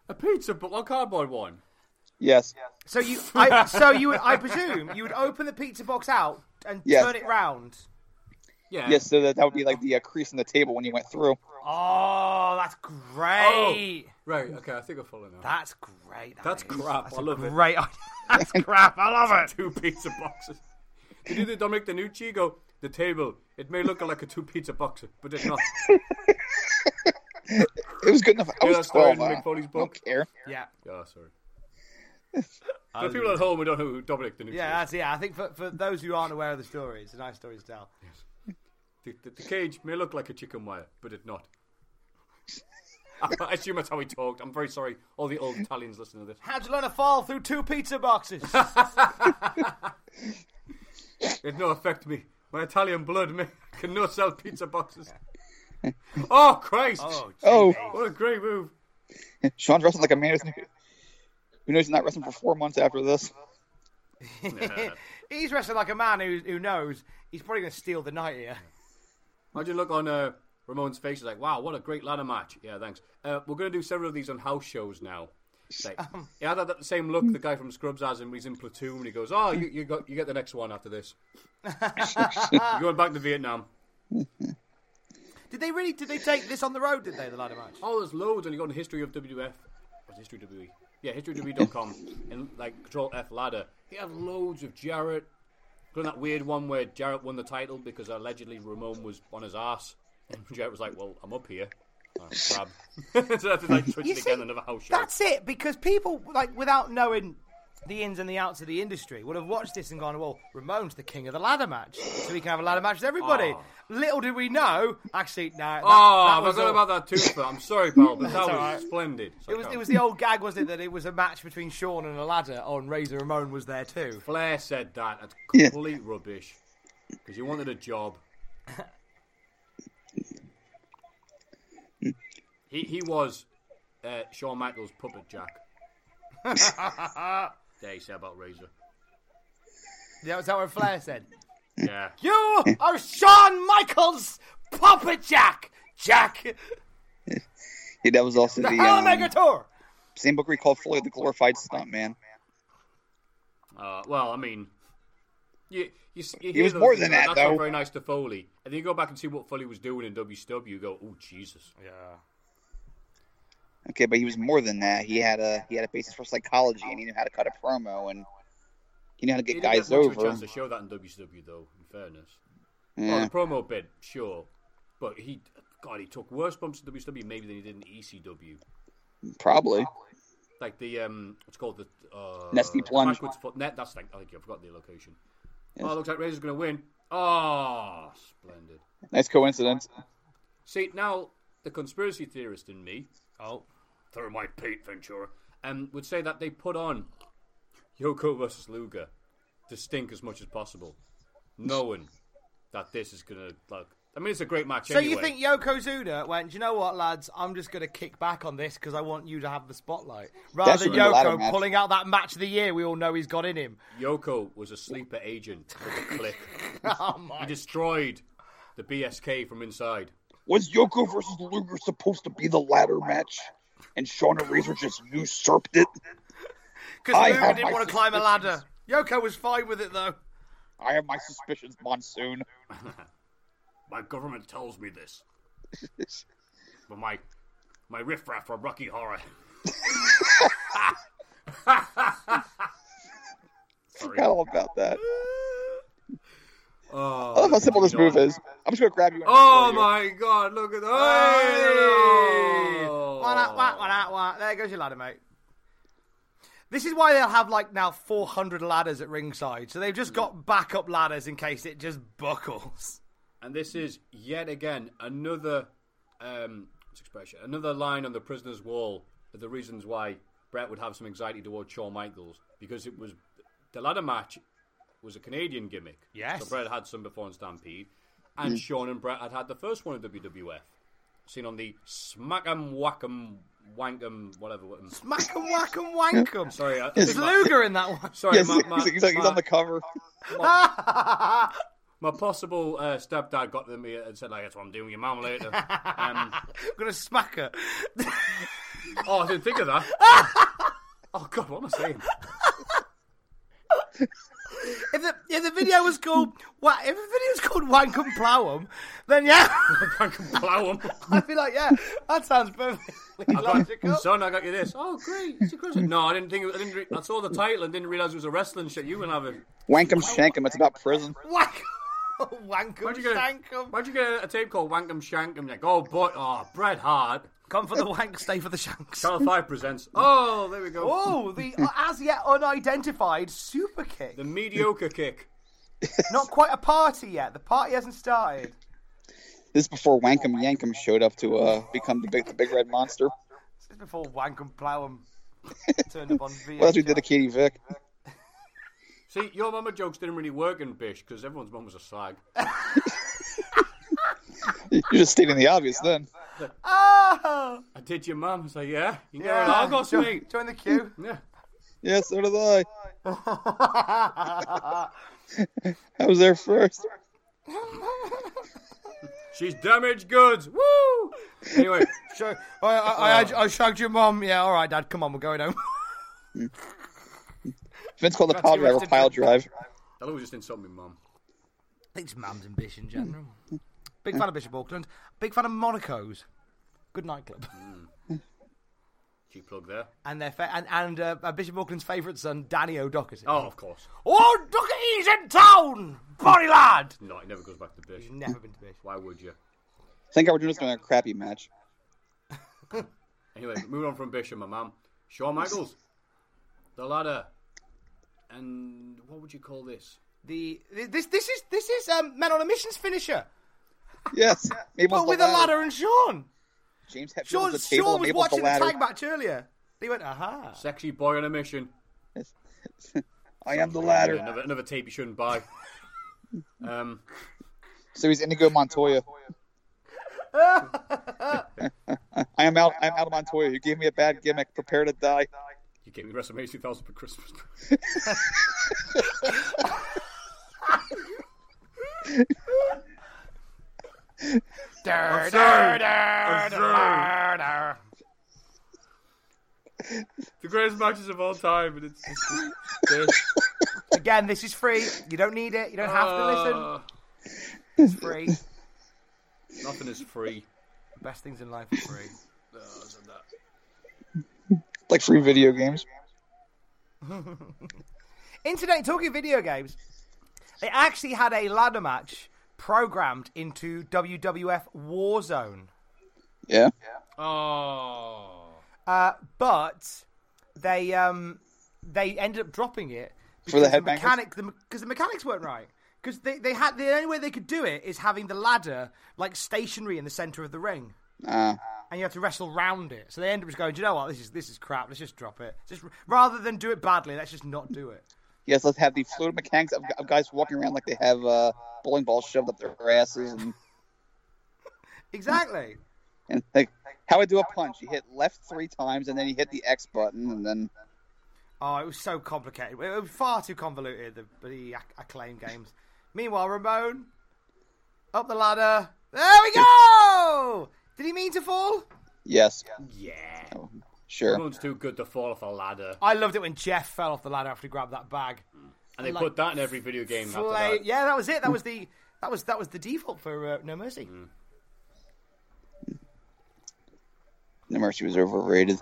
A pizza, but a cardboard one. Yes. So you, I, so you, would, I presume you would open the pizza box out and Yeah. turn it round. Yeah. Yes, so that, that would be like the uh, crease in the table when you went through. Oh, that's great. Right. Okay. I think I follow now. That's great. that That's is. crap. I love it. Great. idea. That's crap. I love it. Two pizza boxes. Did you do the Dominic Danucci go? The table. It may look like a two pizza box, but it's not. It was good enough. I Yeah, was that's 12. stories in I Mick Foley's I don't book. care. Yeah. Oh, sorry. For people at home who don't know who Dominic Danucci Yeah, is. that's yeah. I think for, for those who aren't aware of the story, it's a nice story to tell. The, the, the cage may look like a chicken wire, but it not. I assume that's how he talked. I'm very sorry. All the old Italians listen to this. How'd you learn to fall through two pizza boxes? It no affect me. My Italian blood may, can no sell pizza boxes. Oh Christ! Oh, What a great move. Sean's wrestling like a man who's- who knows he's not wrestling for four months after this. he's wrestling like a man who who knows he's probably going to steal the night here. Imagine look on uh, Ramon's face. He's like, "Wow, what a great ladder match." Yeah, thanks. Uh, we're going to do several of these on house shows now. say. He had that same look the guy from Scrubs has him. when He's in platoon. and He goes, "Oh, you, you got you get the next one after this. You're going back to Vietnam." Did they really? Did they take this on the road? Did they the ladder match? Oh, there's loads, and you go on history of WWF. What's history of WWE? Yeah, historyofWWE.com and like control F ladder. He had loads of Jarrett. Including that weird one where Jarrett won the title because allegedly Ramon was on his ass, and Jarrett was like, "Well, I'm up here." Oh, crab. so that's like switch You it again see, another house show. That's it, because people like without knowing the ins and the outs of the industry would have watched this and gone, "Well, Ramon's the king of the ladder match, so we can have a ladder match with everybody." Oh. Little did we know, actually, no. That, Oh, that I was forgot all- about that too, but I'm sorry, pal, but that was alright. splendid. It was, it was the old gag, wasn't it, that it was a match between Sean and a ladder, oh, and Razor Ramon was there too. Flair said that. That's complete rubbish. Because you wanted a job. he he was uh, Shawn Michaels' puppet jack. there he said about Razor. Yeah, was that what Flair said? Yeah. You are Shawn Michaels, Papa Jack, Jack, Yeah, that was also the the, Hell um, Mega Tour. same book we called Foley the Glorified Stunt Man. Uh, well, I mean, you, you, s- you It hear was those more things, than like, that, That's not though. very nice to Foley. And then you go back and see what Foley was doing in WCW. You go, oh Jesus. Yeah. Okay, but he was more than that. He had a he had a basis for psychology, and he knew how to cut a promo, and he knew how to He get didn't get guys much of a over. chance to show that in WCW, though. In fairness. Well, Yeah. the promo bit, sure, but he, God, he took worse bumps in WCW maybe than he did in ECW. Probably. Like the um, what's it called the uh, Nasty plunge. backwards foot net. That's like I think I forgot the location. Oh, it looks like Razor's going to win. Oh, splendid. Nice coincidence. See now, the conspiracy theorist in me, Oh, Thermite Pete Ventura, um, would say that they put on Yoko versus Luger to stink as much as possible, knowing that this is going to like. I mean, it's a great match. So anyway. you think Yokozuna went, do you know what, lads? I'm just going to kick back on this because I want you to have the spotlight. Rather than should've been a ladder Yoko match. pulling out that match of the year we all know he's got in him. Yoko was a sleeper agent with a click. Oh, He my. destroyed the BSK from inside. Was Yoko versus Luger supposed to be the ladder match, and Shauna Razor just usurped it? I Because Luger have didn't my want to climb a ladder. Yoko was fine with it, though. I have my suspicions, Monsoon. My government tells me this, but my my riffraff from Rocky Horror. Forgot all about that. I Oh, love how simple this move is. I'm just gonna grab you. and throw oh you. my God! Look at that! Hey! Oh. Wah, nah, wah, wah, nah, wah. There goes your ladder, mate. This is why they'll have like now 400 ladders at ringside. So they've just got backup ladders in case it just buckles. And this is yet again another um, what's the expression, another line on the prisoner's wall of the reasons why Brett would have some anxiety towards Shawn Michaels because it was the ladder match was a Canadian gimmick. Yes. so Brett had some before in Stampede, Mm. and Shawn and Brett had had the first one in WWF, seen on the Smack'em Whack'em Wank'em whatever. what- Mack and whack and wank 'em. Sorry, I, There's Luger in that one. Sorry, Yes, my, my, he's, he's like- he's my- on the cover. my possible uh, stepdad got to me and said like, "That's what I'm doing with your mum later." um, I'm gonna smack her. Oh, I didn't think of that. oh God, what am I saying? If the if the video was called wa- if the video was called Wank and Plowum, then yeah, I can plow 'em. I'd be like, yeah, that sounds perfectly logical. Son, I got you this. Oh, great! It's a Christmas. No, I didn't think. It, I didn't. Re- I saw the title and didn't realize it was a wrestling show. You and have it. Wankum shankum. It's about prison. Wank, wank 'em, Why'd you get? A, shank 'em. why'd you get a, a tape called Wankum Shankum? Like, oh, but oh, Bret Hart. Come for the wank, stay for the shanks. Channel Five presents. Oh, there we go. Oh, the as yet unidentified super kick. The mediocre kick. Not quite a party yet. The party hasn't started. This is before Wankum Yankum showed up to uh, become the big the big red monster. This is before Wank and Plowum turned up on VHS. Well, that's what we did to Katie Vick. See, your mama jokes didn't really work in Bish because everyone's mum was a slag. You just stating the obvious then. oh, I did your mum. It's like, yeah, you can yeah. get an Argos, join, mate. join the queue. Yeah. Yeah, so did I. I was there first. She's damaged goods. Woo! Anyway, Show, I, I, I, I shagged your mom. Yeah, all right, Dad. Come on, we're going home. Vince called the That's pile the driver rest of pile it. drive. that was just insult me, mum. It's Mam's ambition, general. Big fan of Bishop Auckland. Big fan of Monaco's. Good nightclub. Cheap plug there. And their fa- and, and uh, uh, Bishop Auckland's favourite son, Danny O'Doherty. Oh, of course. Oh, Doherty's in town! Bonnie lad! No, it never goes back to Bish. He's never been to Bishop. Why would you? Thank God we're doing this on a crappy match. Anyway, moving on from Bish and my mum. Shawn Michaels, the ladder, and what would you call this? The this this is this is um, men on a missions finisher, Yes, Mabel's but the with a ladder and Sean. James Hetfield Sean, was the table. Sean was Mabel's watching the the ladder. tag match earlier. He went, aha. Sexy boy on a mission. I am the ladder. Yeah, another, another tape you shouldn't buy. um, So he's Indigo Montoya. I am out. I'm out of Montoya. You gave me a bad gimmick. Prepare to die. you gave me WrestleMania 2000 for Christmas. the greatest matches of all time, and it's. Again, this is free. You don't need it. You don't have to listen. Uh, It's free. nothing is free. Best things in life are free. Like free video games. Incidentally, talking video games, they actually had a ladder match programmed into WWF Warzone, Yeah. Oh. uh, but they um, they ended up dropping it For the because headbangers? mechanic because the, mechanics weren't right. Because they, they had the only way they could do it is having the ladder like stationary in the center of the ring, Uh, and you have to wrestle round it. So they ended up just going, do you know what? This is this is crap. Let's just drop it. Just rather than do it badly, let's just not do it. yes. Let's have the fluid mechanics of, of guys walking around like they have uh, bowling balls shoved up their asses and, Exactly. and like how I do a punch. You hit left three times and then you hit the X button and then Oh, it was so complicated. It was far too convoluted, the bloody Ac- acclaim games. Meanwhile, Ramon, up the ladder. There we go! Did he mean to fall? yes, Yeah. sure. Everyone's too good to fall off a ladder. I loved it when Jeff fell off the ladder after he grabbed that bag. And they Like, put that in every video game after Play- that. Yeah, that was it. That was the that was that was the default for uh, No Mercy. No mercy was overrated.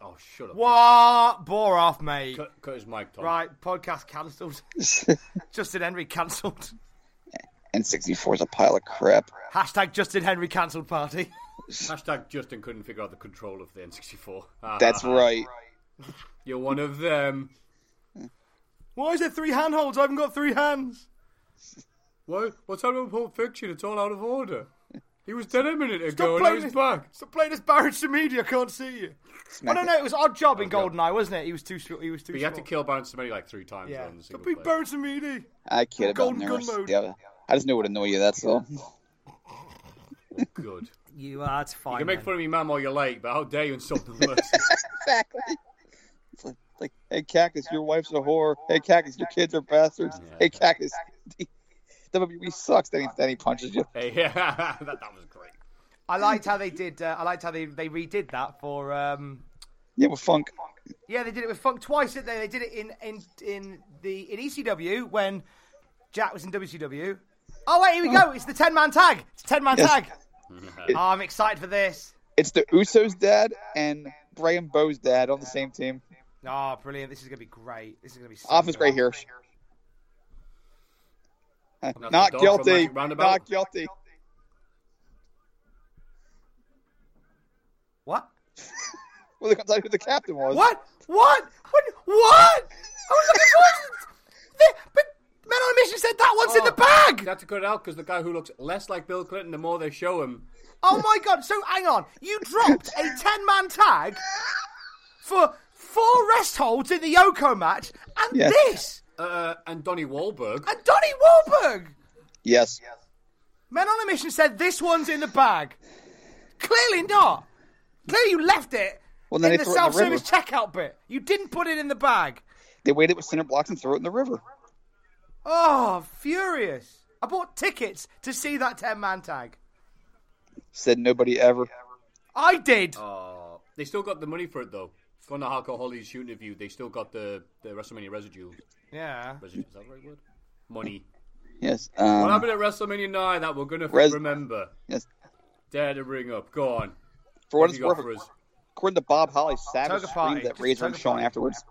Oh, shut up. What bore off, mate? Cut, cut his mic, Tom. Right, podcast cancelled. Justin Henry cancelled. And 64 is a pile of crap. Hashtag Justin Henry cancelled party. Hashtag Justin couldn't figure out the control of the N64. Ah, That's right. You're one of them. Why is there three handholds? I haven't got three hands. What? What's happening with Pulp Fiction? It's all out of order. He was dead a minute ago and now playing he's it. back. Stop playing this barrage to media. I can't see you. Smack oh no, it. no, it was odd job in Goldeneye, wasn't it? He was too short. He was too. But you had to small. kill Bounce Somebody like three times. Yeah. on the Stop single being player. barrage to media. I kid about Golden gun nerves. mode. Yeah, I just knew it would annoy you. That's all. Oh, Good. You You are. It's fine. can make then. fun of me, mum, all you like, but how dare you insult the worst? exactly. It's like, like, hey cactus, your wife's a whore. Hey cactus, your kids are bastards. Hey cactus, WWE sucks. Then he, then he punches you. hey, yeah, that, that was great. I liked how they did. Uh, I liked how they they redid that for. um Yeah, with funk. Yeah, they did it with Funk twice, didn't they? They did it in in in the in ECW when Jack was in WCW. Oh wait, here we go. It's the ten man tag. It's ten man Yes. tag. oh, I'm excited for this. It's the Usos' dad and Brian Bo's dad on the same team. Oh, brilliant! This is gonna be great. This is gonna be. So Office good. right here. Not, Not the dog from guilty. Magic Roundabout. Not guilty. What? Well, they can tell you who the captain was. What? What? What? What? I was looking forward to the, But Men on a Mission said that once Oh. in the You bag! have to cut it out because the guy who looks less like Bill Clinton, the more they show him. Oh my god, so hang on. You dropped a 10 man tag for four rest holds in the Yoko match and Yes. this! Uh, and Donnie Wahlberg. And Donnie Wahlberg! Yes. Men on a Mission said this one's in the bag. Clearly not. Clearly you left it Well, then in the they threw it in self the service river. checkout bit. You didn't put it in the bag. They waited with center blocks and threw it in the river. Oh, furious. I bought tickets to see that 10 man tag. Said nobody ever. I did. Oh, they still got the money for it though. Going to Hardcore Holly's shoot interview, they still got the, the WrestleMania residue. Yeah. Residue is that the right word? Money. Yes. Um, what happened at WrestleMania 9 that we're going to Res- remember? yes. Dare to bring up. Go on. For what What it's you got worth, for us? according to Bob Holly, Savage Toga screamed party. at Razor and Toga Shawn party. afterwards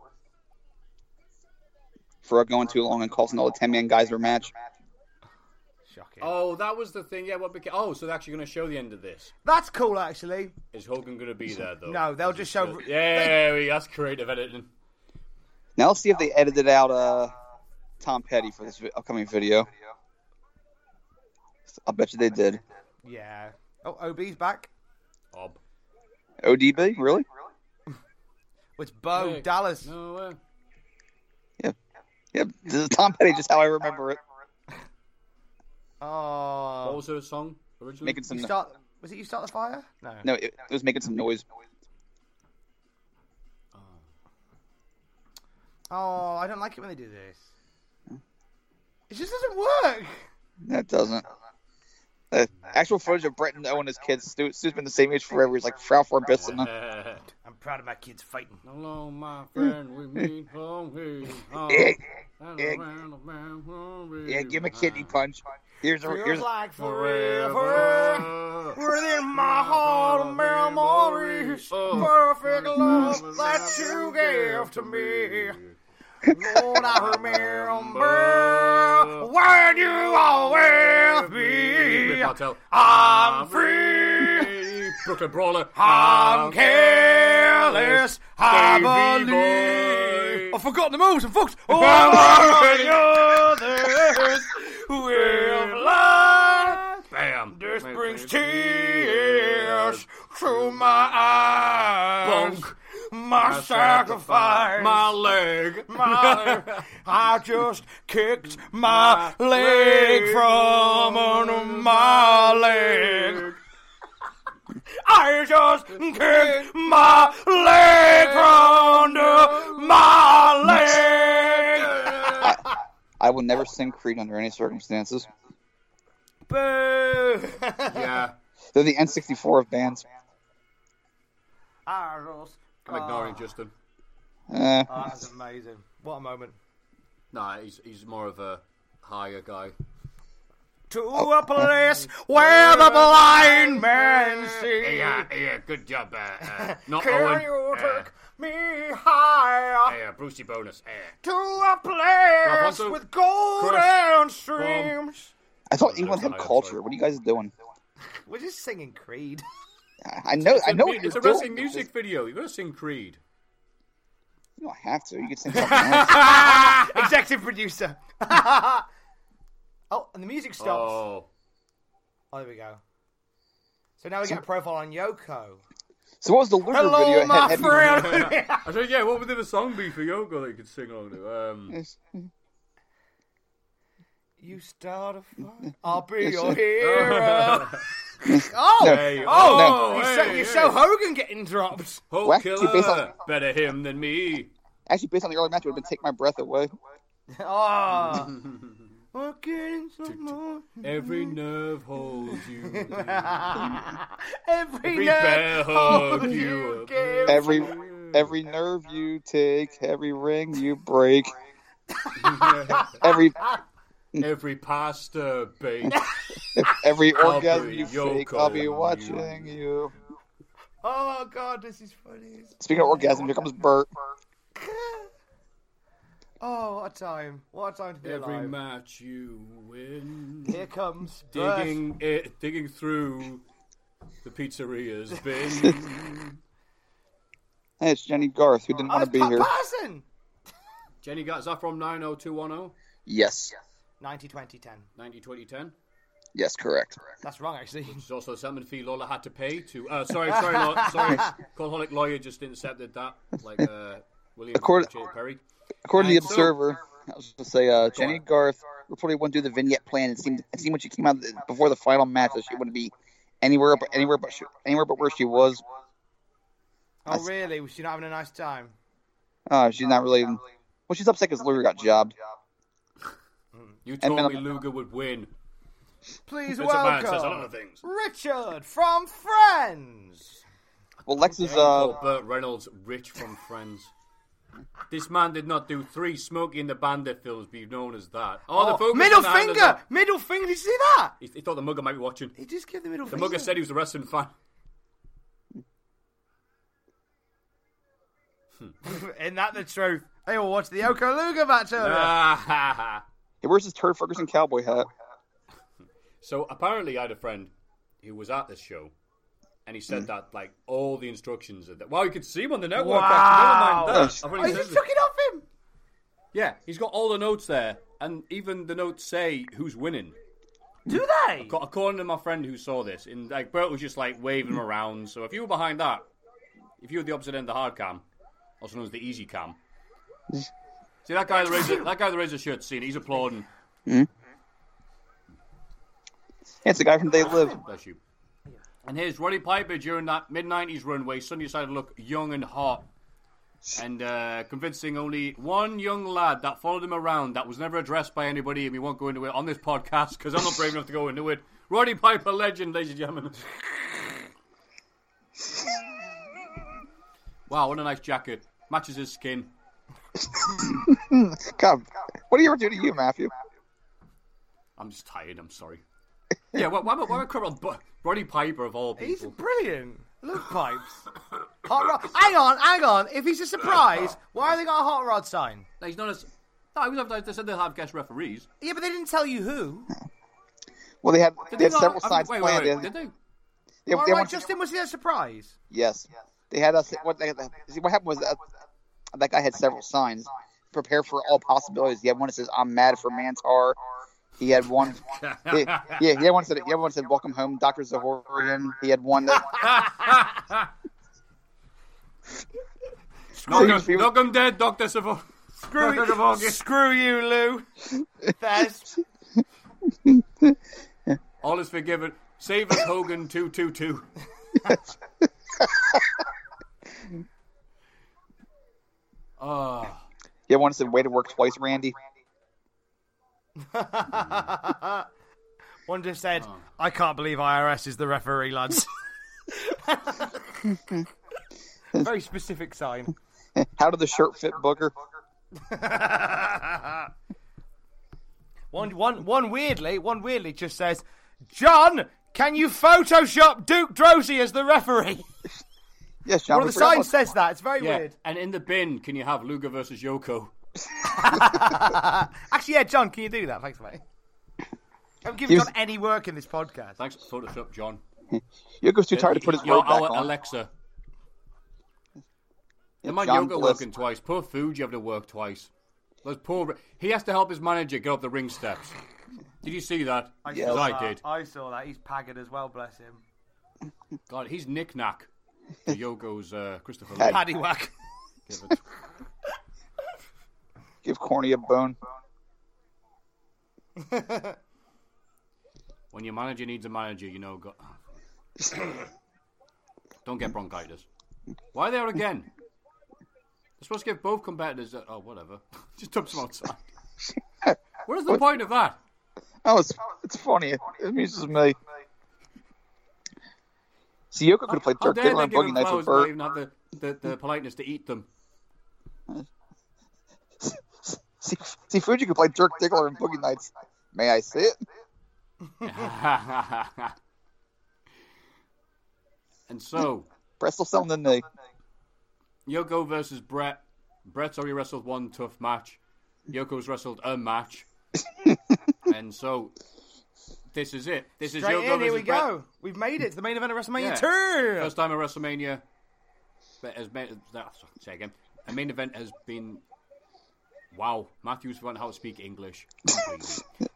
for going too long and causing all the 10 man guys their match. Shocking. Oh, that was the thing. Yeah, what became? Oh, so they're actually going to show the end of this. That's cool, actually. Is Hogan going to be there though? No, they'll Is he just show- still- Yeah, we- that's creative editing. Now let's see if they edited out uh, Tom Petty for this vi- upcoming video. I bet you they did. Yeah. Oh, OB's back. Ob. ODB, really? It's Bo Hey. Dallas. No way. Yep. This is Tom Petty, just how I remember it. What Oh. was her song originally? Making You some start. Was it you start the fire? No. no, it, it was making some noise. Oh, I don't like it when they do this. It just doesn't work. That doesn't. The actual footage of Brett and Owen as kids. Stu, Stu's been the same age forever. He's like Frau von Bisson. I'm proud of my kids fighting. Hello, my friend, we meet home. Yeah, yeah, give him a kidney punch. Here's a here's. A, like forever. Within my heart of memories, perfect love that you gave to me. Lord, I remember when you are with Rick me. Martel. I'm free. Brooklyn Brawler. I'm careless. I Davy believe. Oh, boy. I've forgotten the moves and fucked. Oh, I'm others will lie. Bam. This brings tears to my eyes. Bonk. My, sacrifice. My leg. My- I just kicked my, leg from under my leg. I just kicked my leg from under my leg. I will never sing Creed under any circumstances. Boo. Yeah. They're the N64 of bands. I just- I'm ignoring Justin. Eh, Oh, that was amazing. What a moment. Nah, he's, he's more of a higher guy. To a place where the blind man sees. Yeah, yeah, good job. Uh, uh, not Can Owen. you Uh, take me higher yeah, Brucey Bonus. Uh, to a place Alfonso, with golden streams? I thought England had Sorry, I'm culture. sorry. What are you guys doing? We're just singing Creed. I- I know. I know. what it's you're a wrestling doing. music video. You're going to sing Creed. You don't have to. You can sing something else. Executive producer. oh, and the music stops. Oh. Oh. there we go. So now we get a profile on Yoko. So what was the Luger video? Hello, It my had- had me- friend. I said, yeah, what would the song be for Yoko that you could sing along to? Um, You start a fight. I'll be your hero. oh, No. oh, No. you show, Hey, you hey. show Hogan getting dropped. Hulk What? You Killer, based on- better him than me. Actually, based on the early match, it would have been "Take My Breath Away." Ah. Oh. Working some more. Every nerve holds you. Every Every night, bear all hug you you. gave. Every every nerve you take, every ring you break, every Every pasta bake. every I'll orgasm be you Yoko fake, I'll be you. watching you. Oh God, this is funny. Speaking of orgasm, here comes Bert. Oh, what a time! What a time to be Every alive. match you win. Here comes Bert. Digging it, digging through the pizzeria's bin. Hey, it's Jenny Garth who didn't Oh, want it's to be Pat here. Patterson. Jenny got is that from 90210? Yes, 90, 20, 10. 902010? yes, correct. That's wrong, actually. There's also a settlement fee Lola had to pay to. Uh, sorry, sorry, Lo- sorry. Colholic lawyer just intercepted that, like uh, William Accord- J. Perry. According to the And so- Observer, I was going to say uh, Jenny Garth reportedly wouldn't do the vignette plan. It seemed it seemed when she came out th- before the final match that she wouldn't be anywhere but anywhere but sh- anywhere but where she was. Oh, really? Was she not having a nice time? Uh, she's not really. Well, she's upset because Luger got jobbed. You And told Mel- me Luger would win. Please It's a man says a lot welcome of things. Richard from Friends. Well, Lex is uh, Oh, Burt Reynolds, rich from Friends. This man did not do three Smokey and the Bandit films, be known as that. Oh, the focus middle on the hand finger! is on- Middle finger! Did you see that? He, he thought the mugger might be watching. He just gave the middle The finger. mugger said he was a wrestling fan. Isn't that the truth? They all watched the Okaluga match earlier. Ah, ha, ha. hey, where's his Turd Ferguson cowboy hat? So apparently, I had a friend who was at this show, and he Mm. said that like all the instructions are that. Wow, you could see him on the network. Wow. actually, Never mind that. I've oh, already you said just this. took it off him! Yeah, he's got all the notes there, and even the notes say who's winning. Do they? Co- According to my friend who saw this, and like Bert was just like waving him around. So if you were behind that, if you were the opposite end of the hard cam, also known as the easy cam, see that guy with the razor, that guy with the razor shirt scene, he's applauding. Yeah, it's the guy from They Live. Bless you. And here's Roddy Piper during that mid 90s run where he suddenly decided to look young and hot and uh, convincing only one young lad that followed him around that was never addressed by anybody, and we won't go into it on this podcast because I'm not brave enough to go into it. Roddy Piper, legend, ladies and gentlemen. wow, what a nice jacket. Matches his skin. God, what do you ever do to you, Matthew? I'm just tired, I'm sorry. Yeah, why, why, am I- why am I covering Bu- Roddy Piper of all He's people? brilliant. Look, pipes. hot rod. Hang on, hang on. If he's a surprise, why have they got a hot rod sign? No, he's not as. No, he was advertised. They said they'll have guest referees. Yeah, but they didn't tell you who. Well, they had Did they had not- several I mean, sides wait, planned. Wait, wait, and did they? they- Why they right, wanted- Justin was he a surprise? Yes, they had us. What, they, see, what happened was that, that guy had several signs. Prepare for all possibilities. He had one that says "I'm mad for Mantar." He had one. he- yeah, he had one that said, he had one that said "Welcome home, Doctor Zahorian." He had one that. Knock He him, was- knock him dead, Doctor Savon. Screw you, screw you, Lou. There's All is forgiven. Save us, Hogan two two two. Ah, He had one that said "Way to work twice, Randy." one just said, "I can't believe IRS is the referee, lads." Very specific sign. How did the shirt fit Booker? One, one, one. Weirdly, one weirdly just says, "John, can you Photoshop Duke Drosy as the referee?" Yes, John. One we of the forgot signs about- says that. It's very yeah. weird. And in the bin, can you have Luger versus Yoko? Actually, yeah, John, can you do that? Thanks, mate. I'm giving Here's- John any work in this podcast. Thanks, Photoshop, John. Yoko's too tired to put his You're robe back our on. Alexa. The man John Yoko Bliss. working twice. Poor food, you have to work twice. Those poor. He has to help his manager get up the ring steps. Did you see that? Because saw I did. I saw that. He's pagged as well. Bless him. God, he's knick-knack. to Yoko's uh, Christopher Hey. Lee. Paddywhack. Give it- Give Corny a bone. When your manager needs a manager, you know. Go- Don't get bronchitis. Why are they out again? They're supposed to give both competitors. A- oh, whatever. Just dump some outside. What is the point of that? Oh, it's it's funny. It amuses me. See, Yoko could have played How Dirk dare Diggler they and give Boogie him Nights with flowers and not Bert. even have the, the, the politeness to eat them? See, see, Fuji could play Dirk Diggler and Boogie Nights. May I see it? and so, Prestel selling the knee. Yoko versus Brett. Brett's already wrestled one tough match. Yoko's wrestled a match. and so this is it. This is Straight Yoko in. Here versus we Brett. go. We've made it to the main event of WrestleMania Yeah. two. First time at WrestleMania. But as main, that- say again. A main event has been. Wow, Matthews forgot how to speak English. completely.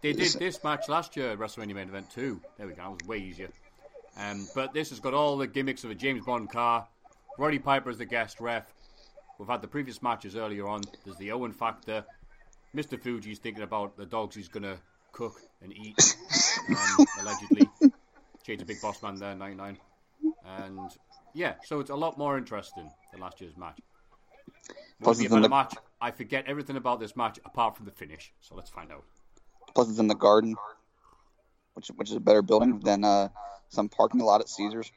they did this match last year, at WrestleMania main event too. There we go. That was way easier. Um, but this has got all the gimmicks of a James Bond car. Roddy Piper is the guest ref. We've had the previous matches earlier on. There's the Owen factor. Mr. Fuji's thinking about the dogs he's gonna cook and eat, um, allegedly. Shades of Big Boss Man there, 99. And yeah, so it's a lot more interesting than last year's match. Plus Plus it's it's in the- match. I forget everything about this match apart from the finish. So let's find out. Plus, it's in the garden, which which is a better building than uh, some parking lot at Caesars.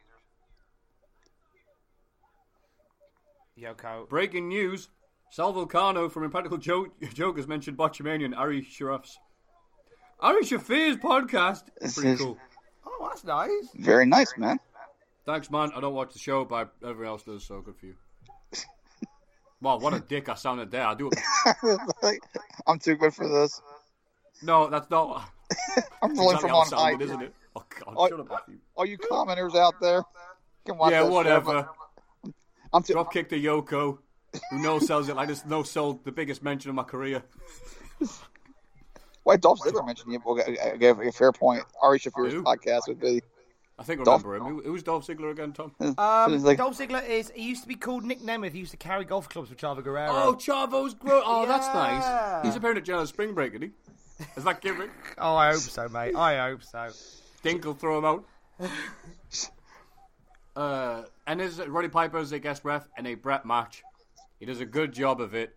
Yoko. Breaking news: Sal Vulcano from Impractical jo- Joke has mentioned Botchamania and Ari Sharaf's Ari Shafir's podcast. Pretty cool. Oh, that's nice. Very nice, man. Thanks, man. I don't watch the show, but everyone else does. So good for you. Wow, what a dick I sounded there. I do. Like, I'm too good for this. No, that's not. I'm rolling exactly from how it on sounded, high. isn't it? Oh God, Oh, shut up, Matthew. All you commenters out there can watch Yeah, that show, whatever. but I'm too. Dropkick to Yoko, who no sells it like this. No sold the biggest mention of my career. Why Dolph Ziggler mentioned you? Well, I, I gave uh, a fair point. Ari Shafir's Who? podcast would be. I think I Dolph- remember him. Who, who's Dolph Ziggler again, Tom? it's Um, like- Dolph Ziggler is. He used to be called Nick Nemeth. He used to carry golf clubs with Chavo Guerrero. Oh, Chavo's grown. Oh, that's Yeah. nice. He's appearing at Jailhouse Spring Break, isn't he? Is that gimmick? Oh, I hope so, mate. I hope so. Dink will throw him out. uh, and is Roddy Piper is a guest ref in a Brett match. He does a good job of it.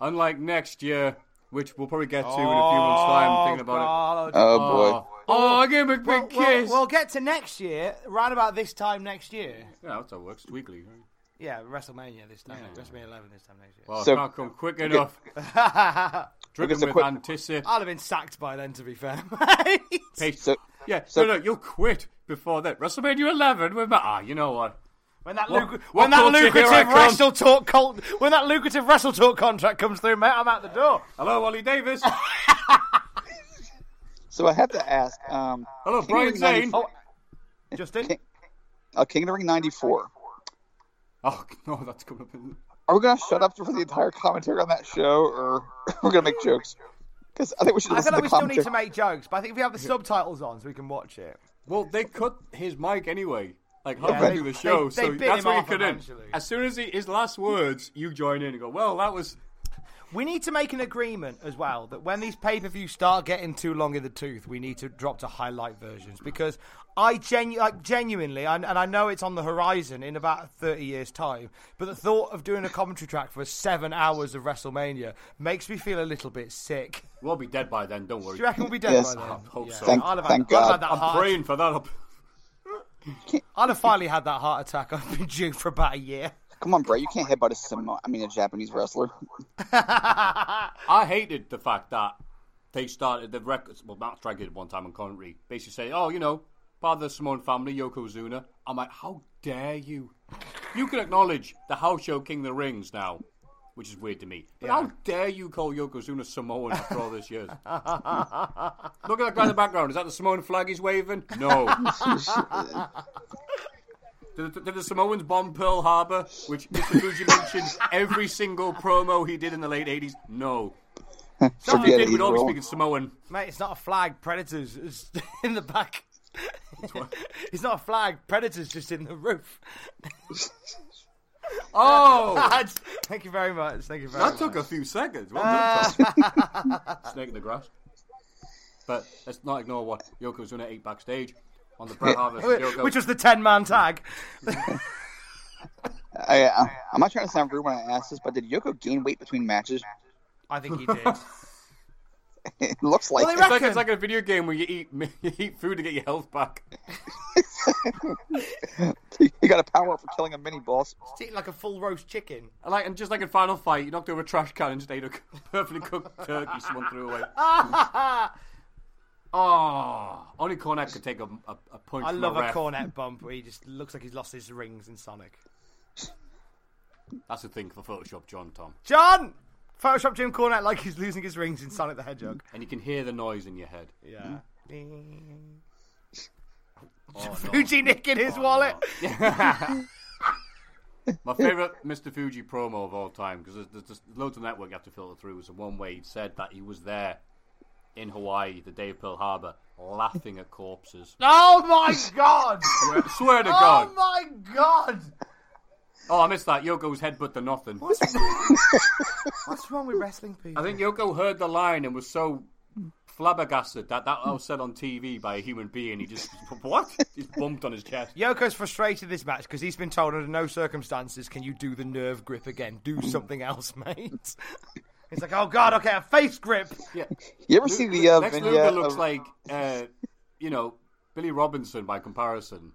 Unlike next year, which we'll probably get to in a few months' time, thinking about Oh, God. Oh, it. boy. Oh, oh, I gave him a big Well, we'll- kiss. we'll get to next year, right about this time next year. yeah, that's how it works. It's weekly. Right? Yeah, WrestleMania this time. WrestleMania 11 this time next year. Well, So- Oh, can't come quick enough. Driven Because the with quick- anticipation. I'd have been sacked by then, to be fair, mate. So, Yeah, so- no, no, you'll quit before that. WrestleMania 11, we're back. Ah, you know what? When that, What- lucra- what when that culture here I lucrative come. wrestle talk cult- when that lucrative wrestle talk contract comes through, mate, I'm out the door. Hello, Ollie Davis. so I have to ask. Um, Hello, King Brian of the Ring Zane. oh. 94 Justin, King, uh, King of the Ring '94. Oh, no, that's coming up in. Are we gonna shut up for the entire commentary on that show, or we're gonna make jokes? Because I think we should I listen feel like to the we still need commentary. to make jokes, but I think if we have the subtitles on, so we can watch it. Well, they cut his mic anyway. Like halfway they- through the show, they- so they bit that's him when you off cut in. eventually. As soon as he, his last words, you join in and go, "Well, that was." We need to make an agreement as well that when these pay per views start getting too long in the tooth, we need to drop to highlight versions because I genu- like, genuinely, and, and I know it's on the horizon in about 30 years' time, but the thought of doing a commentary track for seven hours of WrestleMania makes me feel a little bit sick. We'll be dead by then. Don't worry. Do you reckon we'll be dead Yes. by then? I hope so. Thank- I'll have, thank had, I'll have God. had that I'm heart- praying for that. I'll have finally had that heart attack I've been due for about a year. Come on, bro. You can't headbutt a Samoa. I mean, a Japanese wrestler. I hated the fact that they started the records. Well, Matt Strang did it one time on commentary, basically saying, "Oh, you know, part of the Samoan family, Yokozuna." I'm like, "How dare you? You can acknowledge the house show King of the Rings now." Which is weird to me. But how dare you call Yokozuna Samoan after all these years? Look at that guy in the background. Is that the Samoan flag he's waving? No. Did the, did the Samoans bomb Pearl Harbor, which Mr. Fuji mentions every single promo he did in the late 80s? No. If he Forget did, it. we'd He's all be wrong. speaking Samoan. Mate, it's not a flag. Predators is in the back. it's not a flag. Predators just in the roof. Oh! That's- Thank you very much. Thank you very that much. took a few seconds. Well Uh, done, Tom. Snake in the grass. But let's not ignore what Yokozuna ate backstage on the Bret Hart versus Yoko. Which was the ten man tag. I, I, I'm not trying to sound rude when I ask this, but did Yoko gain weight between matches? I think he did. well, It looks like. they it. it's, like, reckon- it's like a video game where you eat you eat food to get your health back. you got a power up for killing a mini boss. It's eating like a full roast chicken. And Like and just like in Final Fight, you knocked over a trash can and just ate a perfectly cooked turkey someone threw away. oh, only Cornet could take a, a, a punch. I from love a ref. cornet bump where he just looks like he's lost his rings in Sonic. That's the thing for Photoshop, John Tom. John! Photoshop Jim Cornet like he's losing his rings in Sonic the Hedgehog. And you can hear the noise in your head. Yeah. Oh, no. Fuji Nick in his wallet. My favourite Mr. Fuji promo of all time, because there's, there's just loads of network you have to filter through, was the one where he said that he was there in Hawaii the day of Pearl Harbor laughing at corpses. Oh my god! I swear to oh God. my god! Oh, I missed that. Yoko's headbutt to nothing. What's wrong with wrestling people? I think Yoko heard the line and was so flabbergasted that that was said on TV by a human being. He just, what? He's bumped on his chest. Yoko's frustrated this match because he's been told under no circumstances can you do the nerve grip again. Do something else, mate. He's like, oh god, okay, a face grip. You ever see the uh, Lex Luger vignette? looks of- like, uh, you know, Billy Robinson by comparison.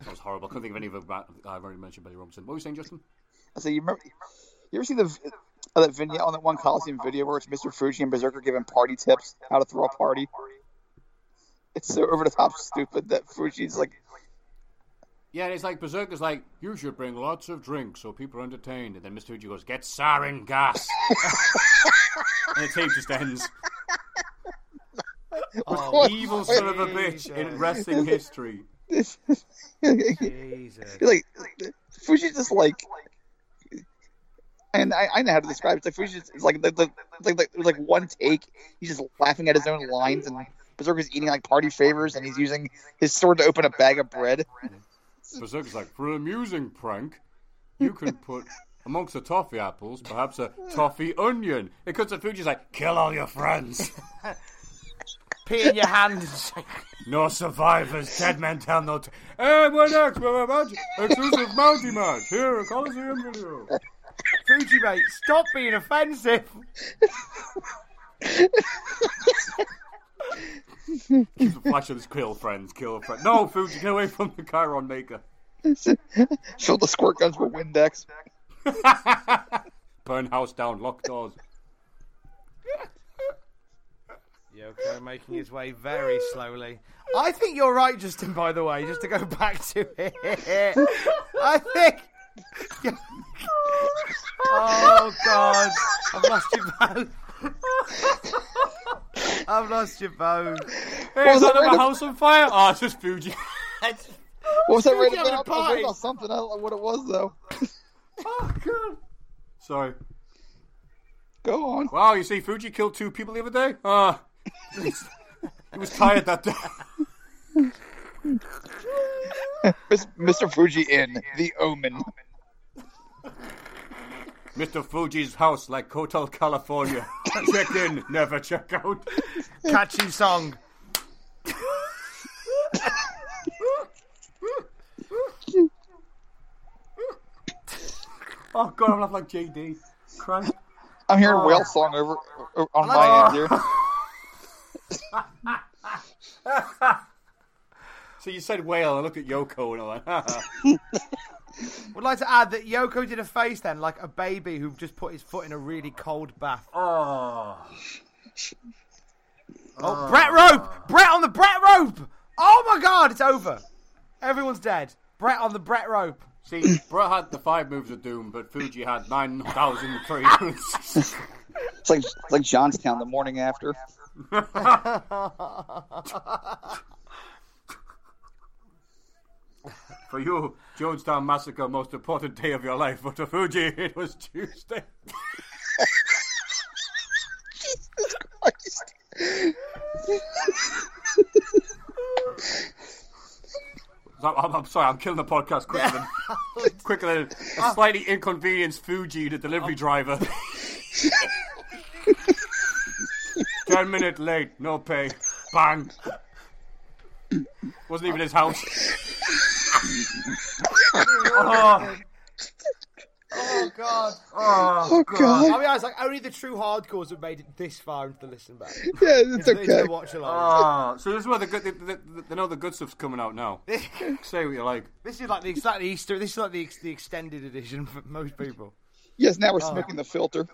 That was horrible. I couldn't think of any of them. I've already mentioned Billy Robinson. What were you saying, Justin? I said, you remember? You ever see the uh, that vignette on that one Coliseum video where it's Mr. Fuji and Berserker giving party tips how to throw a party? It's so over the top stupid that Fuji's like, Yeah, and it's like Berserker's like, you should bring lots of drinks so people are entertained. And then Mr. Uji goes, get sarin gas. and the tape just ends. Oh, evil son of a bitch in wrestling history. this. Jesus. like Fuji's just like, and I, I know how to describe it. It's like Fuji's it's like the, the, like like like one take. He's just laughing at his own lines, and Berserker's eating like party favors, and he's using his sword to open a bag of bread. Berserker's like, for an amusing prank, you can put amongst the toffee apples perhaps a toffee onion. It cuts to Fuji's like, kill all your friends. Pee in your hand. and say, No survivors, dead men tell no t- And what next? We're about exclusive Mountie match. Here, a Coliseum video. Fuji, mate, stop being offensive. He's the flash of his kill friends, kill friends. No, Fuji, get away from the Chiron Maker. Fill the squirt guns with Windex. Burn house down, lock doors. Yoko making his way very slowly. I think you're right, Justin, by the way, just to go back to it. I think. oh, God. I've lost you both. I've lost you both. Hey, was that another random- house on fire? Ah, it's just Fuji. What was that Fuji rated? having a I was party. rated on something. I don't know what it was though. oh, God. Sorry. Go on. Wow, you see, Fuji killed two people the other day? Ah. he was tired that day. Mis- Mr. Fuji in the Omen. Mr. Fuji's house, like Kotal, California. check in, never check out. Catchy song. Oh, God, I'm laughing like JD. Christ. I'm hearing whale song over, o- on my end here. So you said whale, I looked at Yoko and I went, "Ha, ha." Would like to add that Yoko did a face then, like a baby who just put his foot in a really cold bath. oh. Oh, Brett rope! Brett on the Brett rope! Oh my god, it's over. Everyone's dead. Brett on the Brett rope. See, Brett had the five moves of doom, but Fuji had 9,003. It's like it's like Johnstown the morning after. For you, Jonestown Massacre, most important day of your life, but to Fuji, it was Tuesday. Christ. So I'm, I'm sorry, I'm killing the podcast quicker than, quicker than a slightly inconvenienced Fuji, the delivery driver. Ten minute late, no pay. Bang. Wasn't even his house. oh, Oh god. oh, I God. mean, I was like, only the true hardcores have made it this far into the listen back. Yeah, it's Into okay. the watch along. oh. So this is where the good, they, they, they know the good stuff's coming out now. Say what you like. This is like the, it's like the Easter. This is like the, ex- the extended edition for most people. Yes, now we're smoking the filter.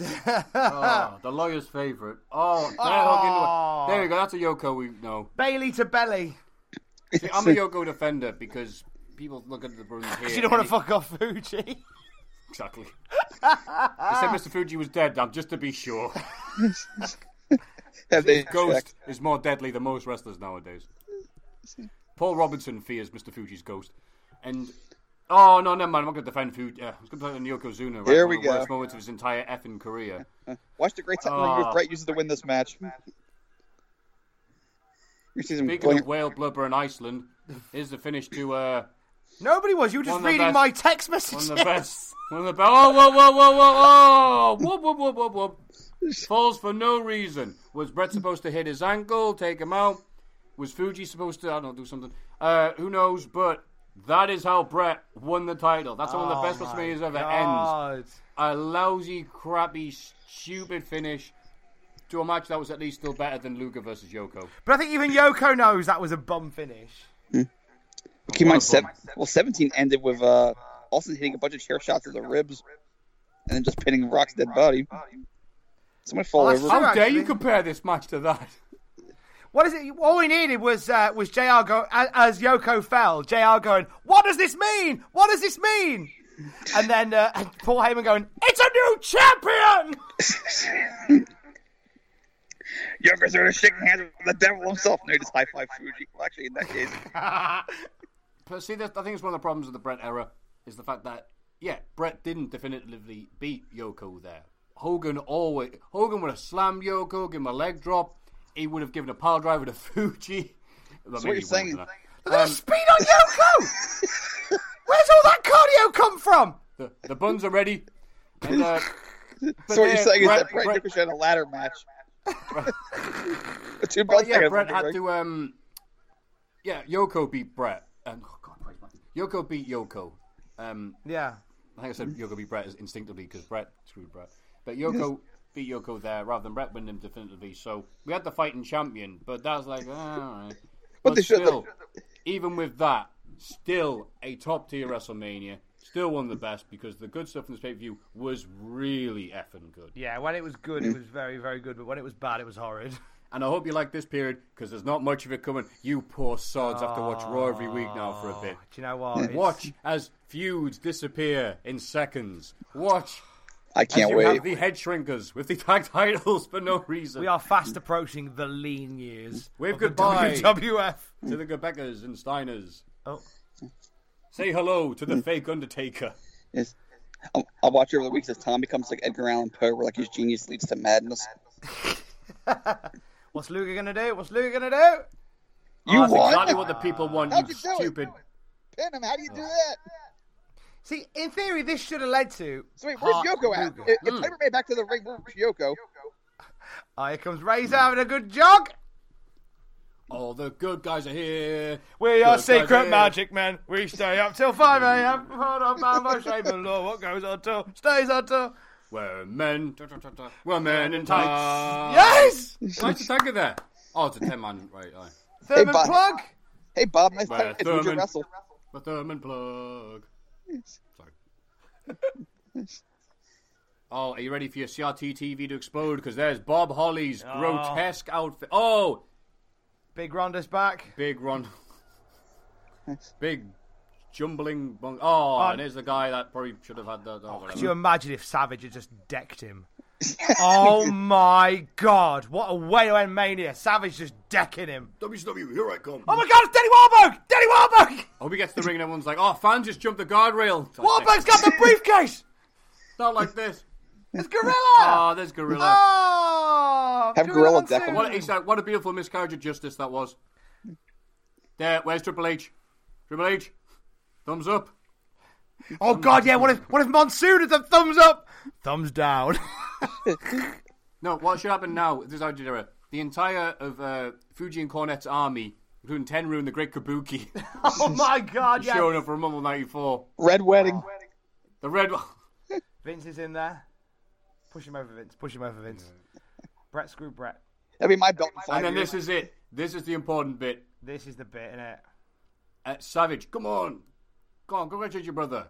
Oh, the lawyer's favorite. Oh, now I'll get into it. there we go. That's a Yoko we know. Bailey to belly. See, I'm a Yoko defender because people look at the Bruins here. You don't want to and fuck off Fuji. it- exactly. they said Mr. Fuji was dead. I'm just to be sure. Have they checked? Ghost is more deadly than most wrestlers nowadays. Paul Robinson fears Mr. Fuji's ghost, and oh no, never mind. I'm not going to defend Fuji. Uh, I was going to defend Yokozuna. Right? Here One we of the go. Worst moments of his entire effing career. Watch the great time Ah. remove Brett uses to win this match. You see some Speaking of brilliant. whale blubber in Iceland, is the finish to uh, Nobody was. You were just One of the reading best- my text One messages. of the best. One of the best. Oh, whoa, whoa, whoa, whoa, whoa! Whoop, whoop, whoop, whoop, whoop. Falls for no reason. Was Brett supposed to hit his ankle, take him out? Was Fuji supposed to, I don't know, do something? Uh, who knows, but that is how Brett won the title. That's one of the best WrestleManias ever ends. God. A lousy, crappy, stupid finish to a match that was at least still better than Luger versus Yoko. But I think even Yoko knows that was a bum finish. Keep in mind, seven, well, seventeen ended with uh, Austin hitting a bunch of chair shots to the ribs, and then just pinning Rock's dead body. Somebody fall Oh, that's over. true. How dare you actually. compare this match to that? What is it? All we needed was uh, was Jr. Go as, as Yoko fell. Jr. going, "What does this mean? What does this mean?" And then uh, and Paul Heyman going, "It's a new champion." Youngers are shaking hands with the devil himself. No, just high five Fuji. Well, actually, in that case, But see, that, I think it's one of the problems of the Brett era is the fact that yeah, Brett didn't definitively beat Yoko there. Hogan always Hogan would have slammed Yoko, give him a leg drop. He would have given a pile driver to Fuji. Well, so maybe what you're he saying is wouldn't have done Look at the speed on Yoko. Where's all that cardio come from? that. the, the buns are ready. And, uh, So what you're there, saying is Brett- that Brett Brett- Ricochet had a ladder match. The two Well, belts Oh, yeah, hanging Brett from had the ring. to. Um, yeah, Yoko beat Brett. Um, oh God, wait, what? Yoko beat Yoko. Um, Yeah. I think I said Yoko beat Brett instinctively because Brett screwed Brett, but Yoko beat Yoko there rather than Brett winning him definitively. So we had the fighting champion, but that's like, ah, all right. But, they should- still, even with that, still a top tier WrestleMania. Still one of the best because the good stuff in this pay per view was really effing good. Yeah. When it was good, it was very very good. But when it was bad, it was horrid. And I hope you like this period because there's not much of it coming. You poor sods have to watch Raw every week now for a bit. Do you know what? Ah, It's- Oh. Watch as feuds disappear in seconds. Watch I as can't you wait. have the head shrinkers with the tag titles for no reason. We are fast approaching the lean years. Wave of the goodbye. WWF. to the Gebeckas and Steiners. Oh. Say hello Hmm. to the fake Undertaker. It's- I'll, I'll watch over the weeks as Tom becomes like Edgar Allan Poe, where like his genius leads to madness. What's Luger gonna do? What's Luger gonna do? You That's won. exactly what the people want, How'd you you do it? stupid. Pin him. How do you do that? See, in theory, this should have led to. So wait, where's Hart Yoko at? Luger. If, Hmm. if Piper made it back to the ring, where's Yoko? Oh, here comes Razor having a good jog. All the good guys are here. We are Good guys secret here. magic men. We stay up till 5 a.m. Hold on, man, by shame and law. What goes on till stays on till. We're men. We're men in tights. Yes! Nice to tag it there. Oh, it's a 10 man. Right, aye. Thurman Bob. plug. Hey Bob, nice Well, tights. Would you Thurman. wrestle? The Thurman um, plug. Sorry. oh, are you ready for your CRT TV to explode? Because there's Bob Holly's grotesque outfit. Oh, Big Ronda's back. big Ron. big jumbling. Bung- oh, and there's the guy that probably should have had that. Oh, whatever. Could you imagine if Savage had just decked him? oh my god, what a way to end Mania. Savage just decking him. WCW, here I come. Oh my god, it's Denny Warburg! Denny Warburg! I hope he gets to the ring and everyone's like, oh, fan just jumped the guardrail. It's like, Warburg's got the briefcase! Not like this. It's Gorilla! Oh, there's Gorilla. Ah. Oh, Have Gorilla Gorilla wants deck him. him. What, he's like, what a beautiful miscarriage of justice that was. There, where's Triple H? Triple H, thumbs up. Oh god, yeah. What if what if Monsoon is a thumbs up, thumbs down? No, what should happen now? This is how you do it. The entire of uh, Fuji and Cornette's army, including Tenru and the Great Kabuki, oh my god, yeah. showing up for Rumble 94. Red wedding. The red one. Vince is in there. Push him over, Vince. Push him over, Vince. Brett, screw Brett. That'd be my belt in And five then years. this is it. This is the important bit. This is the bit, innit? Uh, Savage, come on. Come on, congratulate your brother.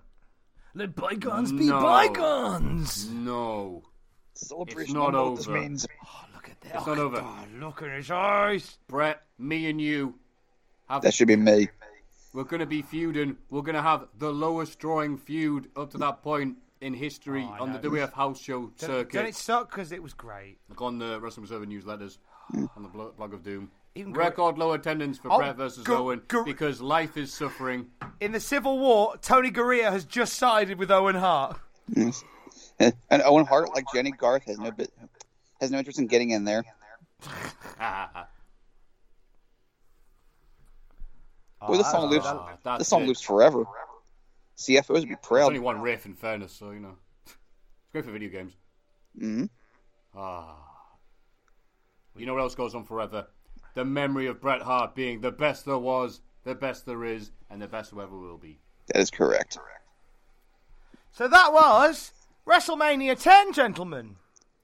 Let bygones be No. bygones. No. Celebration. It's not I know what this over. means. Oh, Look at It's that. not over. Oh, look at his eyes. Brett, me and you, That should be me. we're going to be feuding. We're going to have the lowest drawing feud up to that point in history on the WF House Show Oh, Don't, circuit. don't it suck? Because it was great. Look on the Wrestling Observer newsletters, Hmm. on the blo- blog of Doom. Even Gor- Record low attendance for Oh, Brett versus Gor- Owen Gor- because life is suffering. In the Civil War, Tony Gurria has just sided with Owen Hart. And and Owen Hart, like Jenny Garth, has no bit, has no interest in getting in there. Ah, Boy, this song loops. Ah, that's This song it. loops forever. CFOs would be There's proud. only one riff, in fairness, so you know. It's great for video games. Mm-hmm. Ah. You know what else goes on forever? The memory of Bret Hart being the best there was, the best there is, and the best there ever will be. That is correct. So that was WrestleMania 10, gentlemen.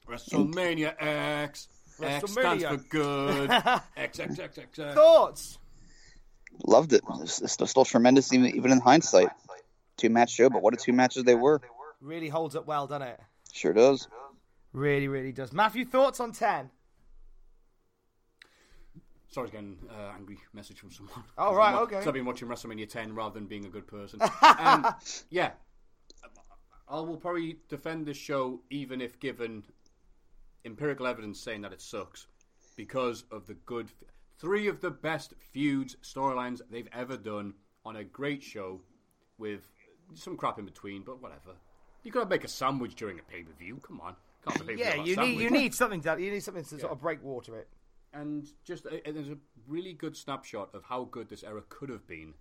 WrestleMania X. X stands for WrestleMania. good. X, X, X, X, X. Thoughts? Loved it. It's, it's still tremendous, even, even in hindsight. two match show, but what a two matches they were. Really holds up well, doesn't it? Sure does. Really, really does. Matthew, thoughts on 10? Sorry, again, uh, angry message from someone. Oh, right, okay. Because I've been watching WrestleMania 10 rather than being a good person. um, yeah. I will probably defend this show even if given empirical evidence saying that it sucks because of the good. Three of the best feuds, storylines they've ever done on a great show with some crap in between, but whatever. You gotta make a sandwich during a pay per view. Come on. Can't have a pay-per-view Yeah, without a you need, you sandwich. need something to, you need something to sort Yeah. of break water it. and just uh, there's a really good snapshot of how good this era could have been,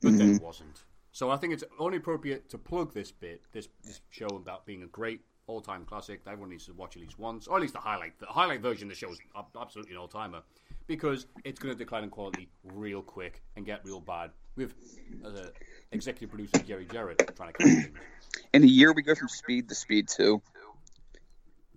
but then wasn't. So I think it's only appropriate to plug this bit, this, this show about being a great all-time classic that everyone needs to watch at least once, or at least the highlight. The highlight version of the show is ab- absolutely an all-timer because it's going to decline in quality real quick and get real bad with uh, executive producer Jerry Jarrett trying to catch things. In a year, we go from speed to speed two.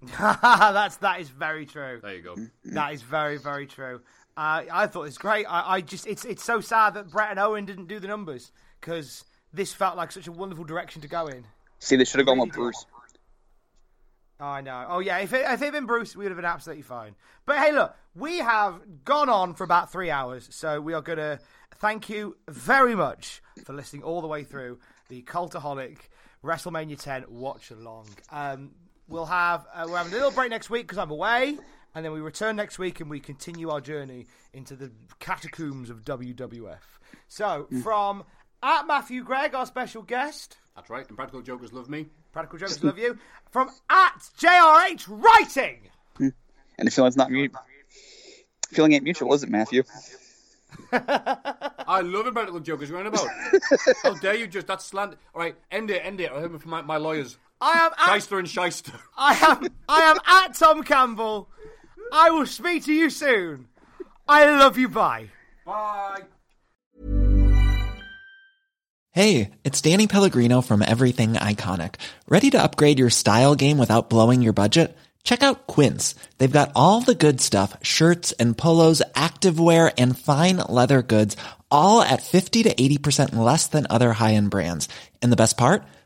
That's that is very true. There you go. That is very very true. Uh, I thought it was great. I, I just it's it's so sad that Brett and Owen didn't do the numbers because this felt like such a wonderful direction to go in. See, they should have gone with Bruce. I know. Oh yeah, if it, if it had been Bruce, we would have been absolutely fine. But hey, look, we have gone on for about three hours, so we are gonna thank you very much for listening all the way through the Cultaholic WrestleMania 10 watch along. Um, we'll have uh, we're having a little break next week because I'm away, and then we return next week and we continue our journey into the catacombs of WWF. So from at Matthew Gregg, our special guest. That's right. And Practical Jokers love me. Practical Jokers love you. From at JRH Writing. And the feeling's not mutual. Feeling ain't mutual, is it, Matthew? I love Impractical Jokers. You're on about. How dare you just that slant? All right, end it, end it. I heard from my, my lawyers. I am at, Shyster and Shyster. I am I am at Tom Campbell. I will speak to you soon. I love you. Bye. Bye. Hey, it's Danny Pellegrino from Everything Iconic. Ready to upgrade your style game without blowing your budget? Check out Quince. They've got all the good stuff, shirts and polos, activewear and fine leather goods, all at 50 to 80% less than other high-end brands. And the best part?